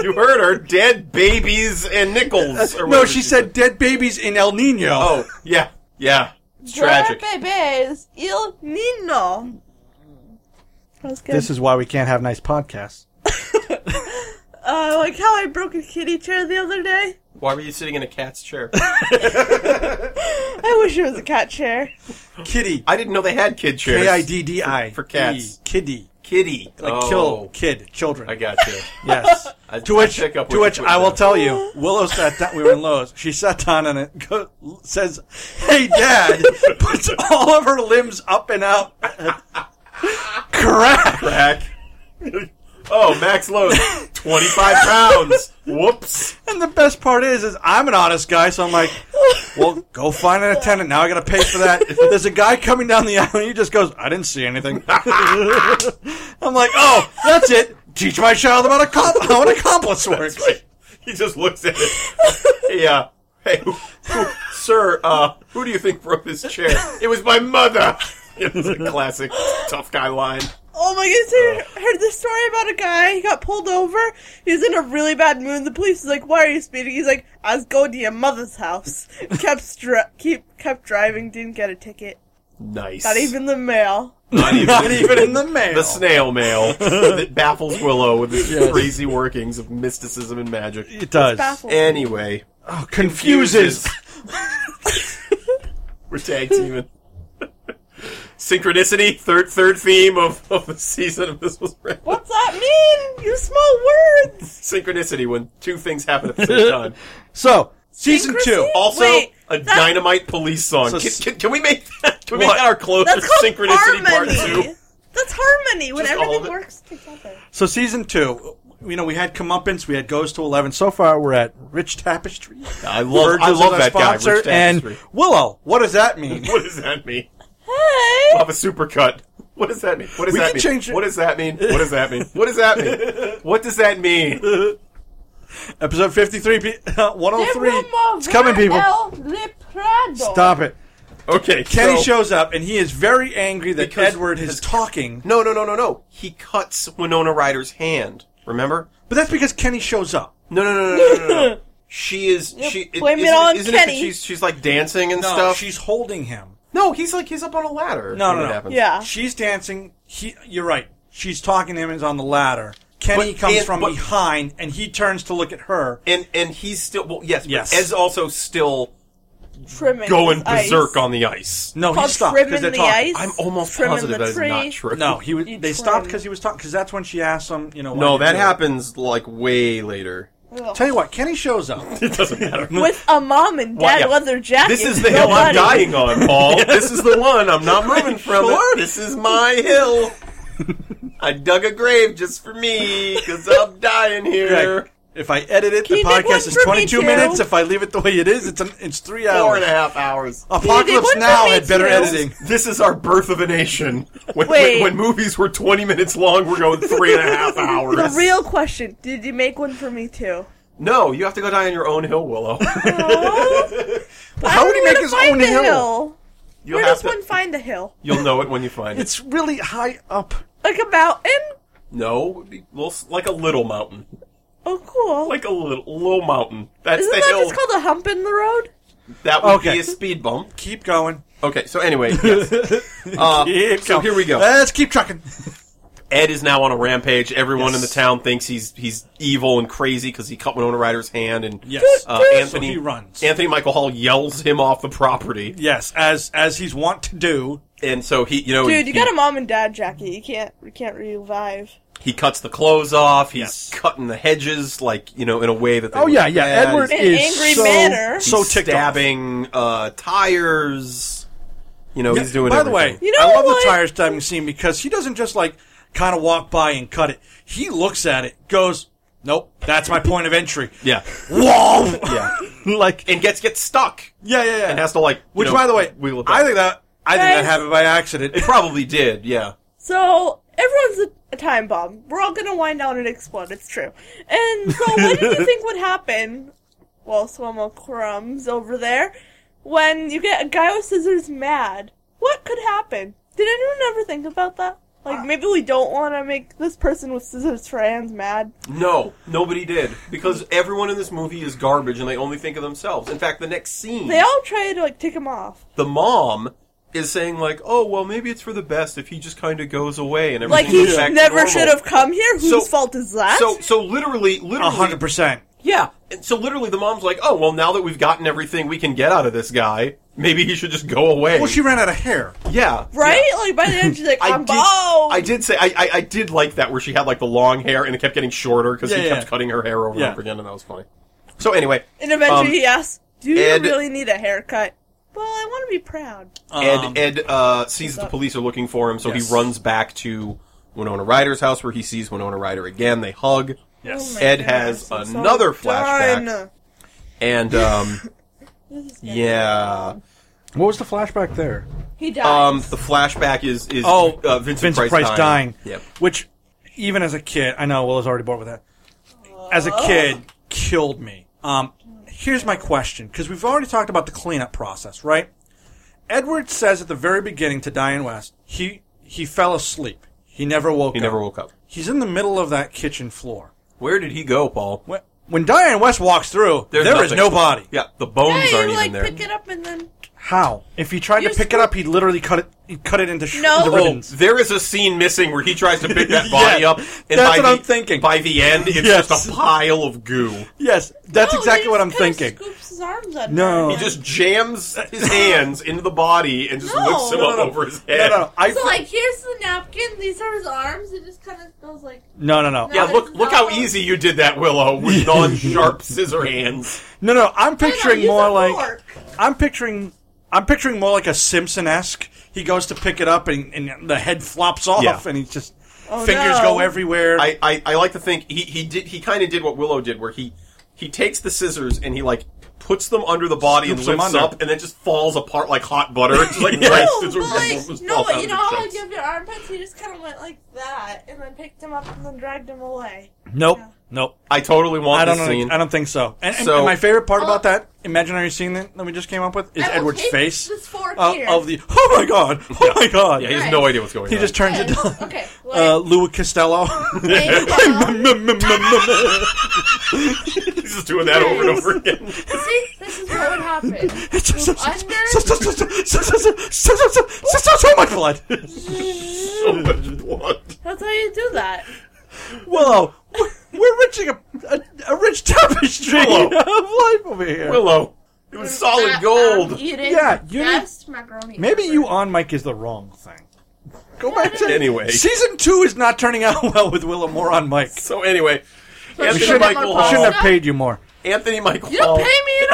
Speaker 6: you heard her, dead babies and nickels. Or
Speaker 4: No,
Speaker 6: whatever
Speaker 4: she said dead babies in El Nino.
Speaker 6: Oh, yeah, yeah. It's tragic.
Speaker 5: babies, il nino. That was good.
Speaker 4: This is why we can't have nice podcasts.
Speaker 5: uh, like how I broke a kitty chair the other day.
Speaker 6: Why were you sitting in a cat's chair?
Speaker 5: I wish it was a cat chair.
Speaker 4: Kitty.
Speaker 6: I didn't know they had kid chairs.
Speaker 4: K I D D I. E.
Speaker 6: For- for cats.
Speaker 4: Kitty.
Speaker 6: Kitty.
Speaker 4: Like
Speaker 6: oh,
Speaker 4: kill kid children.
Speaker 6: I got you.
Speaker 4: Yes.
Speaker 6: I-
Speaker 4: to
Speaker 6: I
Speaker 4: which,
Speaker 6: pick up what
Speaker 4: to
Speaker 6: you
Speaker 4: which
Speaker 6: put
Speaker 4: I will
Speaker 6: down.
Speaker 4: tell you, Willow sat down. We were in Lowe's. She sat down and it go, says, "Hey, Dad," puts all of her limbs up and out. Crack.
Speaker 6: Back. oh, Max Lowe, twenty-five pounds. Whoops.
Speaker 4: And the best part is, is I'm an honest guy, so I'm like, "Well, go find an attendant." Now I got to pay for that. There's a guy coming down the aisle. and He just goes, "I didn't see anything." I'm like, "Oh, that's it. Teach my child about accom- how an accomplice works."
Speaker 6: That's right. He just looks at it. Yeah. Hey, who, who, sir, uh, who do you think broke this chair? It was my mother. It's a classic tough guy line.
Speaker 5: Oh my goodness, I heard this story about a guy. He got pulled over. He was in a really bad mood. The police was like, "Why are you speeding?" He's like, "I was going to your mother's house." kept stri- keep kept driving. Didn't get a ticket.
Speaker 6: Nice.
Speaker 5: Not even the mail.
Speaker 6: Not even,
Speaker 4: Not even in the mail.
Speaker 6: the snail mail that baffles Willow with its crazy workings of mysticism and magic.
Speaker 4: It does.
Speaker 5: Baffled.
Speaker 6: Anyway,
Speaker 4: Oh, confuses.
Speaker 6: we're tag teaming. Synchronicity, third third theme of, of the season of This Was Red.
Speaker 5: What's that mean? You small words.
Speaker 6: Synchronicity when two things happen at the same time.
Speaker 4: So, season two.
Speaker 5: Syncrasy?
Speaker 6: Also,
Speaker 5: Wait,
Speaker 6: a
Speaker 5: that-
Speaker 6: dynamite police song.
Speaker 4: So
Speaker 6: can,
Speaker 4: s-
Speaker 6: can- can we make that? Can we
Speaker 4: What?
Speaker 6: make that our close
Speaker 5: That's called
Speaker 6: synchronicity part
Speaker 5: harmony.
Speaker 6: two?
Speaker 5: That's harmony when
Speaker 6: Just all of
Speaker 5: everything
Speaker 6: it?
Speaker 5: works together.
Speaker 4: So, season two. You know, we had comeuppance. We had goes to eleven. So far, we're at Rich Tapestry.
Speaker 6: I love, I
Speaker 4: Virgil's
Speaker 6: love
Speaker 4: our
Speaker 6: that guy.
Speaker 4: sponsor,
Speaker 6: Rich Tapestry.
Speaker 4: and Willow. What does that mean?
Speaker 6: what does that mean?
Speaker 5: Hey,
Speaker 6: We'll have a supercut. What does that mean? What does
Speaker 4: We
Speaker 6: that
Speaker 4: can
Speaker 6: mean?
Speaker 4: change it.
Speaker 6: What does that mean? What does that mean? What does that mean? What does that mean?
Speaker 4: Episode fifty-three, pe- uh, one hundred three. It's
Speaker 5: Demovar
Speaker 4: coming, people.
Speaker 5: El Leprado.
Speaker 4: Stop it.
Speaker 6: Okay,
Speaker 4: Kenny
Speaker 6: so-
Speaker 4: shows up, and he is very angry that
Speaker 6: Because-
Speaker 4: Edward is talking.
Speaker 6: No, no, no, no, no. He cuts Winona Ryder's hand. Remember?
Speaker 4: But that's because Kenny shows up.
Speaker 6: No, no, no, no, no, no. no. She is. She
Speaker 5: blame it
Speaker 6: isn't
Speaker 5: on
Speaker 6: isn't it that
Speaker 5: Kenny.
Speaker 6: she's she's like dancing and
Speaker 4: No,
Speaker 6: stuff.
Speaker 4: she's holding him.
Speaker 6: no, he's like he's up on a ladder.
Speaker 4: No,
Speaker 6: when
Speaker 4: no,
Speaker 6: it
Speaker 4: no.
Speaker 6: happens.
Speaker 5: Yeah.
Speaker 4: She's dancing. He, you're right. She's talking to him. Is on the ladder. Kenny
Speaker 6: But-
Speaker 4: comes
Speaker 6: and-
Speaker 4: from
Speaker 6: but-
Speaker 4: behind, and he turns to look at her.
Speaker 6: and and he's still well yes,
Speaker 4: Yes.
Speaker 6: yes. Ed's also still
Speaker 5: Trimming
Speaker 6: going
Speaker 5: his ice.
Speaker 6: berserk on the ice.
Speaker 4: No, he
Speaker 5: Called
Speaker 4: stopped
Speaker 5: trim
Speaker 4: because
Speaker 5: in
Speaker 4: they're
Speaker 5: the
Speaker 4: talking.
Speaker 5: ice.
Speaker 6: I'm almost
Speaker 5: Trimming
Speaker 6: positive
Speaker 5: the
Speaker 6: that is
Speaker 5: tree.
Speaker 6: not true.
Speaker 4: No, he was.
Speaker 5: You
Speaker 4: They stopped
Speaker 5: trim.
Speaker 4: because he was talking. Because that's when she asked him. You know. why
Speaker 6: no,
Speaker 4: you
Speaker 6: that
Speaker 4: do it.
Speaker 6: happens like way later.
Speaker 4: Tell you what, Kenny shows up.
Speaker 6: It doesn't matter.
Speaker 5: with a mom and dad
Speaker 6: Why, yeah.
Speaker 5: leather jacket.
Speaker 6: This is the hill I'm dying on, Paul. This is the one I'm not moving from.
Speaker 4: Sure.
Speaker 6: It. This is my hill. I dug a grave just for me because I'm dying here.
Speaker 4: Like, if I edit it,
Speaker 5: Can
Speaker 4: the
Speaker 5: you make one
Speaker 4: podcast is
Speaker 5: for me,
Speaker 4: 22
Speaker 5: too?
Speaker 4: minutes. If I leave it the way it is, it's an, it's three
Speaker 6: Four and
Speaker 4: hours.
Speaker 6: a half hours. Oh,
Speaker 5: Can you make
Speaker 4: Apocalypse
Speaker 5: one
Speaker 4: Now
Speaker 5: for me,
Speaker 4: had better
Speaker 5: too?
Speaker 4: editing.
Speaker 6: This is our birth of a nation. When,
Speaker 5: Wait.
Speaker 6: when, when movies were 20 minutes long, we're going three and a half hours.
Speaker 5: The real question: Did you make one for me too?
Speaker 6: No, you have to go die on your own hill, Willow.
Speaker 4: How would he make his own
Speaker 5: a
Speaker 4: hill?
Speaker 6: You'll
Speaker 5: Where
Speaker 6: have
Speaker 5: does
Speaker 6: to,
Speaker 5: one find a hill?
Speaker 6: You'll know it when you find it.
Speaker 4: It's really high up.
Speaker 5: Like a mountain?
Speaker 6: No, it would be little, like a little mountain,
Speaker 5: Oh, cool.
Speaker 6: like a little little mountain. That's
Speaker 5: Isn't
Speaker 6: the
Speaker 5: that
Speaker 6: hill.
Speaker 5: just called a hump in the road?
Speaker 6: that would
Speaker 4: Okay.
Speaker 6: be a speed bump.
Speaker 4: Keep going.
Speaker 6: Okay, so anyway, yes. Uh,
Speaker 4: Keep
Speaker 6: so
Speaker 4: going.
Speaker 6: here we go.
Speaker 4: Let's keep trucking.
Speaker 6: Ed is now on a rampage. Everyone
Speaker 4: Yes.
Speaker 6: in the town thinks he's he's evil and crazy because he cut Winona Ryder's hand, and
Speaker 4: Yes.
Speaker 6: uh,
Speaker 4: So
Speaker 6: Anthony
Speaker 4: he runs.
Speaker 6: Anthony Michael Hall yells him off the property,
Speaker 4: Yes, as as he's wont to do.
Speaker 6: and so he, you know,
Speaker 5: Dude,
Speaker 6: he,
Speaker 5: you got a mom and dad jacket. You can't, you can't revive.
Speaker 6: he cuts the clothes off. He's
Speaker 4: Yes.
Speaker 6: cutting the hedges, like you know, in a way that they
Speaker 4: Oh
Speaker 6: look
Speaker 4: yeah, yeah.
Speaker 6: bad.
Speaker 4: Edward
Speaker 5: In an
Speaker 4: is
Speaker 5: angry
Speaker 4: so
Speaker 5: manner.
Speaker 4: so
Speaker 6: he's
Speaker 4: ticked off.
Speaker 6: stabbing uh, tires. You know,
Speaker 4: Yeah,
Speaker 6: he's doing.
Speaker 4: By the
Speaker 6: everything.
Speaker 4: way,
Speaker 5: You know
Speaker 4: I love
Speaker 5: what?
Speaker 4: the tire stabbing scene because he doesn't just like kind of walk by and cut it. He looks at it, goes, "Nope, that's my point of entry."
Speaker 6: Yeah.
Speaker 4: Whoa!
Speaker 6: Yeah.
Speaker 4: like,
Speaker 6: and gets gets stuck.
Speaker 4: yeah, yeah, yeah.
Speaker 6: And has to like. you
Speaker 4: Which,
Speaker 6: know,
Speaker 4: by the way,
Speaker 6: wiggle it
Speaker 4: I
Speaker 6: back.
Speaker 4: think that I think that
Speaker 5: Guys.
Speaker 4: happened by accident.
Speaker 6: it probably did. Yeah.
Speaker 5: So everyone's a, a time bomb. We're all gonna wind down and explode. It's true. And so, what do you think would happen? Well, Swomo crumbs over there. When you get a guy with scissors mad, what could happen? Did anyone ever think about that?
Speaker 6: Uh,
Speaker 5: Like maybe we don't want to make this person with scissors for hands mad.
Speaker 6: No, nobody did because everyone in this movie is garbage, and they only think of themselves. In fact, the next scene,
Speaker 5: They all try to like tick him off.
Speaker 6: the mom is saying like, "Oh, well, maybe it's for the best if he just kind of goes away and
Speaker 5: Like
Speaker 6: everything."
Speaker 5: he
Speaker 6: goes back to
Speaker 5: never
Speaker 6: normal."
Speaker 5: should have come here. Whose
Speaker 6: So-
Speaker 5: fault is that?
Speaker 6: So, so literally, literally,
Speaker 4: hundred percent.
Speaker 6: Yeah. And so literally, the mom's like, "Oh, well, now that we've gotten everything we can get out of this guy, maybe he should just go away."
Speaker 4: Well, she ran out of hair.
Speaker 6: yeah,
Speaker 5: right?
Speaker 6: yeah.
Speaker 5: Like by the end, she's like,
Speaker 6: I
Speaker 5: "I'm
Speaker 6: did,
Speaker 5: bald."
Speaker 6: I did say I, I I did like that where she had like the long hair and it kept getting shorter because
Speaker 4: Yeah,
Speaker 6: he
Speaker 4: yeah.
Speaker 6: kept cutting her hair over
Speaker 4: Yeah.
Speaker 6: and over again, and that was funny. So anyway,
Speaker 5: And eventually
Speaker 6: Um,
Speaker 5: he asks, Do you
Speaker 6: Ed-
Speaker 5: really need a haircut? Well, I want to be proud.
Speaker 4: Um,
Speaker 6: Ed Ed uh, sees that the police are looking for him, so
Speaker 4: Yes.
Speaker 6: he runs back to Winona Ryder's house where he sees Winona Ryder again. They hug,
Speaker 4: Yes.
Speaker 5: Oh my
Speaker 6: Ed
Speaker 5: goodness,
Speaker 6: has
Speaker 5: I'm so
Speaker 6: another flashback.
Speaker 5: done.
Speaker 6: and um,
Speaker 5: This is getting
Speaker 6: yeah,
Speaker 5: long.
Speaker 4: What was the flashback there?
Speaker 5: He dies.
Speaker 6: um, the flashback is is
Speaker 4: Oh,
Speaker 6: uh, Vincent,
Speaker 4: Vincent Price, dying.
Speaker 6: Yep.
Speaker 4: Which, even as a kid, I know Will is already bored with that. As a kid, killed me. Um, here's my question, because we've already talked about the cleanup process, right? Edward says at the very beginning to Diane West, he he fell asleep. He never woke
Speaker 6: He
Speaker 4: up.
Speaker 6: never woke up.
Speaker 4: He's in the middle of that kitchen floor.
Speaker 6: Where did he go, Paul?
Speaker 4: When, when Diane West walks through,
Speaker 6: There's
Speaker 4: there is
Speaker 6: nothing.
Speaker 4: no body.
Speaker 6: Yeah, the bones
Speaker 5: yeah,
Speaker 6: aren't
Speaker 5: you like
Speaker 6: even there.
Speaker 5: pick it up and then.
Speaker 4: How? If he tried
Speaker 5: You're
Speaker 4: to pick
Speaker 5: still-
Speaker 4: it up, he'd literally cut it. He'd cut it into, sh-
Speaker 5: No.
Speaker 4: into
Speaker 5: Oh,
Speaker 6: Oh,
Speaker 4: ribbons.
Speaker 6: there is a scene missing where he tries to pick that body
Speaker 4: Yeah,
Speaker 6: up. And
Speaker 4: that's
Speaker 6: by
Speaker 4: what
Speaker 6: the,
Speaker 4: I'm thinking.
Speaker 6: By the end, it's
Speaker 4: Yes.
Speaker 6: just a pile of goo.
Speaker 4: yes, that's
Speaker 5: No,
Speaker 4: exactly
Speaker 5: he
Speaker 4: what I'm
Speaker 5: just kinda
Speaker 4: thinking.
Speaker 5: Scoops his arms under
Speaker 4: No.
Speaker 5: it.
Speaker 6: He just jams his hands into the body and just
Speaker 5: No.
Speaker 6: lifts him
Speaker 5: No,
Speaker 6: up
Speaker 4: no, no.
Speaker 6: over his
Speaker 4: No,
Speaker 6: head.
Speaker 4: no, no. I,
Speaker 5: So like, here's the napkin. These are his arms. It just kind of goes like.
Speaker 4: no, no, no.
Speaker 5: No.
Speaker 6: Yeah, look look how easy you did that, Willow, with non-sharp scissor hands.
Speaker 4: No, no, I'm
Speaker 5: "Why not
Speaker 4: picturing
Speaker 5: use
Speaker 4: more
Speaker 5: a
Speaker 4: like
Speaker 5: fork?"
Speaker 4: I'm picturing I'm picturing more like a Simpson esque. He goes to pick it up and, and the head flops off,
Speaker 6: Yeah.
Speaker 4: and he just
Speaker 5: Oh,
Speaker 4: fingers
Speaker 5: no.
Speaker 4: go everywhere.
Speaker 6: I, I, I like to think he, he did he kind of did what Willow did, where he he takes the scissors and he like puts them under the body
Speaker 4: Scoops them
Speaker 6: and lifts
Speaker 4: under.
Speaker 6: up, and then just falls apart like hot butter. It's just like
Speaker 4: No,
Speaker 6: right,
Speaker 5: No,
Speaker 6: it's
Speaker 5: but
Speaker 6: just-
Speaker 5: like,
Speaker 6: just
Speaker 5: no,
Speaker 6: falls
Speaker 5: but
Speaker 6: out
Speaker 5: you
Speaker 6: of
Speaker 5: know
Speaker 6: the
Speaker 5: how like
Speaker 6: chest.
Speaker 5: you have your armpits. He just kind of went like that, and then picked him up and then dragged him away.
Speaker 4: nope, nope.
Speaker 6: I totally want
Speaker 4: I don't
Speaker 6: this
Speaker 4: know.
Speaker 6: scene.
Speaker 4: I don't think so. And, and,
Speaker 6: So-
Speaker 4: and my favorite part about
Speaker 5: Oh.
Speaker 4: that imaginary scene that, that we just came up with is
Speaker 5: I will
Speaker 4: Edward's
Speaker 5: take
Speaker 4: face
Speaker 5: This fork
Speaker 4: uh,
Speaker 5: here.
Speaker 4: of the oh my god, oh my god.
Speaker 6: yeah, he has no idea what's going
Speaker 4: he
Speaker 6: on.
Speaker 4: just turns it
Speaker 5: Yes.
Speaker 4: down.
Speaker 5: Okay. what?
Speaker 4: Uh, Lou Costello.
Speaker 5: Face down.
Speaker 6: he's just doing that over and over again.
Speaker 5: See, this is what would happen.
Speaker 4: so much blood.
Speaker 6: so much blood.
Speaker 5: That's how you do that.
Speaker 4: Willow, we're- we're reaching a, a, a rich tapestry
Speaker 6: Willow.
Speaker 4: of life over here.
Speaker 6: Willow, it was solid
Speaker 5: I- I'm
Speaker 6: gold.
Speaker 5: eating
Speaker 4: Yeah, you need-
Speaker 5: just macaroni.
Speaker 4: Maybe
Speaker 5: and
Speaker 4: you
Speaker 5: cheese.
Speaker 4: on mic is the wrong thing. Go back to
Speaker 6: Anyway.
Speaker 4: Season two is not turning out well with Willow more on mic.
Speaker 6: So anyway,
Speaker 4: We
Speaker 6: Anthony
Speaker 4: shouldn't,
Speaker 6: Michael
Speaker 4: we shouldn't
Speaker 6: Hall.
Speaker 4: have paid you more.
Speaker 6: Anthony Michael
Speaker 5: You don't
Speaker 6: Hall.
Speaker 5: pay me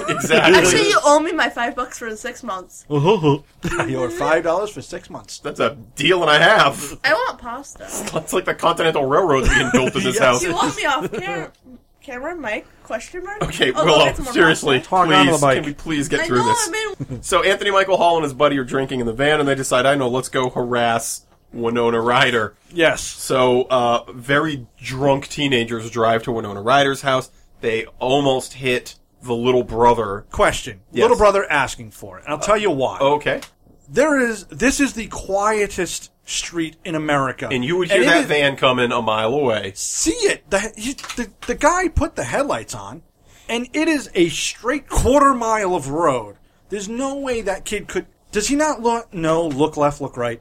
Speaker 5: at all.
Speaker 6: Exactly.
Speaker 5: Actually, you owe me my five bucks for the six months.
Speaker 4: you were five dollars for six months.
Speaker 6: That's a deal and a half.
Speaker 5: I want pasta.
Speaker 6: That's like the Continental Railroad being built in this
Speaker 4: Yes.
Speaker 6: house.
Speaker 5: You want me off camera? Camera, Mike? Question mark?
Speaker 6: Okay,
Speaker 5: I'll go
Speaker 6: Willow,
Speaker 5: get some Oh, more
Speaker 6: seriously,
Speaker 5: pasta.
Speaker 4: Talk onto the
Speaker 6: please,
Speaker 4: mic.
Speaker 6: can we please get
Speaker 5: I
Speaker 6: through
Speaker 5: know.
Speaker 6: this?
Speaker 5: I mean,
Speaker 6: So Anthony Michael Hall and his buddy are drinking in the van, and they decide, I know, let's go harass Winona Ryder.
Speaker 4: Yes.
Speaker 6: So, uh, very drunk teenagers drive to Winona Ryder's house. They almost hit the little brother.
Speaker 4: Question.
Speaker 6: Yes. Oh.
Speaker 4: Little brother asking for it. I'll tell you why.
Speaker 6: Okay.
Speaker 4: There is. This is the quietest street in America.
Speaker 6: And you would hear
Speaker 4: it
Speaker 6: that
Speaker 4: is-
Speaker 6: van coming a mile away.
Speaker 4: see it. The, he, the the guy put the headlights on, and it is a straight quarter mile of road. There's no way that kid could. Does he not look? No, look left, look right.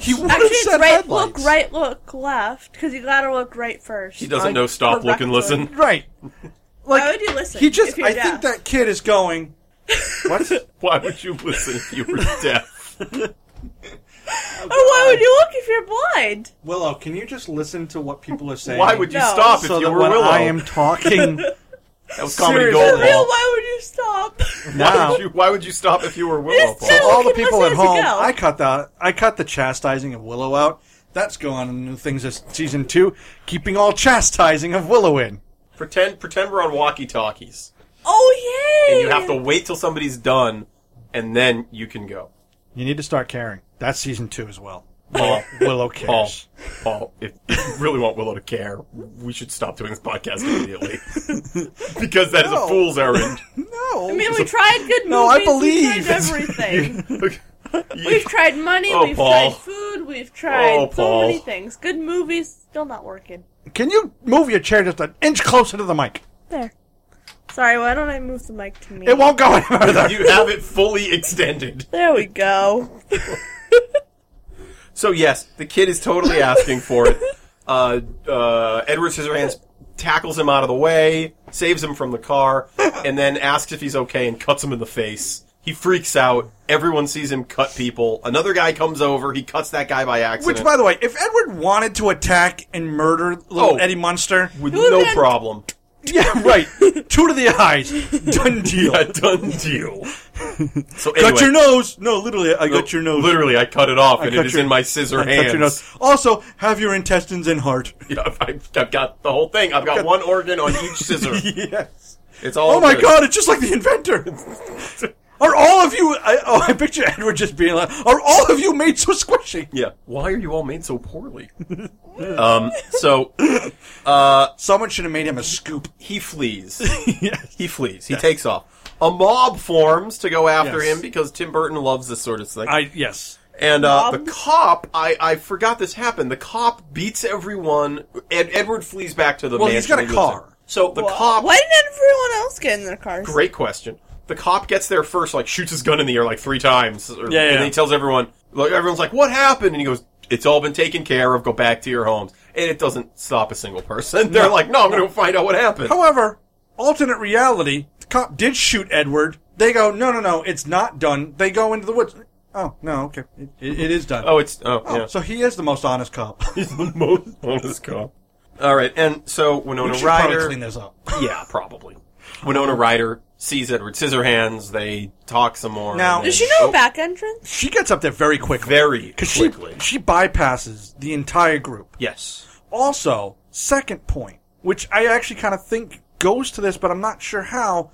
Speaker 4: He would
Speaker 5: actually,
Speaker 4: have
Speaker 5: it's
Speaker 4: said
Speaker 5: right
Speaker 4: headlights.
Speaker 5: look, right look, left, because you gotta look right first.
Speaker 6: He doesn't know stop, look, and listen.
Speaker 4: right. Like
Speaker 5: Why would you listen?
Speaker 4: he just.
Speaker 5: if you're
Speaker 4: I
Speaker 5: deaf?
Speaker 4: think that kid is going. What?
Speaker 6: Why would you listen if you were deaf?
Speaker 5: Or Oh, why would you look if you're blind?
Speaker 4: Willow, can you just listen to what people are saying?
Speaker 6: Why would you
Speaker 5: No.
Speaker 6: stop
Speaker 4: So
Speaker 6: if you
Speaker 4: that
Speaker 6: were
Speaker 4: when
Speaker 6: Willow?
Speaker 4: I am talking
Speaker 6: that was comedy
Speaker 4: Seriously.
Speaker 6: gold.
Speaker 5: For real,
Speaker 6: Paul.
Speaker 5: why would you stop?
Speaker 6: Why
Speaker 4: now.
Speaker 6: would, you, why would you stop if you were Willow,
Speaker 5: Yes,
Speaker 6: Paul?
Speaker 4: all the
Speaker 5: Look at
Speaker 4: people at
Speaker 5: Liz as a
Speaker 4: home,
Speaker 5: gal.
Speaker 4: I cut the I cut the chastising of Willow out. that's going on in things as season two, keeping all chastising of Willow in.
Speaker 6: Pretend pretend we're on walkie talkies.
Speaker 5: Oh yay!
Speaker 6: And you have to wait till somebody's done and then you can go.
Speaker 4: You need to start caring. That's season two as well.
Speaker 6: Paul,
Speaker 4: Willow cares.
Speaker 6: Paul, Paul, if you really want Willow to care, we should stop doing this podcast immediately. because that is
Speaker 4: No.
Speaker 6: a fool's errand.
Speaker 4: No.
Speaker 5: I mean, we tried good movies.
Speaker 4: No, I
Speaker 5: We've
Speaker 4: believe.
Speaker 5: tried everything.
Speaker 6: You-
Speaker 5: we've tried money.
Speaker 6: Oh,
Speaker 5: we've
Speaker 6: Paul.
Speaker 5: tried food. We've tried
Speaker 6: Oh,
Speaker 5: so
Speaker 6: Paul.
Speaker 5: many things. Good movies, still not working.
Speaker 4: Can you move your chair just an inch closer to the mic?
Speaker 5: There. Sorry, why don't I move the mic to me?
Speaker 4: It won't go any further.
Speaker 6: you have it fully extended.
Speaker 5: There we go.
Speaker 6: So yes, the kid is totally asking for it. Uh, uh, Edward Scissorhands tackles him out of the way, saves him from the car, and then asks if he's okay and cuts him in the face. He freaks out. Everyone sees him cut people. Another guy comes over. He cuts that guy by accident.
Speaker 4: Which, by the way, if Edward wanted to attack and murder little
Speaker 6: Oh.
Speaker 4: Eddie Munster,
Speaker 6: with
Speaker 5: Who
Speaker 6: no
Speaker 5: then-
Speaker 6: problem.
Speaker 4: yeah, right, two to the eyes, done deal.
Speaker 6: A done deal. So anyway,
Speaker 4: Got your nose? No, literally, I got your nose.
Speaker 6: Literally, I cut it off,
Speaker 4: I
Speaker 6: and
Speaker 4: cut
Speaker 6: it is
Speaker 4: your-
Speaker 6: in my scissor
Speaker 4: I
Speaker 6: hands.
Speaker 4: cut your nose. Also, have your intestines and heart.
Speaker 6: Yeah, I've, I've got the whole thing. I've got one organ on each scissor.
Speaker 4: yes.
Speaker 6: It's all.
Speaker 4: Oh my
Speaker 6: good.
Speaker 4: god, it's just like the inventor. Are all of you? I, oh, I picture Edward just being like, "Are all of you made so squishy?"
Speaker 6: Yeah. Why are you all made so poorly? um, so uh,
Speaker 4: Someone should have made him a scoop.
Speaker 6: he flees.
Speaker 4: yes.
Speaker 6: He flees. He takes off. A mob forms to go after
Speaker 4: Yes.
Speaker 6: him because Tim Burton loves this sort of thing.
Speaker 4: I yes.
Speaker 6: and uh, the cop, I, I forgot this happened. The cop beats everyone. Ed, Edward flees back to the
Speaker 4: Well,
Speaker 6: mansion.
Speaker 4: he's got a
Speaker 6: he lives in.
Speaker 4: car.
Speaker 6: So the cop.
Speaker 5: Why didn't everyone else get in their cars?
Speaker 6: Great question. The cop gets there first, like shoots his gun in the air like three times, or-
Speaker 4: Yeah, yeah.
Speaker 6: and then he tells everyone. Like everyone's like, "What happened?" And he goes, "It's all been taken care of. Go back to your homes." And it doesn't stop a single person. They're like, "No, I'm going to find out what happened."
Speaker 4: However, alternate reality, the cop did shoot Edward. They go, "No, no, no, it's not done." They go into the woods. Oh no, okay, it, it, it is done.
Speaker 6: Oh, it's oh,
Speaker 4: Oh,
Speaker 6: yeah.
Speaker 4: so he is the most honest cop. You
Speaker 6: He's the most honest cop. All right, and so Winona
Speaker 4: should probably
Speaker 6: Ryder.
Speaker 4: clean this up.
Speaker 6: Yeah, probably. Winona Ryder sees Edward Scissorhands. They talk some more.
Speaker 4: Now-
Speaker 6: and
Speaker 5: Does
Speaker 6: then-
Speaker 5: she know
Speaker 6: Oh,
Speaker 5: a back entrance?
Speaker 4: She gets up there very quickly.
Speaker 6: very
Speaker 4: because she
Speaker 6: quickly?
Speaker 4: she bypasses the entire group.
Speaker 6: yes.
Speaker 4: Also, second point, which I actually kind of think goes to this, but I'm not sure how.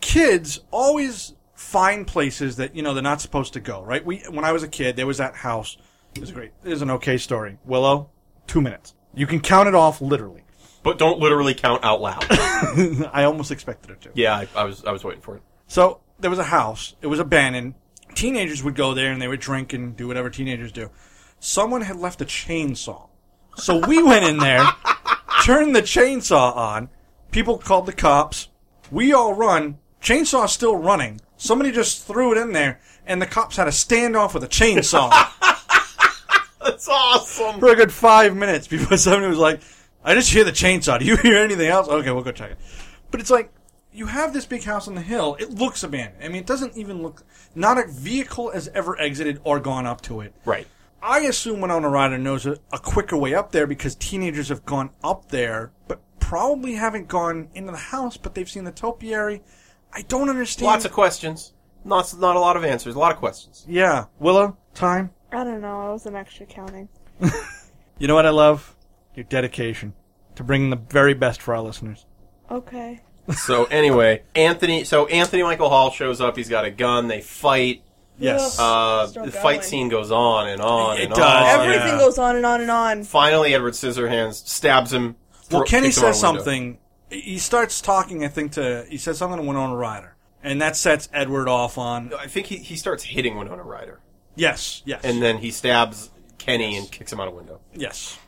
Speaker 4: Kids always find places that you know they're not supposed to go. Right? We when I was a kid, there was that house. It was a great. It was an okay story. Willow, two minutes. You can count it off literally.
Speaker 6: But don't literally count out loud.
Speaker 4: I almost expected her to.
Speaker 6: yeah, I, I was I was waiting for it.
Speaker 4: So there was a house. It was abandoned. Teenagers would go there and they would drink and do whatever teenagers do. Someone had left a chainsaw. So we went in there, turned the chainsaw on. People called the cops. We all run. Chainsaw's still running. Somebody just threw it in there, and the cops had a standoff with a chainsaw
Speaker 6: That's awesome.
Speaker 4: for a good five minutes before somebody was like, I just hear the chainsaw. Do you hear anything else? Okay, we'll go check it. But it's like, you have this big house on the hill. It looks abandoned. I mean, it doesn't even look. Not a vehicle has ever exited or gone up to it.
Speaker 6: Right.
Speaker 4: I assume Winona Ryder knows a, a quicker way up there because teenagers have gone up there, but probably haven't gone into the house, but they've seen the topiary. I don't understand.
Speaker 6: Lots of questions. Not not a lot of answers. A lot of questions.
Speaker 4: Yeah. Willow, time.
Speaker 5: I don't know. I wasn't actually counting.
Speaker 4: You know what I love? Your dedication to bringing the very best for our listeners.
Speaker 5: Okay.
Speaker 6: So anyway, Anthony. So Anthony Michael Hall shows up. He's got a gun. They fight.
Speaker 4: Yes.
Speaker 6: Uh, oh,
Speaker 7: Still
Speaker 6: the
Speaker 7: going.
Speaker 6: fight scene goes on and on.
Speaker 4: It
Speaker 6: and
Speaker 4: does.
Speaker 6: On.
Speaker 4: Every-
Speaker 5: Everything
Speaker 4: yeah.
Speaker 5: goes on and on and on.
Speaker 6: Finally, Edward Scissorhands stabs him.
Speaker 4: Well,
Speaker 6: thro-
Speaker 4: Kenny
Speaker 6: kicks him out
Speaker 4: says
Speaker 6: a window.
Speaker 4: something. He starts talking, I think, to he says something to Winona Ryder, and that sets Edward off on.
Speaker 6: I think he, he starts hitting Winona Ryder,
Speaker 4: Yes, yes,
Speaker 6: and then he stabs Kenny and kicks him out a window.
Speaker 4: yes.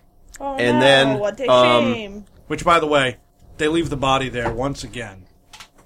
Speaker 5: Oh,
Speaker 6: And
Speaker 5: no,
Speaker 6: then,
Speaker 5: what a
Speaker 6: um,
Speaker 5: shame.
Speaker 4: Which, by the way, they leave the body there once again.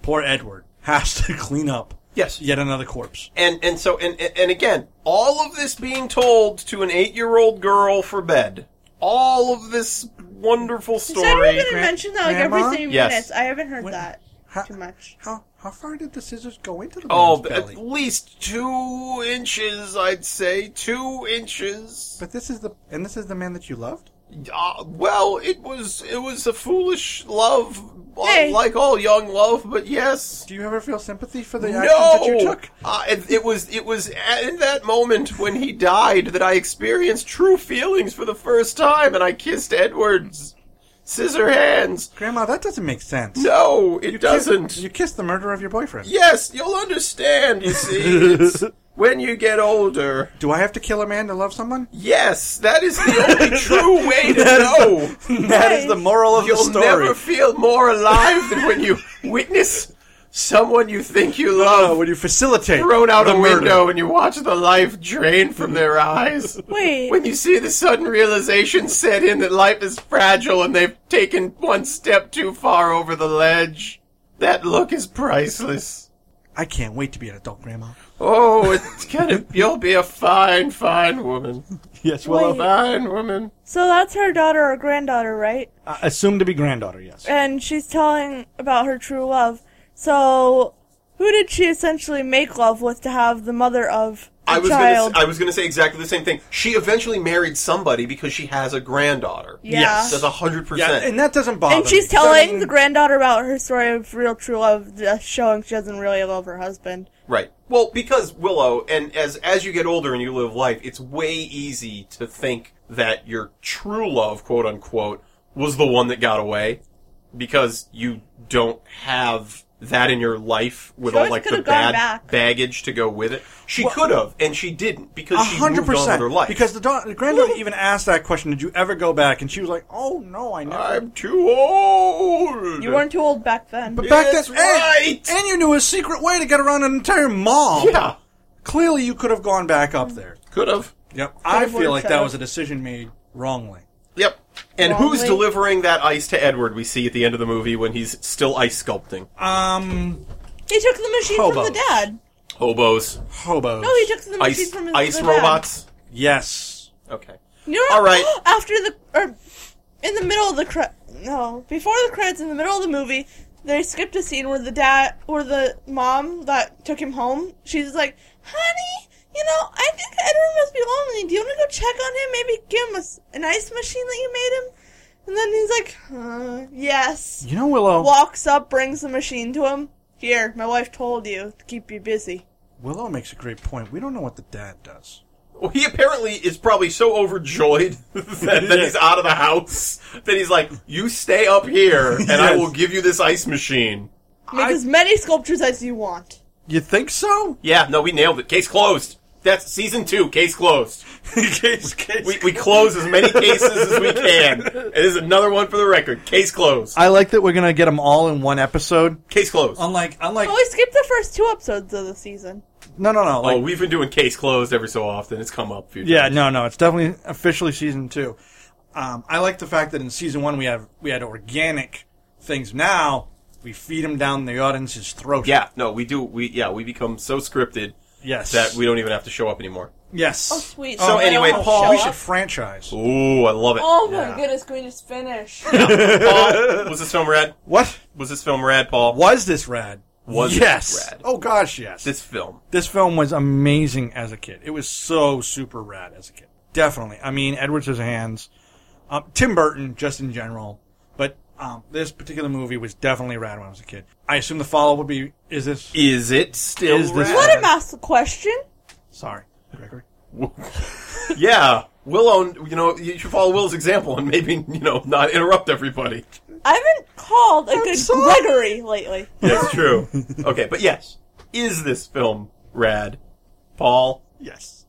Speaker 4: Poor Edward has to clean up
Speaker 6: Yes.
Speaker 4: yet another corpse.
Speaker 6: And and so and and and again, all of this being told to an eight-year-old girl for bed. All of this wonderful
Speaker 5: Is anyone
Speaker 6: story.
Speaker 5: gonna mention that like
Speaker 4: Grandma?
Speaker 5: every three
Speaker 6: Yes.
Speaker 5: minutes? I haven't heard
Speaker 4: When-
Speaker 5: that
Speaker 4: How,
Speaker 5: too much.
Speaker 4: How how far did the scissors go into the
Speaker 6: Oh,
Speaker 4: man's
Speaker 6: but
Speaker 4: belly?
Speaker 6: at least two inches, I'd say. Two inches.
Speaker 4: But this is the and this is the man that you loved.
Speaker 6: Uh, well, it was it was a foolish love Well,
Speaker 5: Hey.
Speaker 6: like all young love, but yes.
Speaker 4: Do you ever feel sympathy for the actions
Speaker 6: No,
Speaker 4: that you took?
Speaker 6: Uh, it, it was it was at, in that moment when he died that I experienced true feelings for the first time, and I kissed Edward's scissor hands.
Speaker 4: Grandma, that doesn't make sense.
Speaker 6: No, it doesn't.
Speaker 4: You kissed the murderer of your boyfriend.
Speaker 6: Yes, you'll understand. You see, it's when you get older.
Speaker 4: Do I have to kill a man to love someone?
Speaker 6: Yes, that is the only true way to know.
Speaker 4: That is the, that is the moral of
Speaker 6: You'll
Speaker 4: the story.
Speaker 6: never feel more alive than when you witness someone you think you
Speaker 4: Uh,
Speaker 6: love
Speaker 4: when you facilitate
Speaker 6: thrown out
Speaker 4: the
Speaker 6: a
Speaker 4: murder.
Speaker 6: window and you watch the life drain from their eyes.
Speaker 5: Wait.
Speaker 6: When you see the sudden realization set in that life is fragile and they've taken one step too far over the ledge. That look is priceless.
Speaker 4: I can't wait to be an adult, Grandma.
Speaker 6: Oh, it's kind of, you'll be a fine, fine woman.
Speaker 4: Yes,
Speaker 5: well, Wait.
Speaker 6: Fine woman.
Speaker 5: So that's her daughter or granddaughter, right?
Speaker 4: uh, assumed to be granddaughter. Yes,
Speaker 5: And she's telling about her true love. So who did she essentially make love with to have the mother of the
Speaker 6: I was
Speaker 5: child?
Speaker 6: gonna, s- I was gonna say exactly the same thing. She eventually married somebody because she has a granddaughter.
Speaker 5: yeah.
Speaker 4: Yes.
Speaker 6: That's a hundred
Speaker 4: yeah,
Speaker 6: percent.
Speaker 4: and that doesn't bother.
Speaker 5: And she's
Speaker 4: me. 'cause I
Speaker 5: telling
Speaker 4: mean,
Speaker 5: the granddaughter about her story of real true love, just showing she doesn't really love her husband.
Speaker 6: Right. Well, because Willow, and as as you get older and you live life, it's way easy to think that your true love, quote unquote, was the one that got away, because you don't have that in your life with
Speaker 5: She
Speaker 6: all
Speaker 5: always
Speaker 6: like the
Speaker 5: could've gone
Speaker 6: bad
Speaker 5: back.
Speaker 6: baggage to go with it. She could have, and she didn't because she
Speaker 4: hundred
Speaker 6: moved on with her
Speaker 4: percent
Speaker 6: life.
Speaker 4: because the, da- the granddaughter even asked that question. Did you ever go back? And she was like, "Oh no, I never."
Speaker 6: I'm too old.
Speaker 5: You weren't too old back then.
Speaker 4: But back
Speaker 6: That's
Speaker 4: then, and-
Speaker 6: right.
Speaker 4: and, you knew a secret way to get around an entire mall.
Speaker 6: Yeah.
Speaker 4: Clearly, you could have gone back up there.
Speaker 6: Could have.
Speaker 4: Yep. I
Speaker 5: have
Speaker 4: feel like
Speaker 5: worked
Speaker 4: that
Speaker 5: out.
Speaker 4: was a decision made wrongly.
Speaker 6: Yep. And who's
Speaker 5: Wrongly.
Speaker 6: delivering that ice to Edward we see at the end of the movie when he's still ice sculpting?
Speaker 4: Um,
Speaker 5: He took the machine from
Speaker 4: Hobos.
Speaker 5: the dad.
Speaker 6: Hobos.
Speaker 4: hobos.
Speaker 5: No, he took the machine
Speaker 6: Ice
Speaker 5: from his
Speaker 6: ice
Speaker 5: the dad.
Speaker 6: robots.
Speaker 4: Yes.
Speaker 6: Okay.
Speaker 5: You know what?
Speaker 6: All right.
Speaker 5: After the or in the middle of the cre- no before the credits in the middle of the movie, they skipped a scene where the dad or the mom that took him home. She's like, "Honey, you know, I think Edward must be lonely. Do you want to go check on him? Maybe give him a s an ice machine that you made him." And then he's like, "Huh, "Yes."
Speaker 4: You know, Willow.
Speaker 5: Walks up, brings the machine to him. Here, my wife told you to keep you busy.
Speaker 4: Willow makes a great point. We don't know what the dad does.
Speaker 6: Well, he apparently is probably so overjoyed that, that he's out of the house that he's like, "You stay up here, and I
Speaker 4: Yes.
Speaker 6: will give you this ice machine."
Speaker 5: Make
Speaker 4: I-
Speaker 5: as many sculptures as you want.
Speaker 4: You think so?
Speaker 6: Yeah. No, we nailed it. Case closed. That's season two. Case closed.
Speaker 4: case, case.
Speaker 6: We, we close as many cases as we can. It is another one for the record. Case closed.
Speaker 4: I like that we're gonna get them all in one episode.
Speaker 6: Case closed.
Speaker 4: Unlike, unlike,
Speaker 5: Well, we skipped the first two episodes of the season.
Speaker 4: no, no, no. Like,
Speaker 6: oh, we've been doing case closed every so often. It's come up. a few
Speaker 4: yeah,
Speaker 6: times.
Speaker 4: no, no. It's definitely officially season two. Um, I like the fact that in season one we have we had organic things. Now we feed them down the audience's throat.
Speaker 6: Yeah, no, we do. We yeah, we become so scripted
Speaker 4: Yes.
Speaker 6: that we don't even have to show up anymore.
Speaker 4: Yes.
Speaker 5: Oh, sweet.
Speaker 6: So
Speaker 5: Oh,
Speaker 6: anyway,
Speaker 5: no.
Speaker 6: Paul-
Speaker 4: We
Speaker 5: Show
Speaker 4: should
Speaker 5: up.
Speaker 4: franchise.
Speaker 6: Ooh, I love it.
Speaker 5: Oh
Speaker 4: Yeah.
Speaker 5: my goodness, can we just finish?
Speaker 6: Paul, was this film rad?
Speaker 4: What
Speaker 6: Was this film rad, Paul?
Speaker 4: was this rad?
Speaker 6: Was this
Speaker 4: yes.
Speaker 6: rad?
Speaker 4: Oh gosh, yes.
Speaker 6: This film.
Speaker 4: this film was amazing as a kid. It was so super rad as a kid. Definitely. I mean, Edward Scissorhands, um, Tim Burton, just in general, but um, this particular movie was definitely rad when I was a kid. I assume the follow up would be: Is this?
Speaker 6: Is it still
Speaker 4: Is this-
Speaker 5: what a massive question.
Speaker 4: Sorry, Gregory.
Speaker 6: yeah. Willow, you know, you should follow Will's example and maybe, you know, not interrupt everybody.
Speaker 5: I haven't called a good Gregory lately.
Speaker 6: That's true. Okay, but yes. Is this film rad? Paul?
Speaker 4: Yes.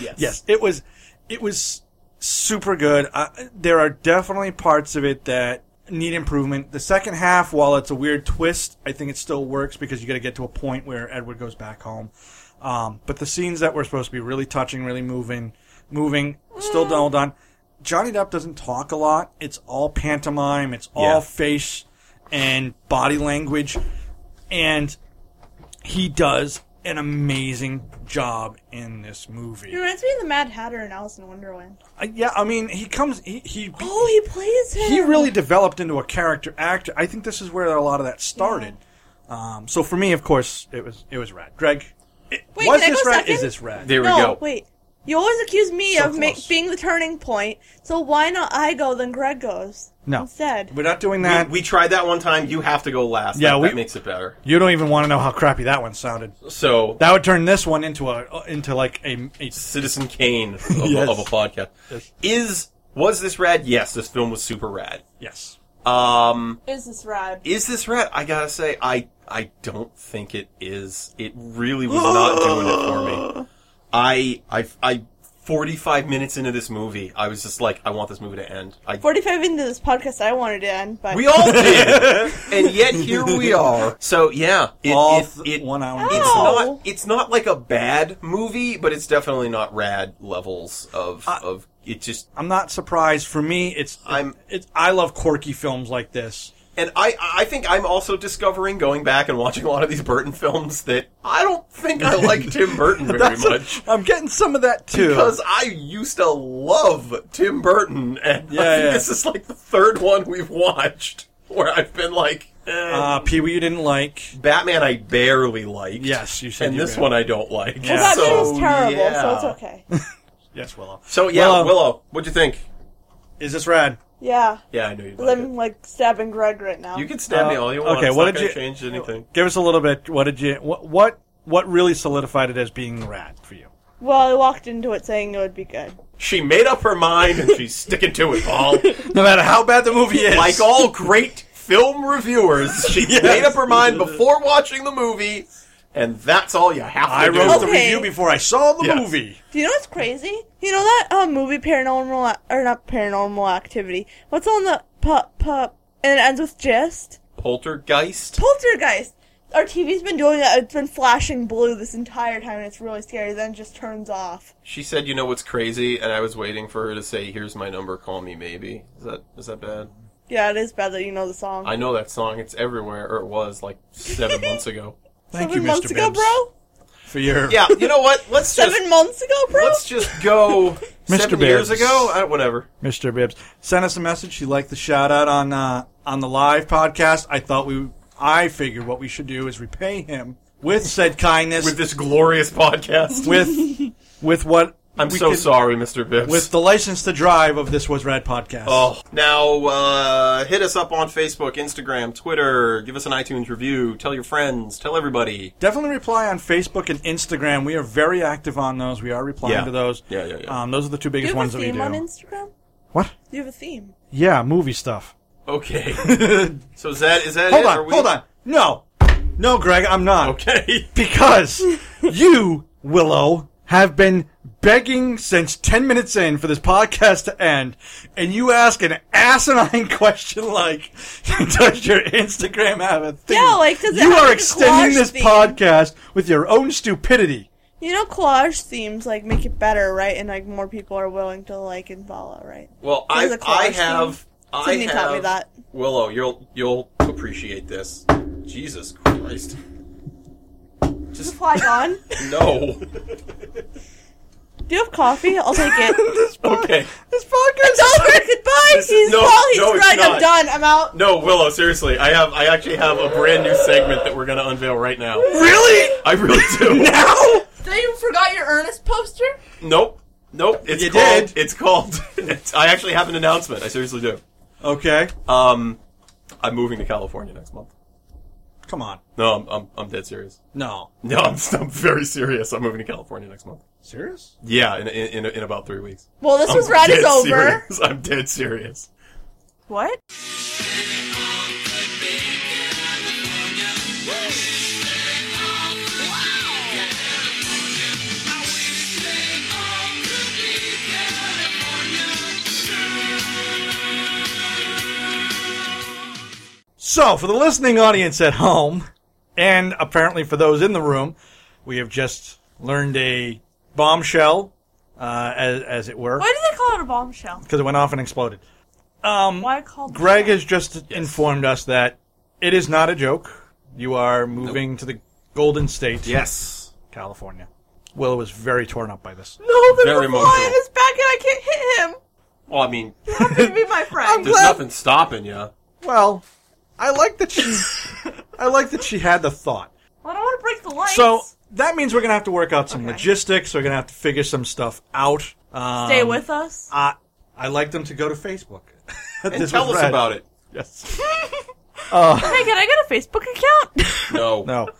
Speaker 6: Yes.
Speaker 4: Yes. It was. It was super good. Uh, there are definitely parts of it that need improvement. The second half, while it's a weird twist, I think it still works because you got to get to a point where Edward goes back home. Um, but the scenes that were supposed to be really touching, really moving, moving, still
Speaker 6: Mm.
Speaker 4: don't hold on. Johnny Depp doesn't talk a lot. It's all pantomime. It's all
Speaker 6: Yeah.
Speaker 4: face and body language, and he does an amazing job in this movie.
Speaker 5: It reminds me of the Mad Hatter in Alice in Wonderland.
Speaker 4: Uh, yeah, I mean, he comes. He he,
Speaker 5: Oh, he plays him.
Speaker 4: he really developed into a character actor. I think this is where a lot of that started. Um, so for me, of course, it was it was rad. Greg, it-
Speaker 5: Wait,
Speaker 4: was
Speaker 5: can I
Speaker 4: this
Speaker 5: go
Speaker 4: rad?
Speaker 5: second?
Speaker 4: Is this rad?
Speaker 6: There we
Speaker 5: no,
Speaker 6: go.
Speaker 5: wait. You always accuse me
Speaker 4: So
Speaker 5: of ma-
Speaker 4: close.
Speaker 5: being the turning point, so why not I go then Greg goes
Speaker 4: No.
Speaker 5: instead?
Speaker 4: We're not doing
Speaker 6: We,
Speaker 4: that.
Speaker 6: we tried that one time. You have to go last.
Speaker 4: Yeah,
Speaker 6: that,
Speaker 4: we-
Speaker 6: that makes it better.
Speaker 4: you don't even want to know how crappy that one sounded.
Speaker 6: So
Speaker 4: That would turn this one into a into like a, a
Speaker 6: Citizen Kane of, a-
Speaker 4: Yes.
Speaker 6: of a podcast
Speaker 4: Yes.
Speaker 6: is was this rad? Yes, this film was super rad.
Speaker 4: yes.
Speaker 6: Um,
Speaker 5: Is this rad?
Speaker 6: is this rad? I gotta say, I I don't think it is. It really was not doing it for me. I I I. 45 minutes into this movie, I was just like, I want this movie to end. I,
Speaker 5: Forty-five into this podcast, I wanted to end, but
Speaker 6: we all did! and yet here we are. So yeah, it,
Speaker 4: All
Speaker 6: it-
Speaker 4: th-
Speaker 6: it-
Speaker 4: one hour.
Speaker 5: Oh.
Speaker 6: It's
Speaker 5: No.
Speaker 6: not. It's not like a bad movie, but it's definitely not rad levels of of. It just
Speaker 4: I'm not surprised. For me, it's
Speaker 6: I'm-
Speaker 4: it's I love quirky films like this.
Speaker 6: and I I think I'm also discovering going back and watching a lot of these Burton films that I don't think I like Tim Burton very
Speaker 4: That's-
Speaker 6: much.
Speaker 4: I'm getting some of that too.
Speaker 6: Because I used to love Tim Burton, and I
Speaker 4: Yeah,
Speaker 6: think
Speaker 4: yeah.
Speaker 6: this is like the third one we've watched where I've been like, eh.
Speaker 4: uh, Pee Wee, you didn't like.
Speaker 6: Batman I barely liked.
Speaker 4: Yes, you said
Speaker 6: and
Speaker 4: you
Speaker 6: this
Speaker 4: barely-
Speaker 6: one I don't like.
Speaker 4: Well,
Speaker 5: that
Speaker 4: Batman
Speaker 6: so,
Speaker 5: was terrible, so
Speaker 6: yeah.
Speaker 5: it's okay.
Speaker 4: Yes, uh, Willow.
Speaker 6: So yeah,
Speaker 4: Willow.
Speaker 6: Willow, what'd you think?
Speaker 4: Is this rad?
Speaker 5: Yeah,
Speaker 6: Yeah, I know you. Like
Speaker 5: I'm like stabbing Greg right now.
Speaker 6: You can stab me
Speaker 4: Uh,
Speaker 6: all you want.
Speaker 4: okay,
Speaker 6: it's
Speaker 4: what
Speaker 6: not
Speaker 4: did
Speaker 6: gonna
Speaker 4: you-
Speaker 6: change anything.
Speaker 4: Give us a little bit. What did you? What what what really solidified it as being rad for you?
Speaker 5: Well, I walked into it saying it would be good.
Speaker 6: She made up her mind and she's sticking to it, Paul.
Speaker 4: No matter how bad the movie is,
Speaker 6: like all great film reviewers, she
Speaker 4: Yes.
Speaker 6: made up her mind before watching the movie, and that's all you have to
Speaker 4: I
Speaker 6: do.
Speaker 4: wrote the
Speaker 5: Okay.
Speaker 4: review before I saw the
Speaker 6: Yes.
Speaker 4: movie.
Speaker 5: Do you know what's crazy? You know that um, movie Paranormal Ac- or not Paranormal Activity? What's on the pop pop and it ends with gist?
Speaker 6: Poltergeist.
Speaker 5: Poltergeist. Our TV's been doing that. It's been flashing blue this entire time, and it's really scary. Then it just turns off.
Speaker 6: She said, "You know what's crazy?" And I was waiting for her to say, "Here's my number. Call me maybe." Is that is that bad?
Speaker 5: Yeah, it is bad that you know the song.
Speaker 6: I know that song. It's everywhere, or it was like seven months ago.
Speaker 4: Thank
Speaker 5: Seven
Speaker 4: you, Mr.
Speaker 5: months ago,
Speaker 4: Bibbs,
Speaker 5: bro.
Speaker 4: for your
Speaker 6: Yeah, you know what? Let's just
Speaker 5: Seven months ago, bro.
Speaker 6: let's just go.
Speaker 4: Mr.
Speaker 6: Seven years
Speaker 4: Bibbs.
Speaker 6: ago, I, whatever.
Speaker 4: Mr. Bibbs. Sent us a message. She liked the shout out on uh, on the live podcast. I thought we, I figured what we should do is repay him with said kindness,
Speaker 6: With this glorious podcast.
Speaker 4: with with what
Speaker 6: I'm
Speaker 4: we
Speaker 6: so
Speaker 4: could-
Speaker 6: sorry, Mr. Bibbs.
Speaker 4: With the license to drive of this was rad podcast.
Speaker 6: oh. Now, uh, hit us up on Facebook, Instagram, Twitter. Give us an iTunes review. Tell your friends. Tell everybody.
Speaker 4: Definitely reply on Facebook and Instagram. We are very active on those. We are replying
Speaker 6: Yeah.
Speaker 4: to those.
Speaker 6: Yeah, yeah, yeah.
Speaker 4: Um, those are the two
Speaker 5: do
Speaker 4: biggest
Speaker 5: you have
Speaker 4: ones
Speaker 5: a
Speaker 4: that we
Speaker 5: theme
Speaker 4: do.
Speaker 5: on Instagram?
Speaker 4: what?
Speaker 5: You have a theme.
Speaker 4: Yeah, movie stuff.
Speaker 6: Okay. so is that is that
Speaker 4: Hold
Speaker 6: it?
Speaker 4: on,
Speaker 6: Uh, Are we-
Speaker 4: hold on. No, no, Greg, I'm not.
Speaker 6: Okay.
Speaker 4: because you, Willow, have been begging since 10 minutes in for this podcast to end, and you ask an asinine question like, does your Instagram have a theme?
Speaker 5: Yeah, like, does it
Speaker 4: You
Speaker 5: have,
Speaker 4: are
Speaker 5: like, a
Speaker 4: extending
Speaker 5: collage
Speaker 4: this
Speaker 5: theme?
Speaker 4: podcast with your own stupidity.
Speaker 5: You know, collage themes like make it better, right? And like more people are willing to like and follow, right?
Speaker 6: Well,
Speaker 5: It was
Speaker 6: I
Speaker 5: a collage
Speaker 6: I
Speaker 5: thing.
Speaker 6: have I
Speaker 5: Sydney
Speaker 6: have
Speaker 5: taught me that.
Speaker 6: Willow, you'll you'll appreciate this. Jesus Christ.
Speaker 5: Just fly on.
Speaker 6: No.
Speaker 5: Do you have coffee? I'll take it.
Speaker 6: okay.
Speaker 5: This podcast is over. Goodbye. He's
Speaker 6: no,
Speaker 5: Paul. He's
Speaker 6: no, it's
Speaker 5: right.
Speaker 6: not.
Speaker 5: I'm done. I'm out.
Speaker 6: No, Willow, seriously. I have I actually have a brand new segment that we're going to unveil right now.
Speaker 4: Really?
Speaker 6: I really do.
Speaker 4: Now?
Speaker 5: They forgot your Ernest poster.
Speaker 6: Nope. Nope. It's
Speaker 4: You
Speaker 6: called.
Speaker 4: did.
Speaker 6: It's called. It's, I actually have an announcement. I seriously do.
Speaker 4: Okay.
Speaker 6: Um, I'm moving to California next month.
Speaker 4: Come on.
Speaker 6: No, I'm I'm, I'm dead serious.
Speaker 4: No.
Speaker 6: No, I'm, I'm very serious. I'm moving to California next month.
Speaker 4: Serious?
Speaker 6: Yeah, in in, in, in about three weeks.
Speaker 5: Well, this
Speaker 6: I'm
Speaker 5: was rad is
Speaker 6: dead
Speaker 5: over.
Speaker 6: serious. I'm dead serious.
Speaker 5: What?
Speaker 4: So, for the listening audience at home, and apparently for those in the room, we have just learned a bombshell, uh, as, as it were,
Speaker 5: Why do they call it a bombshell?
Speaker 4: because it went off and exploded. Um,
Speaker 5: Why called?
Speaker 4: Greg has just informed us that it is not a joke. You are moving to the Golden State,
Speaker 6: Yes.
Speaker 4: California. Willow was very torn up by this.
Speaker 5: no, there's
Speaker 6: Very
Speaker 5: a fly in
Speaker 6: emotional.
Speaker 5: his back, and I can't hit him.
Speaker 6: Well, I mean,
Speaker 5: I'm gonna be my friend.
Speaker 6: there's nothing stopping you.
Speaker 4: Well, I like that she, I like that she had the thought.
Speaker 5: I don't want to break the lights.
Speaker 4: So that means we're gonna have to work out some
Speaker 5: Okay.
Speaker 4: logistics. We're gonna have to figure some stuff out. Um,
Speaker 5: Stay with us.
Speaker 4: I, I like them to go to Facebook.
Speaker 6: And tell us about it.
Speaker 4: Yes. Uh,
Speaker 5: hey, can I get a Facebook account?
Speaker 6: No.
Speaker 4: No.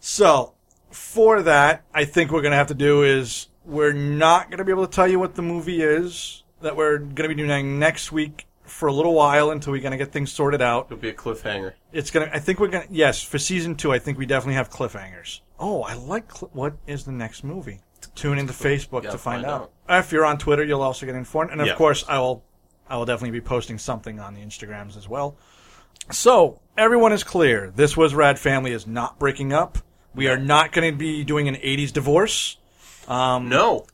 Speaker 4: So for that, I think we're gonna have to do is we're not gonna be able to tell you what the movie is that we're gonna be doing next week for a little while until we're gonna get things sorted out.
Speaker 6: It'll be a cliffhanger.
Speaker 4: It's gonna. I think we're gonna. Yes, for season two, I think we definitely have cliffhangers. Oh, I like. Cl- what is the next movie? Tune into Facebook
Speaker 6: Yeah,
Speaker 4: to find,
Speaker 6: find
Speaker 4: out. If you're on Twitter, you'll also get informed, and of
Speaker 6: Yeah.
Speaker 4: course, I will. I will definitely be posting something on the Instagrams as well. So everyone is clear. This was Rad Family is not breaking up. We are not going to be doing an '80s divorce.
Speaker 6: No.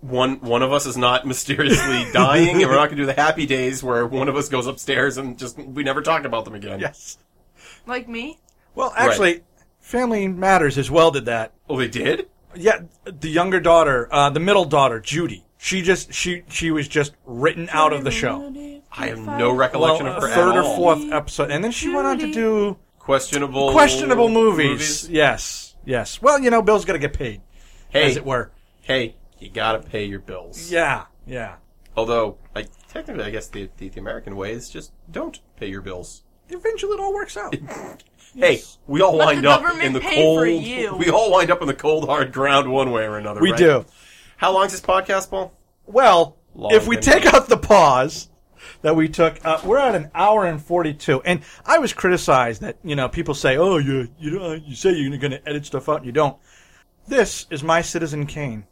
Speaker 6: One one of us is not mysteriously dying, and we're not going to do the happy days where one of us goes upstairs and just we never talked about them again.
Speaker 4: Yes.
Speaker 5: like me?
Speaker 4: Well, actually, Family Matters as well did that.
Speaker 6: Oh, they did.
Speaker 4: Yeah, the younger daughter, uh, the middle daughter, Judy. She just she she was just written out of the show.
Speaker 6: I have no recollection
Speaker 4: Well,
Speaker 6: of her at
Speaker 4: third or
Speaker 6: all.
Speaker 4: fourth episode, and then she went on to
Speaker 5: Judy.
Speaker 4: do
Speaker 6: questionable
Speaker 4: questionable movies. Yes, yes. Well, you know, Bill's got to get paid,
Speaker 6: Hey,
Speaker 4: as it were.
Speaker 6: hey, you gotta pay your bills.
Speaker 4: Yeah, yeah.
Speaker 6: Although, I, technically, I guess the, the the American way is just don't pay your bills.
Speaker 4: Eventually, it all works out.
Speaker 6: Hey, we all
Speaker 5: Let
Speaker 6: wind
Speaker 5: the
Speaker 6: up
Speaker 5: government
Speaker 6: in the
Speaker 5: pay
Speaker 6: cold.
Speaker 5: for you.
Speaker 6: We all wind up in the cold hard ground one way or another.
Speaker 4: we
Speaker 6: right?
Speaker 4: do.
Speaker 6: How long's this podcast, Paul?
Speaker 4: Well,
Speaker 6: Long
Speaker 4: if we
Speaker 6: and
Speaker 4: take
Speaker 6: long.
Speaker 4: out the pause that we took, uh, we're at an hour and forty-two. And I was criticized that you know people say, "Oh, you you know, you say you're going to edit stuff out, and you don't." This is my Citizen Kane.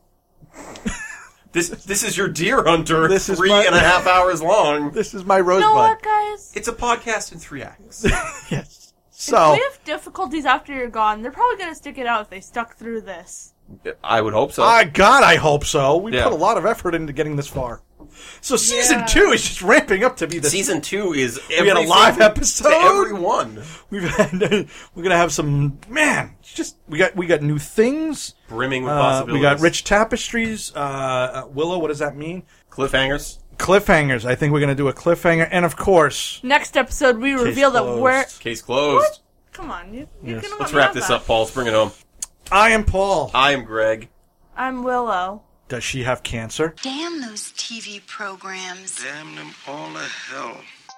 Speaker 6: This this is your deer hunter.
Speaker 4: This is
Speaker 6: three
Speaker 4: my-
Speaker 6: and a half hours long.
Speaker 4: This is my
Speaker 5: You
Speaker 4: Rosebud.
Speaker 5: know what, guys?
Speaker 6: It's a podcast in three acts.
Speaker 4: yes. So
Speaker 5: If we have difficulties after you're gone, they're probably gonna stick it out if they stuck through this.
Speaker 6: I would hope so.
Speaker 4: Ah, God, I hope so. We
Speaker 6: Yeah.
Speaker 4: put a lot of effort into getting this far. So season two is just ramping up to be this.
Speaker 6: Season two is every
Speaker 4: we had a live
Speaker 6: single-
Speaker 4: episode.
Speaker 6: to everyone.
Speaker 4: We've had, we're gonna have some man. it's Just we got we got new things.
Speaker 6: Brimming with
Speaker 4: Uh, we
Speaker 6: possibilities.
Speaker 4: got rich tapestries. Uh, uh, Willow, what does that mean?
Speaker 6: cliffhangers.
Speaker 4: Cliffhangers. I think we're gonna do a cliffhanger, and of course,
Speaker 5: Next episode, we reveal that
Speaker 4: closed.
Speaker 5: we're.
Speaker 6: Case closed.
Speaker 5: Come on, you, you
Speaker 4: Yes.
Speaker 5: can let
Speaker 6: Let's
Speaker 5: me
Speaker 6: wrap
Speaker 5: have
Speaker 6: this
Speaker 5: that.
Speaker 6: up, Paul. Let's bring it home.
Speaker 4: I am Paul.
Speaker 6: I am Greg.
Speaker 5: I'm Willow.
Speaker 4: Does she have cancer?
Speaker 3: Damn those TV programs.
Speaker 2: Damn them all to hell.